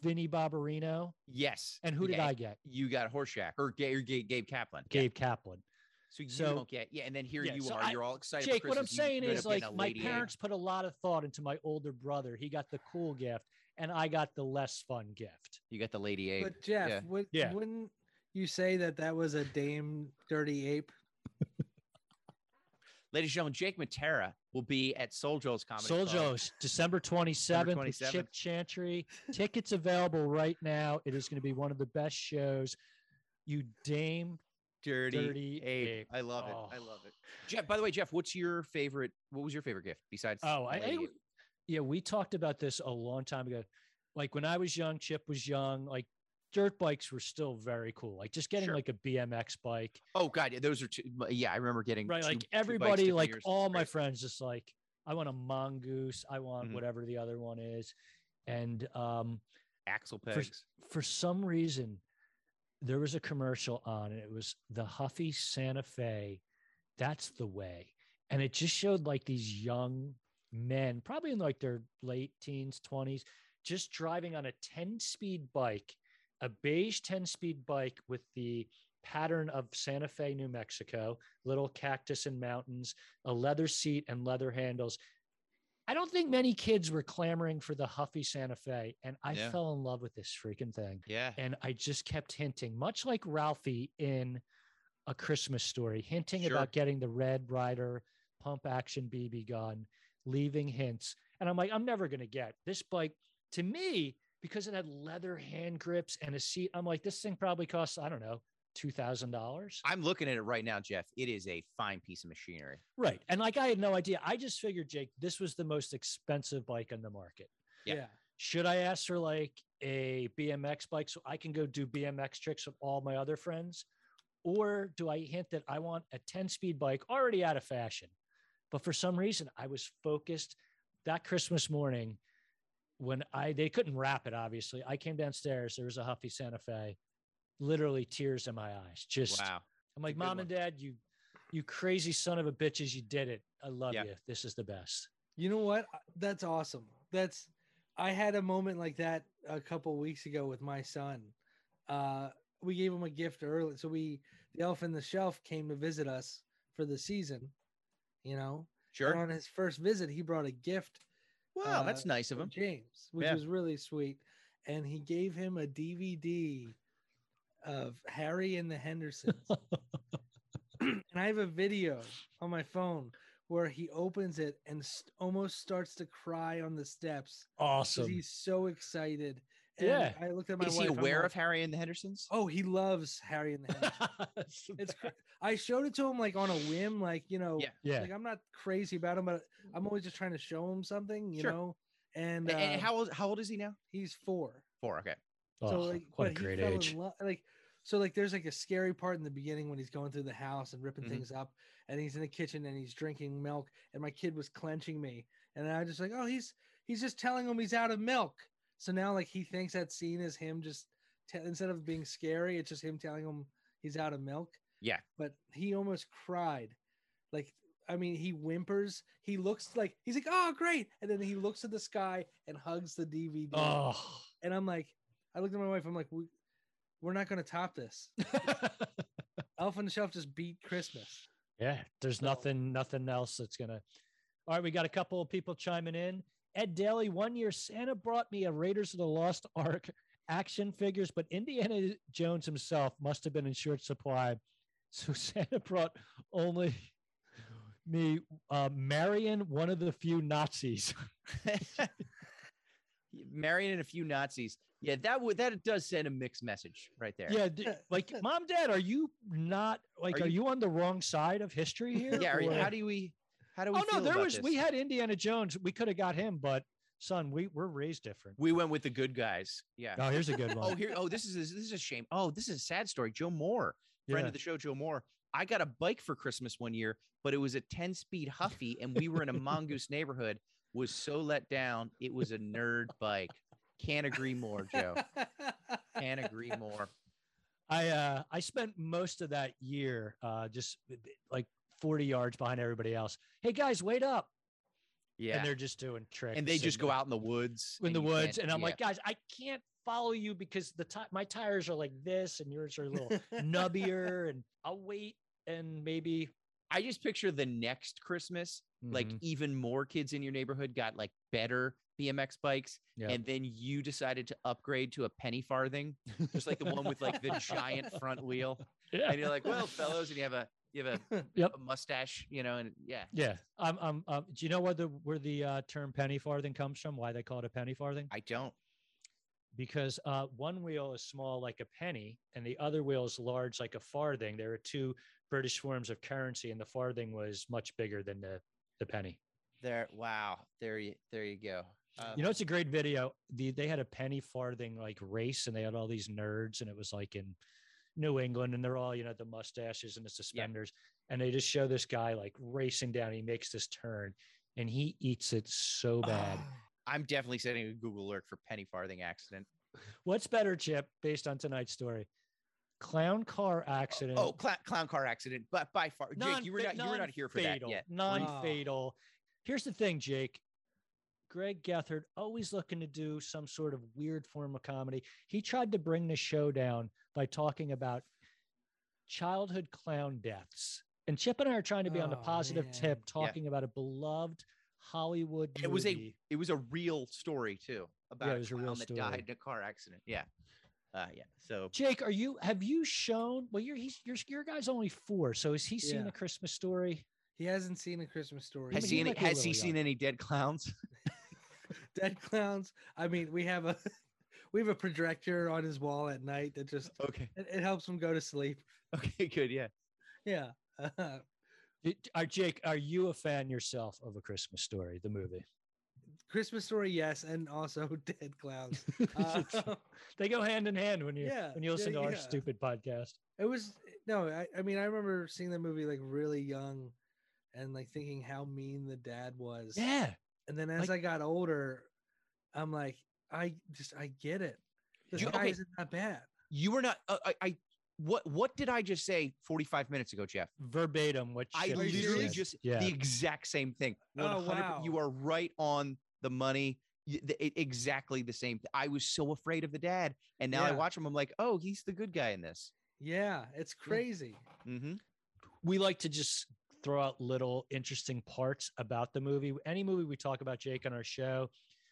Speaker 2: Vinnie Barbarino,
Speaker 3: Yes.
Speaker 2: and who did
Speaker 3: Yeah,
Speaker 2: I get?
Speaker 3: You got Horseshack or Ga- or Ga- Gabe Kaplan. Yeah.
Speaker 2: Gabe Kaplan.
Speaker 3: So you
Speaker 2: So-
Speaker 3: don't get yeah, and then here
Speaker 2: Yeah,
Speaker 3: you
Speaker 2: so
Speaker 3: are.
Speaker 2: I-
Speaker 3: you're all excited. for
Speaker 2: Jake, what I'm
Speaker 3: Christmas, you
Speaker 2: saying
Speaker 3: could have
Speaker 2: is
Speaker 3: been
Speaker 2: like
Speaker 3: a
Speaker 2: my
Speaker 3: lady egg.
Speaker 2: parents put a lot of thought into my older brother. He got the cool gift, and I got the less fun gift.
Speaker 3: You got the lady egg.
Speaker 5: But Jeff,
Speaker 3: yeah.
Speaker 5: Would,
Speaker 2: Yeah.
Speaker 5: wouldn't you say that that was a Dame Dirty Ape?
Speaker 3: Ladies and gentlemen, Jake Matera will be at Soljo's comedy. Club.
Speaker 2: Soljo's December 27th with
Speaker 3: 27th.
Speaker 2: Chip Chantry. Tickets available right now. It is going to be one of the best shows. You dame
Speaker 3: dirty,
Speaker 2: Dirty
Speaker 3: ape.
Speaker 2: Ape.
Speaker 3: I love
Speaker 2: Oh.
Speaker 3: it. I love it. Jeff, by the way, Jeff, what's your favorite? What was your favorite gift besides?
Speaker 2: Oh,
Speaker 3: the
Speaker 2: I, I
Speaker 3: lady ape?
Speaker 2: yeah, we talked about this a long time ago. Like when I was young, Chip was young. Like dirt bikes were still very cool. Like just getting
Speaker 3: Sure.
Speaker 2: like a BMX bike,
Speaker 3: oh God, yeah, those are two. Yeah, I remember getting
Speaker 2: right?
Speaker 3: two-
Speaker 2: Like
Speaker 3: two bikes
Speaker 2: everybody,
Speaker 3: different
Speaker 2: like
Speaker 3: years.
Speaker 2: all my
Speaker 3: Great.
Speaker 2: friends, just like I want a mongoose. I want
Speaker 3: Mhm.
Speaker 2: whatever the other one is, and um,
Speaker 3: axle
Speaker 2: for-
Speaker 3: pegs.
Speaker 2: for some reason there was a commercial on and it was the huffy santa fe that's the way and it just showed like these young men probably in like their late teens 20s just driving on a 10 speed bike a beige 10 speed bike with the pattern of santa fe new mexico little cactus and mountains a leather seat and leather handles i don't think many kids were clamoring for the huffy santa fe and i
Speaker 3: Yeah.
Speaker 2: fell in love with this freaking thing
Speaker 3: Yeah.
Speaker 2: and I just kept hinting, much like Ralphie in A Christmas Story, hinting
Speaker 3: Sure.
Speaker 2: about getting the Red Rider pump action BB gun, leaving hints. And I'm like, I'm never going to get this bike to me because it had leather hand grips and a seat. I'm like, this thing probably costs, I don't know, $2,000.
Speaker 3: I'm looking at it right now, Jeff. It is a fine piece of machinery.
Speaker 2: Right. And like, I had no idea. I just figured, Jake, this was the most expensive bike on the market.
Speaker 3: Yeah.
Speaker 2: should I ask for like a BMX bike so I can go do BMX tricks with all my other friends? Or do I hint that I want a 10 speed bike already out of fashion? But for some reason, I was focused that Christmas morning when I they couldn't wrap it, obviously. I came downstairs, there was a Huffy Santa Fe, literally tears in my eyes. Just
Speaker 3: Wow.
Speaker 2: I'm like,
Speaker 3: good
Speaker 2: Mom
Speaker 3: one.
Speaker 2: and Dad, you you crazy son of a bitches, you did it. I love
Speaker 3: Yeah.
Speaker 2: you. This is the best.
Speaker 5: You know what? I- That's awesome. That's I had a moment like that a couple weeks ago with my son. Uh, we gave him a gift early, so we the elf in the shelf came to visit us for the season. You know,
Speaker 3: Sure.
Speaker 5: and on his first visit, he brought a gift
Speaker 3: wow, that's
Speaker 5: uh,
Speaker 3: nice of
Speaker 5: from
Speaker 3: him.
Speaker 5: James, which
Speaker 3: Yeah.
Speaker 5: was really sweet. And he gave him a DVD of Harry and the
Speaker 3: [LAUGHS]
Speaker 5: Hendersons. and I have a video on my phone where he opens it and st- almost starts to cry on the steps because
Speaker 2: [LAUGHS] Awesome.
Speaker 5: he's so excited. And
Speaker 2: Yeah.
Speaker 5: I looked at my
Speaker 3: is
Speaker 5: wife.
Speaker 3: he
Speaker 5: I'm
Speaker 3: aware
Speaker 5: like,
Speaker 3: of Harry and the Hendersons?
Speaker 5: Oh, he loves Harry and the
Speaker 3: [LAUGHS]
Speaker 5: Hendersons.
Speaker 2: It's the
Speaker 5: it's.
Speaker 2: best.
Speaker 5: Cr- I showed it to him like on a whim, like you know,
Speaker 3: Yeah.
Speaker 2: yeah.
Speaker 5: like I'm not crazy about him, but I'm always just trying to show him something, you
Speaker 3: Sure.
Speaker 5: know. And,
Speaker 3: A- and,
Speaker 5: uh,
Speaker 3: how old? How old is he now?
Speaker 5: he's four.
Speaker 3: Four. Okay.
Speaker 2: Oh,
Speaker 5: so like,
Speaker 2: what a
Speaker 5: but
Speaker 2: great
Speaker 5: he fell
Speaker 2: age.
Speaker 5: In love, like, so like, there's like a scary part in the beginning when he's going through the house and ripping
Speaker 2: Mm-hmm.
Speaker 3: Mhm.
Speaker 5: things up, and he's in the kitchen and he's drinking milk, and my kid was clenching me, and I was just like, oh, he's he's just telling him he's out of milk. So now like he thinks that scene is him just te- instead of being scary, it's just him telling him he's out of milk.
Speaker 3: Yeah.
Speaker 5: But he almost cried, like. I mean, he whimpers. He looks like he's like, "Oh, great!" And then he looks at the sky and hugs the DVD.
Speaker 2: Oh,
Speaker 5: And I'm like, I looked at my wife. I'm like, we, we're not going to top this. Elf on the Shelf just beat Christmas.
Speaker 2: yeah. There's
Speaker 5: So-
Speaker 2: nothing, nothing else that's gonna. All right, we got a couple of people chiming in. Ed Daly, one year Santa brought me a Raiders of the Lost Ark action figures, but Indiana Jones himself must have been in short supply, so [LAUGHS] Santa brought only me uh, Marion, one of the few Nazis. [LAUGHS]
Speaker 3: Marion and a few Nazis. Yeah, that would that does send a mixed message right there.
Speaker 2: Yeah, d- like mom, dad, are you not like
Speaker 3: Are
Speaker 2: are,
Speaker 3: you-
Speaker 2: you, on the wrong side of history here?
Speaker 3: [LAUGHS] Yeah. Are, you-
Speaker 2: or-
Speaker 3: how do we? How do we?
Speaker 2: oh no,
Speaker 3: feel
Speaker 2: there
Speaker 3: about
Speaker 2: was
Speaker 3: this?
Speaker 2: we had Indiana Jones. We could have got him, but son, we we're raised different.
Speaker 3: We went with the good guys. Yeah.
Speaker 2: Oh, here's a good
Speaker 3: [LAUGHS] Oh,
Speaker 2: one.
Speaker 3: here. Oh, this is this is a shame. Oh, this is a sad story. Joe Moore, friend
Speaker 2: yeah.
Speaker 3: of the show, Joe Moore. I got a bike for Christmas one year, but it was a 10 speed Huffy, and we
Speaker 2: [LAUGHS]
Speaker 3: were in a mongoose neighborhood. Was so let down. It was a nerd bike. Can't agree more, Joe. Can't agree more.
Speaker 2: I uh I spent most of that year uh just b- b- like 40 yards behind everybody else. Hey guys, wait up.
Speaker 3: Yeah.
Speaker 2: And
Speaker 3: And,
Speaker 2: they're just doing tricks.
Speaker 3: they just go
Speaker 2: out.
Speaker 3: out in the woods.
Speaker 2: in the
Speaker 3: you can't-
Speaker 2: woods and i'm
Speaker 3: yeah.
Speaker 2: like guys i can't follow you
Speaker 3: [LAUGHS]
Speaker 2: because the ti- my tires are like this and yours are a little nubbier and i'll wait and maybe
Speaker 3: I just picture the next Christmas, like
Speaker 2: Mhm.
Speaker 3: even more kids in your neighborhood got like better BMX bikes,
Speaker 2: Yeah.
Speaker 3: and then you decided to upgrade to a penny farthing, just like the one with
Speaker 2: [LAUGHS]
Speaker 3: like the giant front wheel,
Speaker 2: yeah.
Speaker 3: and you're like, "Well, fellows," and you have a you have a,
Speaker 2: [LAUGHS] Yep.
Speaker 3: a mustache, you know, and yeah,
Speaker 2: Yeah, I'm, I'm, um, do you know where the where the uh, term penny farthing comes from? Why they call it a penny farthing?
Speaker 3: I don't.
Speaker 2: Because uh, one wheel is small like a penny, and the other wheel is large like a farthing. There are two British forms of currency, and the farthing was much bigger than the the penny.
Speaker 3: There, wow, there you there you go. Uh,
Speaker 2: You know, it's a great video. The, they had a penny farthing like race, and they had all these nerds, and it was like in New England, and they're all you know the mustaches and the suspenders, and they just show this guy like racing down. He makes this turn, and he eats it so
Speaker 3: [SIGHS] Oh,
Speaker 2: bad. [SIGHS]
Speaker 3: I'm definitely setting a Google alert for penny farthing accident.
Speaker 2: What's better, Chip, based on tonight's story? Clown car accident.
Speaker 3: Oh, cl- clown car accident, but by far, Jake, you were
Speaker 2: Non-fa-
Speaker 3: not you were not here for that
Speaker 2: non-fatal,
Speaker 3: yet.
Speaker 2: Non-fatal. Here's the thing, Jake. Greg Gethard always looking to do some sort of weird form of comedy. He tried to bring the show down by talking about childhood clown deaths. And Chip and I are trying to be on the
Speaker 5: Oh,
Speaker 2: positive
Speaker 5: man.
Speaker 2: tip,
Speaker 5: Yeah.
Speaker 2: talking about a beloved Hollywood.
Speaker 3: It was a-
Speaker 2: movie.
Speaker 3: it was a real story too about
Speaker 2: it
Speaker 3: a
Speaker 2: was a
Speaker 3: clown
Speaker 2: real
Speaker 3: that
Speaker 2: story.
Speaker 3: died in a car accident. Yeah, uh, yeah. So
Speaker 2: Jake, are you? Have you shown? Well, you're he's your your guy's only four, so has he seen
Speaker 5: Yeah.
Speaker 2: a Christmas story?
Speaker 5: [LAUGHS] He hasn't seen a Christmas story.
Speaker 3: has
Speaker 2: mean,
Speaker 3: he
Speaker 2: he
Speaker 3: any,
Speaker 2: might be a
Speaker 3: has he
Speaker 2: little
Speaker 3: seen any dead clowns?
Speaker 5: [LAUGHS] Dead clowns. I mean, we have a [LAUGHS] we have a projector on his wall at night that just
Speaker 3: okay,
Speaker 5: it, it helps him go to sleep.
Speaker 3: [LAUGHS] okay, good. Yeah,
Speaker 5: Yeah. [LAUGHS]
Speaker 2: Did, are uh, Jake, are you a fan yourself of A Christmas Story, the movie? [LAUGHS]
Speaker 5: Christmas story, yes, and also [LAUGHS] dead
Speaker 2: [LAUGHS]
Speaker 5: clowns. Uh, [LAUGHS]
Speaker 2: they go hand in hand when you
Speaker 5: Yeah,
Speaker 2: when you listen
Speaker 5: yeah,
Speaker 2: to our
Speaker 5: yeah.
Speaker 2: stupid podcast.
Speaker 5: it was no, I, I mean I remember seeing that movie like really young and like thinking how mean the dad was.
Speaker 2: Yeah,
Speaker 5: And then as I got older, I'm like, I just I get it. This
Speaker 3: You-
Speaker 5: guy
Speaker 3: okay.
Speaker 5: isn't that bad.
Speaker 3: you were not. Uh, I, I what what did I just say? Forty five minutes ago, Jeff.
Speaker 2: verbatim. What
Speaker 3: I
Speaker 2: Chip
Speaker 5: Are you
Speaker 3: literally
Speaker 5: serious?
Speaker 2: said.
Speaker 3: just
Speaker 2: yeah.
Speaker 3: the exact same thing.
Speaker 5: Oh,
Speaker 3: 100
Speaker 5: wow.
Speaker 3: You are right on the money. Y- the- it- exactly the same. th- I was so afraid of the dad, and now I
Speaker 5: Yeah.
Speaker 3: watch him. I'm like, oh, he's the good guy in this.
Speaker 5: Yeah, it's crazy.
Speaker 3: hmm
Speaker 2: we like to just throw out little interesting parts about the movie. Any movie we talk about, Jake, on our show,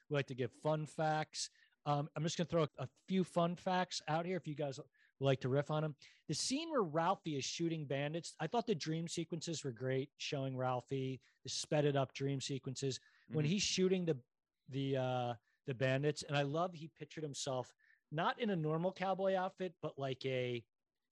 Speaker 2: we like to give fun facts. Um, I'm just going to throw a few fun facts out here if you guys would like to riff on them. The scene where Ralphie is shooting bandits, I thought the dream sequences were great, showing Ralphie the spedded up dream sequences when
Speaker 3: Mhm.
Speaker 2: he's shooting the the uh, the bandits. And I love he pictured himself not in a normal cowboy outfit, but like a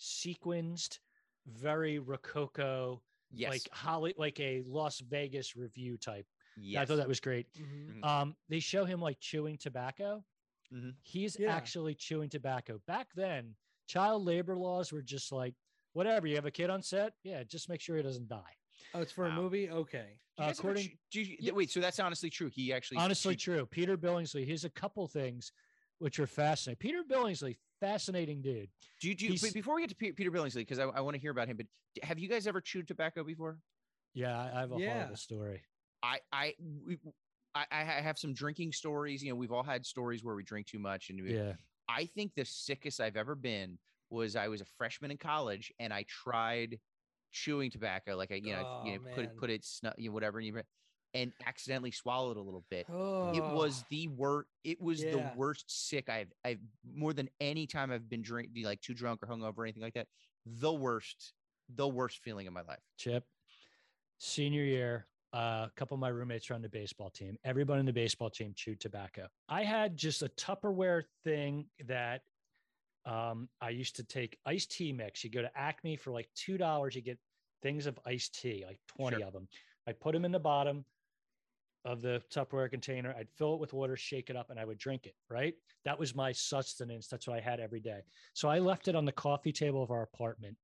Speaker 2: sequenced, very rococo,
Speaker 3: Yes.
Speaker 2: like Holly, like a Las Vegas review type.
Speaker 3: yes. Mm-hmm.
Speaker 2: I thought that was great.
Speaker 5: Mhm.
Speaker 2: Um, they show him like chewing tobacco.
Speaker 3: Mhm.
Speaker 2: He's
Speaker 5: Yeah.
Speaker 2: actually chewing tobacco. Back then, child labor laws were just like whatever. You have a kid on set, yeah, just make sure he doesn't die.
Speaker 5: Oh, it's for
Speaker 3: Wow.
Speaker 5: a movie? Okay.
Speaker 3: You
Speaker 2: Uh,
Speaker 3: guys ever
Speaker 2: according,
Speaker 3: ch- do you- wait, so that's honestly true. He actually
Speaker 2: honestly
Speaker 3: she-
Speaker 2: true. Peter Billingsley. Here's a couple things which are fascinating. Peter Billingsley, fascinating dude.
Speaker 3: Do you, do you,
Speaker 2: he's-
Speaker 3: but before we get to Pe- Peter Billingsley, because I, I want to hear about him, but d- have you guys ever chewed tobacco before?
Speaker 2: Yeah, I, I have a
Speaker 5: Yeah.
Speaker 2: horrible story.
Speaker 3: I I, we, I I ha- have some drinking stories. You know, we've all had stories where we drink too much, and we,
Speaker 2: Yeah.
Speaker 3: I think the sickest I've ever been was I was a freshman in college, and I tried chewing tobacco, like I you know, I- you
Speaker 5: Oh,
Speaker 3: know put it
Speaker 5: man.
Speaker 3: put it snu- you know, whatever, and, you, and accidentally swallowed a little bit.
Speaker 5: Oh,
Speaker 3: it was the worst it was the
Speaker 5: Yeah.
Speaker 3: worst sick i've i've more than any time i've been drink like too drunk or hungover or anything like that the worst the worst feeling in my life
Speaker 2: Chip, senior year, uh, a couple of my roommates were on the baseball team. Everybody on the baseball team chewed tobacco. I had just a Tupperware thing that um, I used to take iced tea mix. You go to Acme for like two dollars, you get things of iced tea, like twenty
Speaker 3: Sure.
Speaker 2: of them. I put them in the bottom of the Tupperware container. I'd fill it with water, shake it up, and I would drink it. Right, that was my sustenance. That's what I had every day. So I left it on the coffee table of our apartment,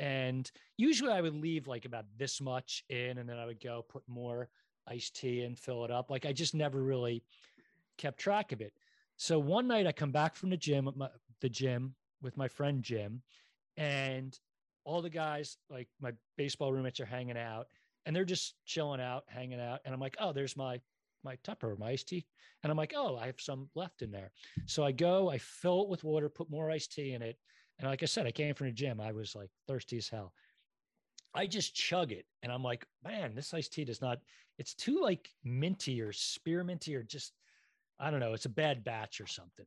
Speaker 2: and usually I would leave like about this much in, and then I would go put more iced tea and fill it up. Like I just never really kept track of it. So one night I come back from the gym, with my, the gym with my friend Jim, and all the guys, like my baseball roommates, are hanging out, and they're just chilling out, hanging out. And I'm like, oh, there's my my Tupper, my iced tea, and I'm like, oh, I have some left in there. So I go, I fill it with water, put more iced tea in it, and like I said, I came from the gym. I was like thirsty as hell. I just chug it and I'm like, man, this iced tea does not, it's too like minty or spearminty or just, I don't know, it's a bad batch or something.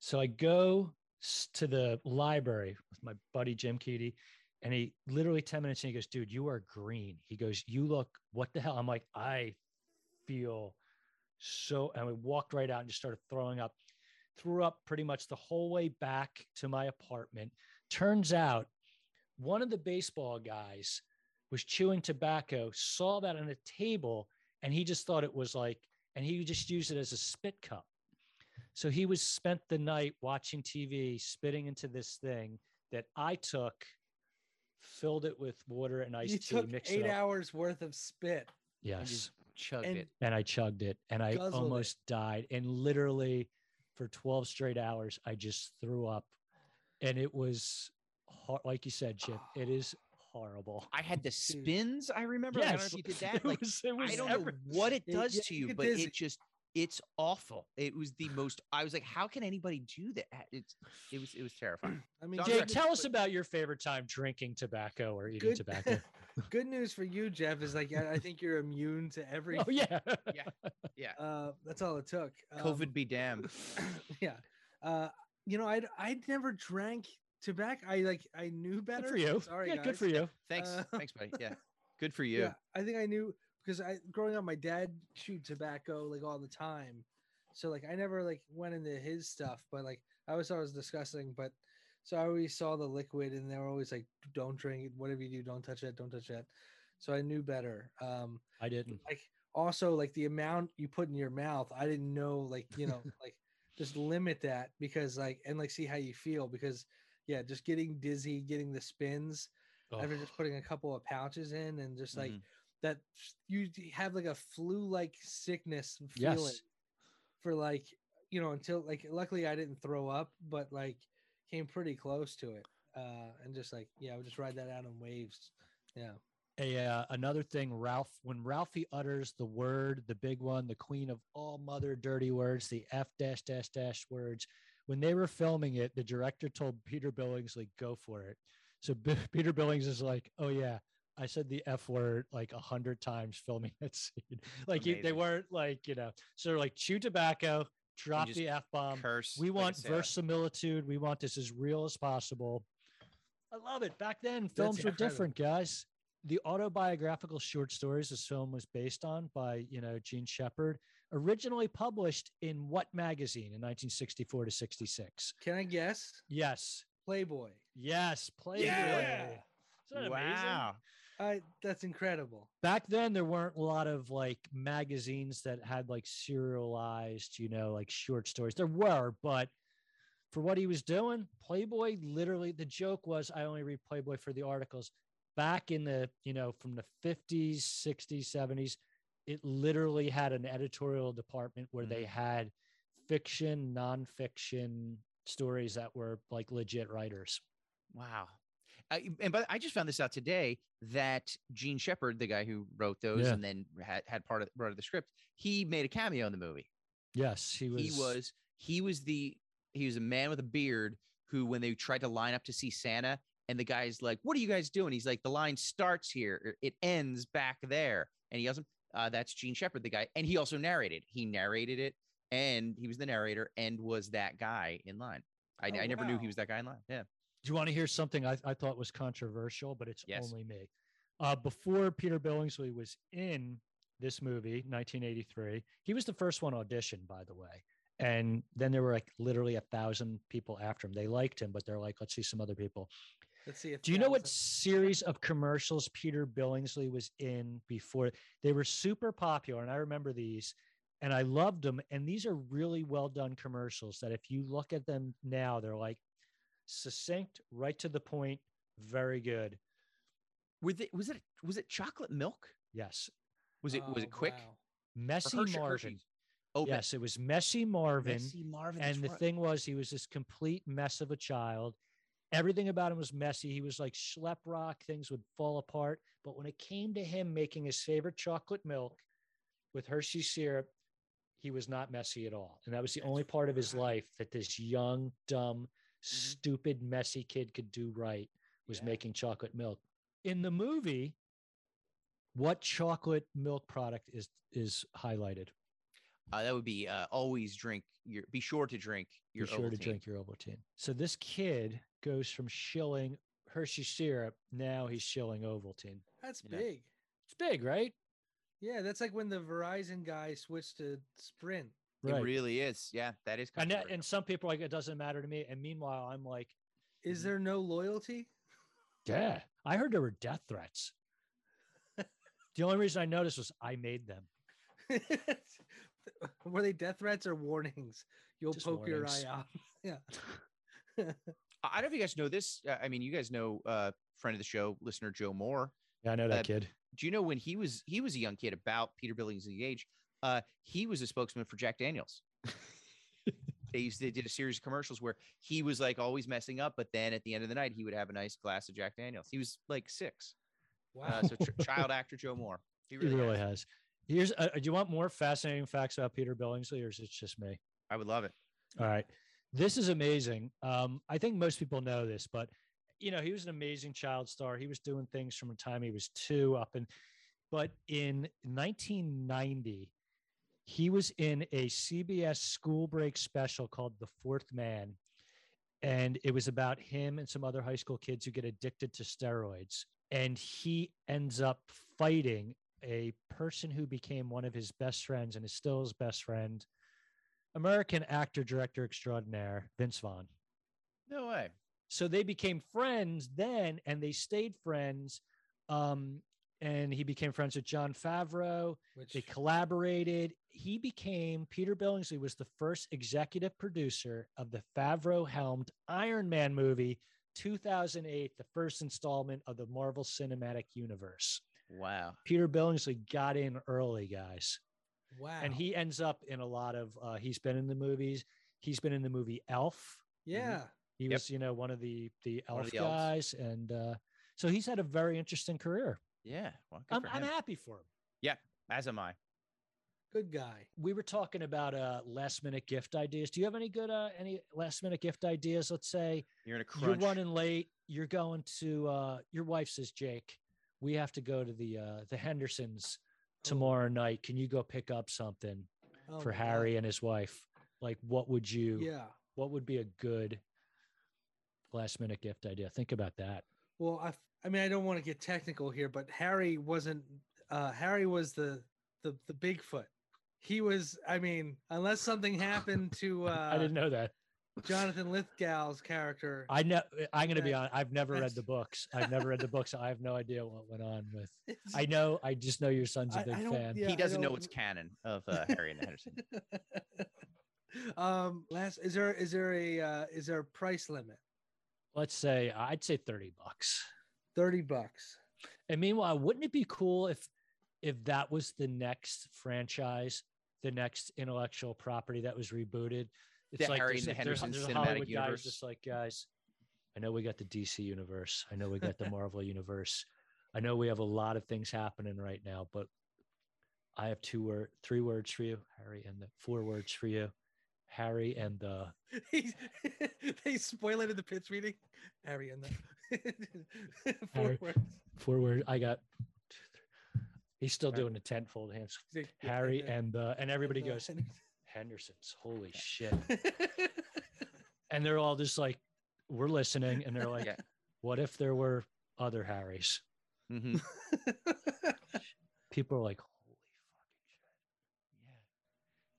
Speaker 2: So I go s- to the library with my buddy Jim Keaty and he literally 10 minutes in, he goes, dude, you are green. He goes, you look, what the hell? I'm like, I feel so, and we walked right out and just started throwing up, threw up pretty much the whole way back to my apartment. Turns out one of the baseball guys was chewing tobacco, saw that on a table, and he just thought it was like, and he just used it as a spit cup. So he was spent the night watching TV, spitting into this thing that I took, filled it with water and ice
Speaker 5: you
Speaker 2: tea,
Speaker 5: took
Speaker 2: mixed
Speaker 5: eight
Speaker 2: it up.
Speaker 5: hours worth of spit.
Speaker 3: And you
Speaker 2: Yes.
Speaker 3: chugged
Speaker 5: And-
Speaker 3: it.
Speaker 2: And I chugged it and I
Speaker 5: Guzzled it.
Speaker 2: almost died. And literally for 12 straight hours, I just threw up. And it was, hor- like you said, Chip,
Speaker 3: [SIGHS]
Speaker 2: it is horrible.
Speaker 3: I had the spins. I remember. I don't know if you did that.
Speaker 2: [LAUGHS] It
Speaker 3: Like
Speaker 2: was- it was
Speaker 3: I don't
Speaker 2: every-
Speaker 3: know what it
Speaker 5: It-
Speaker 3: does
Speaker 5: yeah,
Speaker 3: to
Speaker 5: you
Speaker 3: you,
Speaker 5: get
Speaker 3: but
Speaker 5: dizzy.
Speaker 3: it just it's awful. It was the most I was like, how can anybody do that? Uh, It's it was it was terrifying.
Speaker 5: I mean,
Speaker 3: Dog
Speaker 2: Jake,
Speaker 3: Sorry.
Speaker 2: tell us about your favorite time drinking tobacco or eating
Speaker 3: [LAUGHS]
Speaker 2: tobacco.
Speaker 5: [LAUGHS] good news for you, Jeff, is like I, I think you're
Speaker 2: [LAUGHS]
Speaker 5: immune to every.
Speaker 2: oh yeah,
Speaker 5: Uh, that's all it took. Um,
Speaker 3: COVID be damned.
Speaker 5: yeah. Uh, you know, I I never drank tobacco. I like I knew better.
Speaker 2: good for you.
Speaker 5: Sorry,
Speaker 2: yeah, good
Speaker 5: guys.
Speaker 2: for you.
Speaker 3: Thanks.
Speaker 5: Uh,
Speaker 3: Thanks, buddy. Yeah. Good for you.
Speaker 5: Yeah, I think I knew because I growing up, my dad chewed tobacco like all the time, so like I never like went into his stuff, but like I always thought it was disgusting. But so I always saw the liquid, and they were always like, "Don't drink it. Whatever you do, don't touch that. Don't touch that." So I knew better. Um,
Speaker 2: I didn't.
Speaker 5: like also like the amount you put in your mouth, I didn't know like you know like just limit that because like and like see how you feel because yeah, just getting dizzy, getting the spins after just putting a couple of pouches in and just like
Speaker 3: Mhm.
Speaker 5: that s- you d- have like a flu like sickness and
Speaker 2: Yes.
Speaker 5: feeling for like you know until like luckily I didn't throw up but like came pretty close to it uh and just like yeah I would just ride that out in waves yeah
Speaker 2: a uh, another thing ralph when ralphie utters the word the big one the queen of all mother dirty words the f dash dash dash words when they were filming it the director told peter billings like go for it so B- [LAUGHS] peter billings is like oh yeah i said the f word like a hundred times filming [LAUGHS] that scene like you, they
Speaker 3: Amazing.
Speaker 2: weren't like you know so they're like chew tobacco drop
Speaker 3: just
Speaker 2: the f bomb
Speaker 3: Curse.
Speaker 2: we
Speaker 3: like a
Speaker 2: want
Speaker 3: sailor.
Speaker 2: verisimilitude we want this as real as possible i love it back then films were
Speaker 5: incredible.
Speaker 2: different guys the autobiographical short stories this film was based on by you know gene shepard originally published in what magazine in 1964 to 66
Speaker 5: can I guess
Speaker 2: yes
Speaker 5: Playboy
Speaker 2: yes playboy
Speaker 5: Yeah!
Speaker 2: Isn't that amazing?
Speaker 3: Wow.
Speaker 5: I that's incredible
Speaker 2: back then there weren't a lot of like magazines that had like serialized you know like short stories there were but for what he was doing playboy literally the joke was i only read playboy for the articles back in the you know from the 50s 60s 70s it literally had an editorial department where they had fiction nonfiction stories that were like legit writers
Speaker 3: Wow. I, and but I just found this out today that Gene Shepard, the guy who wrote those
Speaker 2: Yeah.
Speaker 3: and then had, had part of wrote the script, he made a cameo in the movie.
Speaker 2: yes he was
Speaker 3: he was he was the he was a man with a beard who when they tried to line up to see santa and the guy's like what are you guys doing he's like the line starts here or it ends back there and he doesn't uh, that's gene shepard the guy and he also narrated he narrated it and he was the narrator and was that guy in line i,
Speaker 5: Oh,
Speaker 3: I never knew
Speaker 5: wow.
Speaker 3: he was that guy in line yeah
Speaker 2: Do you want to hear something I, I thought was controversial, but it's
Speaker 3: Yes.
Speaker 2: only me? Uh, before Peter Billingsley was in this movie, 1983, he was the first one auditioned, by the way. And then there were like literally a thousand people after him. They liked him, but they're like, let's see some other people.
Speaker 5: let's see if
Speaker 2: Do you know what
Speaker 5: thousand-
Speaker 2: series of commercials Peter Billingsley was in before? They were super popular, and I remember these, and I loved them. And these are really well done commercials that if you look at them now, they're like succinct, right to the point, very good.
Speaker 3: Were they, was it was it chocolate milk
Speaker 2: Yes,
Speaker 3: was it was
Speaker 5: Oh,
Speaker 3: it quick
Speaker 5: wow.
Speaker 2: Messy
Speaker 3: Hershey-
Speaker 2: Marvin.
Speaker 3: Hershey's? oh yes
Speaker 2: Yes, it was Messy Marvin.
Speaker 3: Messy marvin that's
Speaker 2: and the
Speaker 3: right.
Speaker 2: thing was, he was this complete mess of a child. Everything about him was messy. He was like schlep rock, things would fall apart. But when it came to him making his favorite chocolate milk with Hershey syrup, he was not messy at all. And that was the only part of his life that this young, dumb, stupid, messy kid could do right was
Speaker 5: Yeah.
Speaker 2: making chocolate milk. in the movie, what chocolate milk product is is highlighted?
Speaker 3: Uh, that would be uh, always drink your. Be sure to drink your.
Speaker 2: Be sure to
Speaker 3: Ovaltine.
Speaker 2: drink your Ovaltine. So this kid goes from shilling Hershey syrup, now he's shilling Ovaltine.
Speaker 5: That's
Speaker 3: You know.
Speaker 5: big.
Speaker 2: It's big, right?
Speaker 5: Yeah, that's like when the Verizon guy switched to Sprint.
Speaker 3: It
Speaker 2: Right.
Speaker 3: really is. Yeah, that is.
Speaker 2: and that,
Speaker 3: controversial.
Speaker 2: and some people are like it doesn't matter to me. And meanwhile, I'm like, Mm-hmm.
Speaker 5: Is there no loyalty? [LAUGHS]
Speaker 2: yeah. I heard there were death [LAUGHS] threats. the only reason I noticed was I made them.
Speaker 5: Were they death threats or warnings? You'll
Speaker 2: Just
Speaker 5: poke your
Speaker 2: warnings.
Speaker 5: eye out.
Speaker 2: [LAUGHS]
Speaker 3: I I don't know if you guys know this. Uh, I mean, you guys know uh, friend of the show, listener Joe Moore.
Speaker 2: Yeah, I know that
Speaker 3: Uh,
Speaker 2: kid.
Speaker 3: Do you know when he was he was a young kid, about Peter Billingsley's age? Uh, he was a spokesman for Jack Daniels.
Speaker 2: [LAUGHS]
Speaker 3: they used they did a series of commercials where he was like always messing up, but then at the end of the night, he would have a nice glass of Jack Daniels. He was like six.
Speaker 5: Wow.
Speaker 3: Uh,
Speaker 2: [LAUGHS]
Speaker 3: so tr- child actor Joe Moore. He
Speaker 2: He really
Speaker 3: has.
Speaker 2: has. Here's. Uh, do you want more fascinating facts about Peter Billingsley, or is it just me?
Speaker 3: I would love it.
Speaker 2: All right. This is amazing. Um, I think most people know this, but you know, he was an amazing child star. He was doing things from the time he was two up and but in 1990, he was in a CBS school break special called The Fourth Man. And it was about him and some other high school kids who get addicted to steroids. And he ends up fighting a person who became one of his best friends and is still his best friend, American actor, director extraordinaire, Vince Vaughn.
Speaker 3: No way.
Speaker 2: So they became friends then, and they stayed friends. Um, and he became friends with John Favreau.
Speaker 5: Which
Speaker 2: They collaborated. He became Peter Billingsley was the first executive producer of the Favreau-helmed Iron Man movie, 2008, the first installment of the Marvel Cinematic Universe.
Speaker 3: Wow.
Speaker 2: Peter Billingsley got in early, guys
Speaker 5: wow.
Speaker 2: and he ends up in a lot of uh, he's been in the movies he's been in the movie elf
Speaker 5: yeah.
Speaker 2: he
Speaker 3: Yep.
Speaker 2: was you know one of the the
Speaker 3: One
Speaker 2: elf
Speaker 3: of the elves.
Speaker 2: guys and uh, so he's had a very interesting career
Speaker 3: Yeah. Well, good
Speaker 2: I'm,
Speaker 3: for
Speaker 2: Um, I'm
Speaker 3: him.
Speaker 2: happy for him
Speaker 3: As am I.
Speaker 5: Good guy.
Speaker 2: we were talking about uh, last minute gift ideas do you have any good uh, any last minute gift ideas let's say
Speaker 3: You're in a crunch.
Speaker 2: you're running late you're going to uh, your wife says jake we have to go to the uh, the hendersons
Speaker 3: Oh.
Speaker 2: tomorrow night can you go pick up something
Speaker 5: Oh
Speaker 2: for
Speaker 5: my God.
Speaker 2: harry and his wife like what would you
Speaker 5: Yeah.
Speaker 2: what would be a good last minute gift idea? Think about that.
Speaker 5: Well, I, f- I mean, I don't want to get technical here, but Harry wasn't. Uh, Harry was the the the Bigfoot. He was. I mean, unless something happened
Speaker 2: [LAUGHS]
Speaker 5: to
Speaker 2: I
Speaker 5: uh,
Speaker 2: didn't know that.
Speaker 5: Jonathan Lithgow's character.
Speaker 2: I know. eh, I'm going to be on.
Speaker 5: that-
Speaker 2: I've never read the
Speaker 5: that's-
Speaker 2: books. I've never read the books. I have no idea what went on with.
Speaker 5: It's- [LAUGHS]
Speaker 2: I know. I just know your son's a
Speaker 5: I-
Speaker 2: big
Speaker 5: I don't-
Speaker 2: fan.
Speaker 5: yeah,
Speaker 3: he
Speaker 5: I
Speaker 3: doesn't know
Speaker 5: don't-
Speaker 3: what's canon of
Speaker 5: [LAUGHS]
Speaker 3: uh, Harry and the Henderson.
Speaker 5: um last is there is there a uh, is there a price limit
Speaker 2: Let's say I'd say thirty bucks.
Speaker 5: 30 bucks [LAUGHS]
Speaker 2: And meanwhile, wouldn't it be cool if if that was the next franchise, the next intellectual property that was rebooted? It's
Speaker 3: The Harry
Speaker 2: there's
Speaker 3: and the
Speaker 2: a- there's-
Speaker 3: Henderson
Speaker 2: there's a
Speaker 3: cinematic
Speaker 2: Hollywood guy who's
Speaker 3: universe.
Speaker 2: just like guys. I know we got the DC universe. I know we
Speaker 3: [LAUGHS]
Speaker 2: got the Marvel universe. I know we have a lot of things happening right now, but I have two word, three words for you, Harry, and the four words for you, Harry and the.
Speaker 5: He's- [LAUGHS] they spoil it in the pitch meeting harry and the [LAUGHS] four
Speaker 2: Harry.
Speaker 5: words.
Speaker 2: four words. I got. He's still doing the tenfold hands.
Speaker 5: He's like, "Yeah,
Speaker 2: Harry
Speaker 3: [LAUGHS]
Speaker 5: the-
Speaker 2: and the, and everybody
Speaker 5: the
Speaker 2: goes
Speaker 5: Henderson."
Speaker 2: Henderson's. Holy shit! And they're all just like, we're listening, and they're
Speaker 5: [LAUGHS]
Speaker 2: like,
Speaker 3: Yeah.
Speaker 2: what if there were other Harrys?
Speaker 3: Mhm.
Speaker 2: People are like, holy fucking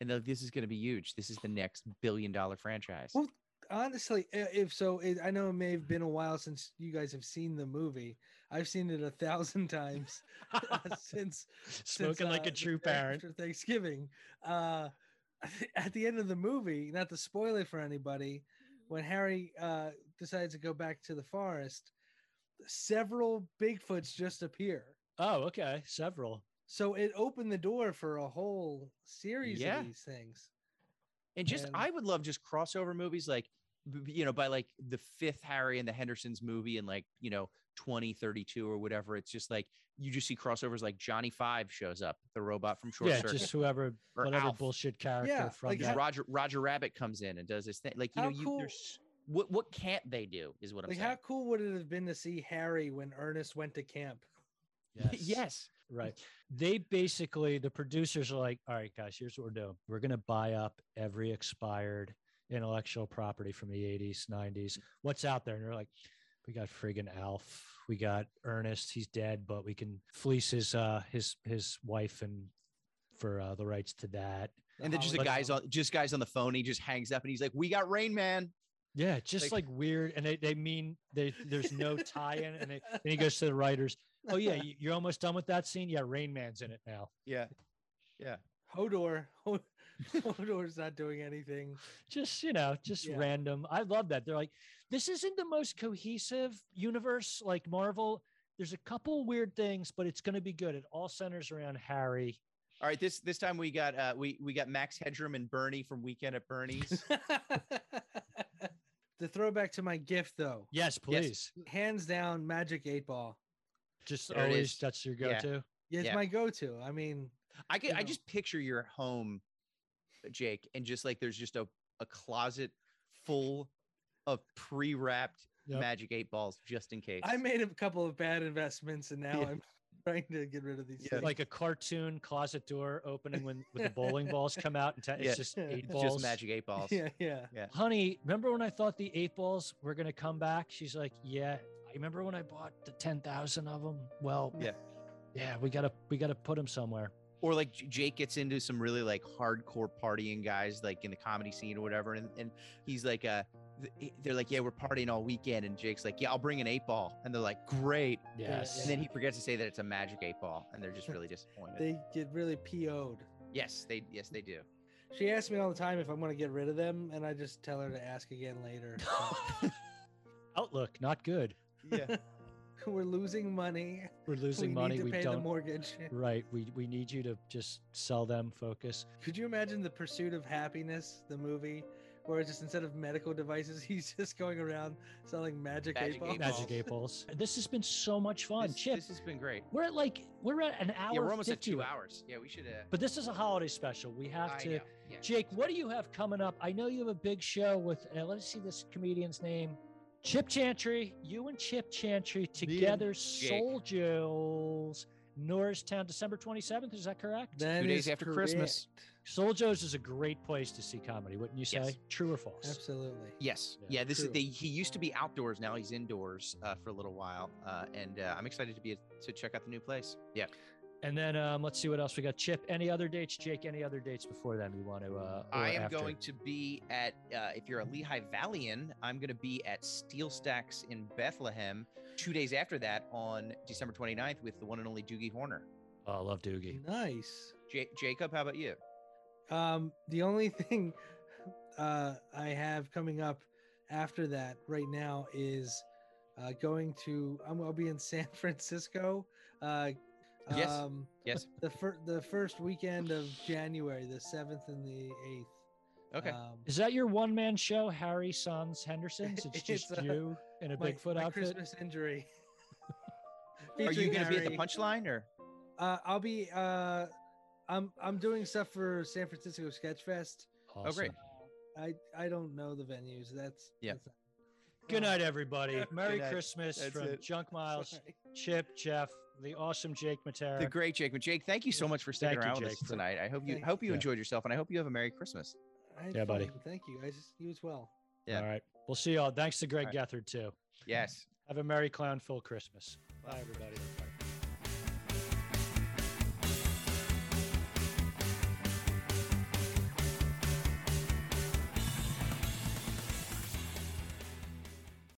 Speaker 3: And they're like, this is going to be huge. This is the next billion dollar franchise.
Speaker 5: Well, [LAUGHS] honestly i- if so it, i know it may have been a while since you guys have seen the movie i've seen it a thousand [LAUGHS] times uh,
Speaker 2: shit!
Speaker 5: [LAUGHS] since
Speaker 2: [LAUGHS] Smoking
Speaker 5: since,
Speaker 2: like
Speaker 5: uh,
Speaker 2: a
Speaker 5: the
Speaker 2: true
Speaker 5: day
Speaker 2: parent.
Speaker 5: [LAUGHS] after Thanksgiving. Uh, [LAUGHS] at the end of the movie, not to spoil it for anybody, when Harry uh, decides to go back to the forest, several Bigfoots just appear.
Speaker 2: Oh, okay, several.
Speaker 5: So it opened the door for a whole series
Speaker 3: Yeah.
Speaker 5: of these things.
Speaker 3: and just,
Speaker 5: and-
Speaker 3: I would love just crossover movies like, b- b- you know, by like the fifth Harry and the Hendersons movie and like, you know, 2032 or whatever. It's just like, you just see crossovers like Johnny Five shows up, the robot from Short
Speaker 2: yeah,
Speaker 3: Circuit.
Speaker 2: just whoever,
Speaker 3: or
Speaker 2: whatever
Speaker 3: Alf.
Speaker 2: bullshit character
Speaker 5: Yeah,
Speaker 2: from
Speaker 5: like
Speaker 2: that.
Speaker 3: Roger Roger Rabbit comes in and does this thing. Like, you
Speaker 5: How
Speaker 3: know, you,
Speaker 5: cool-
Speaker 3: there's What what can't they do is what I'm
Speaker 5: Like,
Speaker 3: saying.
Speaker 5: how cool would it have been to see Harry when Ernest went to camp?
Speaker 2: [LAUGHS]
Speaker 3: yes.
Speaker 2: Right. They basically, the producers are like, all right, guys, here's what we're doing. We're going to buy up every expired intellectual property from the 80s, 90s. What's out there? And they're like, we got friggin' Alf. We got Ernest. He's dead, but we can fleece his uh his his wife and for uh, the rights to that.
Speaker 5: The
Speaker 3: And then just the
Speaker 5: hologram.
Speaker 3: guys on just guys on the phone. He just hangs up and he's like, "We got Rain Man."
Speaker 2: Yeah, just like,
Speaker 3: Like-
Speaker 2: weird. And they, they mean they, there's no tie-in. And, they, and he goes to the writers, oh [LAUGHS] yeah, you- you're almost done with that scene. Yeah, Rain Man's in it now.
Speaker 3: Yeah.
Speaker 5: Hodor. [LAUGHS]
Speaker 3: [LAUGHS]
Speaker 5: Hod- Hodor's not doing anything. [LAUGHS]
Speaker 2: just you know just
Speaker 5: Yeah.
Speaker 2: random i love that they're like this isn't the most cohesive universe like marvel there's a couple weird things but it's going to be good it all centers around harry
Speaker 3: All right. This this time we got uh we we got Max Hedrum and Bernie from Weekend at
Speaker 5: [LAUGHS]
Speaker 3: Bernie's.
Speaker 5: the throwback to my gift, though,
Speaker 2: yes please
Speaker 5: hands down, Magic Eight Ball.
Speaker 2: just
Speaker 3: There it
Speaker 2: always
Speaker 3: is.
Speaker 2: that's your
Speaker 3: Yeah.
Speaker 2: go-to
Speaker 5: Yeah, it's
Speaker 3: Yeah.
Speaker 5: my go-to. I mean,
Speaker 3: I could,
Speaker 5: You
Speaker 3: I
Speaker 5: know.
Speaker 3: just picture your home, Jake, and just like there's just a a closet full of pre-wrapped
Speaker 2: Yep.
Speaker 3: Magic Eight balls just in case.
Speaker 5: I made a couple of bad investments, and now
Speaker 2: Yeah.
Speaker 5: I'm [LAUGHS] trying to get rid of these.
Speaker 3: Yeah.
Speaker 5: things. [LAUGHS]
Speaker 2: like a cartoon closet door opening when
Speaker 3: [LAUGHS]
Speaker 2: with the bowling balls come out and ta-
Speaker 3: Yeah.
Speaker 2: it's
Speaker 3: [LAUGHS]
Speaker 2: just eight
Speaker 3: It's
Speaker 2: balls
Speaker 3: just Magic Eight balls.
Speaker 5: yeah, yeah.
Speaker 2: honey remember when i thought the eight balls were going to come back she's like yeah i remember when i bought the 10000 of them well
Speaker 3: Yeah.
Speaker 2: yeah we gotta we gotta put them somewhere
Speaker 3: Or like J- Jake gets into some really like hardcore partying guys like in the comedy scene or whatever, and, and he's like, uh, th- they're like, yeah, we're partying all weekend, and Jake's like, yeah, I'll bring an eight ball, and they're like, great,
Speaker 2: yes
Speaker 3: and then he forgets to say that it's a Magic Eight ball, and they're just
Speaker 2: [LAUGHS]
Speaker 3: really disappointed.
Speaker 5: They get really PO'd.
Speaker 3: yes, they yes they do.
Speaker 5: She asks me all the time if I'm going to get rid of them, and I just tell her to ask again
Speaker 3: [LAUGHS]
Speaker 5: later. [LAUGHS] so.
Speaker 2: [LAUGHS] outlook not good
Speaker 3: yeah.
Speaker 5: We're losing money.
Speaker 2: we're losing
Speaker 5: we
Speaker 2: money
Speaker 5: need to
Speaker 2: we
Speaker 5: pay the
Speaker 2: don't
Speaker 5: mortgage. [LAUGHS]
Speaker 2: right we we need you to just sell them focus
Speaker 5: Could you imagine the pursuit of happiness, the movie, where it's just instead of medical devices, [LAUGHS] he's just going around selling magic,
Speaker 3: Magic
Speaker 5: eight
Speaker 3: eight
Speaker 5: balls?
Speaker 2: magic eight balls this has been so much fun
Speaker 3: This-
Speaker 2: chip
Speaker 3: this has been great.
Speaker 2: we're at like we're at an hour
Speaker 3: yeah, we're almost
Speaker 2: 50
Speaker 3: at two
Speaker 2: right-
Speaker 3: hours. Yeah, we should. Uh,
Speaker 2: but this is a holiday special we have
Speaker 3: I
Speaker 2: to
Speaker 3: know. Yeah.
Speaker 2: jake what do you have coming up i know you have a big show with uh, let's see this comedian's name chip chantry you and chip chantry together soul joes norristown december 27th is that correct
Speaker 5: That
Speaker 3: Two days
Speaker 5: is
Speaker 3: after Christmas.
Speaker 5: correct.
Speaker 2: soul joes is a great place to see comedy wouldn't you say
Speaker 3: Yes.
Speaker 2: true or false
Speaker 5: Absolutely.
Speaker 3: Yes.
Speaker 2: Yeah,
Speaker 3: Yeah. this
Speaker 5: true.
Speaker 3: is the. He used to be outdoors. Now he's indoors uh, for a little while. Uh, and uh, I'm excited to be to check out the new place. Yeah.
Speaker 2: And then um, let's see what else we got. Chip, any other dates? Jake, any other dates before then we want to? Uh, or
Speaker 3: I am
Speaker 2: after?
Speaker 3: going to be at. Uh, if you're a Lehigh Valleyan, I'm going to be at Steel Stacks in Bethlehem. Two days after that, on December 29th, with the one and only Doogie Horner.
Speaker 2: Oh, I love Doogie.
Speaker 5: Nice.
Speaker 3: Ja- Jacob, how about you?
Speaker 5: Um, the only [LAUGHS] thing uh, I have coming up after that right now is uh, going to. I'm I'll be in San [LAUGHS] Francisco. Uh,
Speaker 3: Yes.
Speaker 5: Um,
Speaker 3: Yes.
Speaker 5: The fir- the first weekend of January, the seventh and the eighth.
Speaker 3: Okay.
Speaker 5: Um,
Speaker 2: Is that your one man show, Harry Sans Henderson's? It's
Speaker 3: [LAUGHS]
Speaker 5: It's,
Speaker 2: just
Speaker 5: uh,
Speaker 2: you in a
Speaker 5: my-
Speaker 2: Bigfoot
Speaker 5: my
Speaker 2: outfit.
Speaker 5: Christmas injury. [LAUGHS]
Speaker 3: Are you
Speaker 5: Featuring
Speaker 3: going to be at the
Speaker 5: Harry.
Speaker 3: punchline or?
Speaker 5: Uh, I'll be. Uh, I'm I'm doing stuff for San Francisco Sketch Fest.
Speaker 2: Awesome.
Speaker 3: Oh, great.
Speaker 5: I I don't know the venues. That's
Speaker 3: Yeah.
Speaker 5: that's-
Speaker 2: Good night, everybody. Merry
Speaker 3: [LAUGHS] Good night.
Speaker 2: Christmas
Speaker 3: That's
Speaker 2: from
Speaker 3: it. [LAUGHS]
Speaker 2: Junk Miles,
Speaker 5: Sorry.
Speaker 2: Chip, Jeff, the awesome Jake Matera.
Speaker 3: The great Jake. Jake, thank you so much for sticking
Speaker 2: Thank you,
Speaker 3: around with
Speaker 2: Jake,
Speaker 3: us
Speaker 2: for-
Speaker 3: tonight. I hope you
Speaker 5: Thank
Speaker 3: hope you
Speaker 2: Yeah.
Speaker 3: enjoyed yourself, and I hope you have a Merry Christmas.
Speaker 5: I had
Speaker 2: Yeah, buddy.
Speaker 5: fun. Thank you. I just you as well.
Speaker 3: Yeah.
Speaker 2: All right. We'll see y'all. Thanks to Greg
Speaker 3: All
Speaker 2: Gethard, too.
Speaker 3: Yes.
Speaker 2: Have a Merry Clown Full Christmas. Bye, everybody.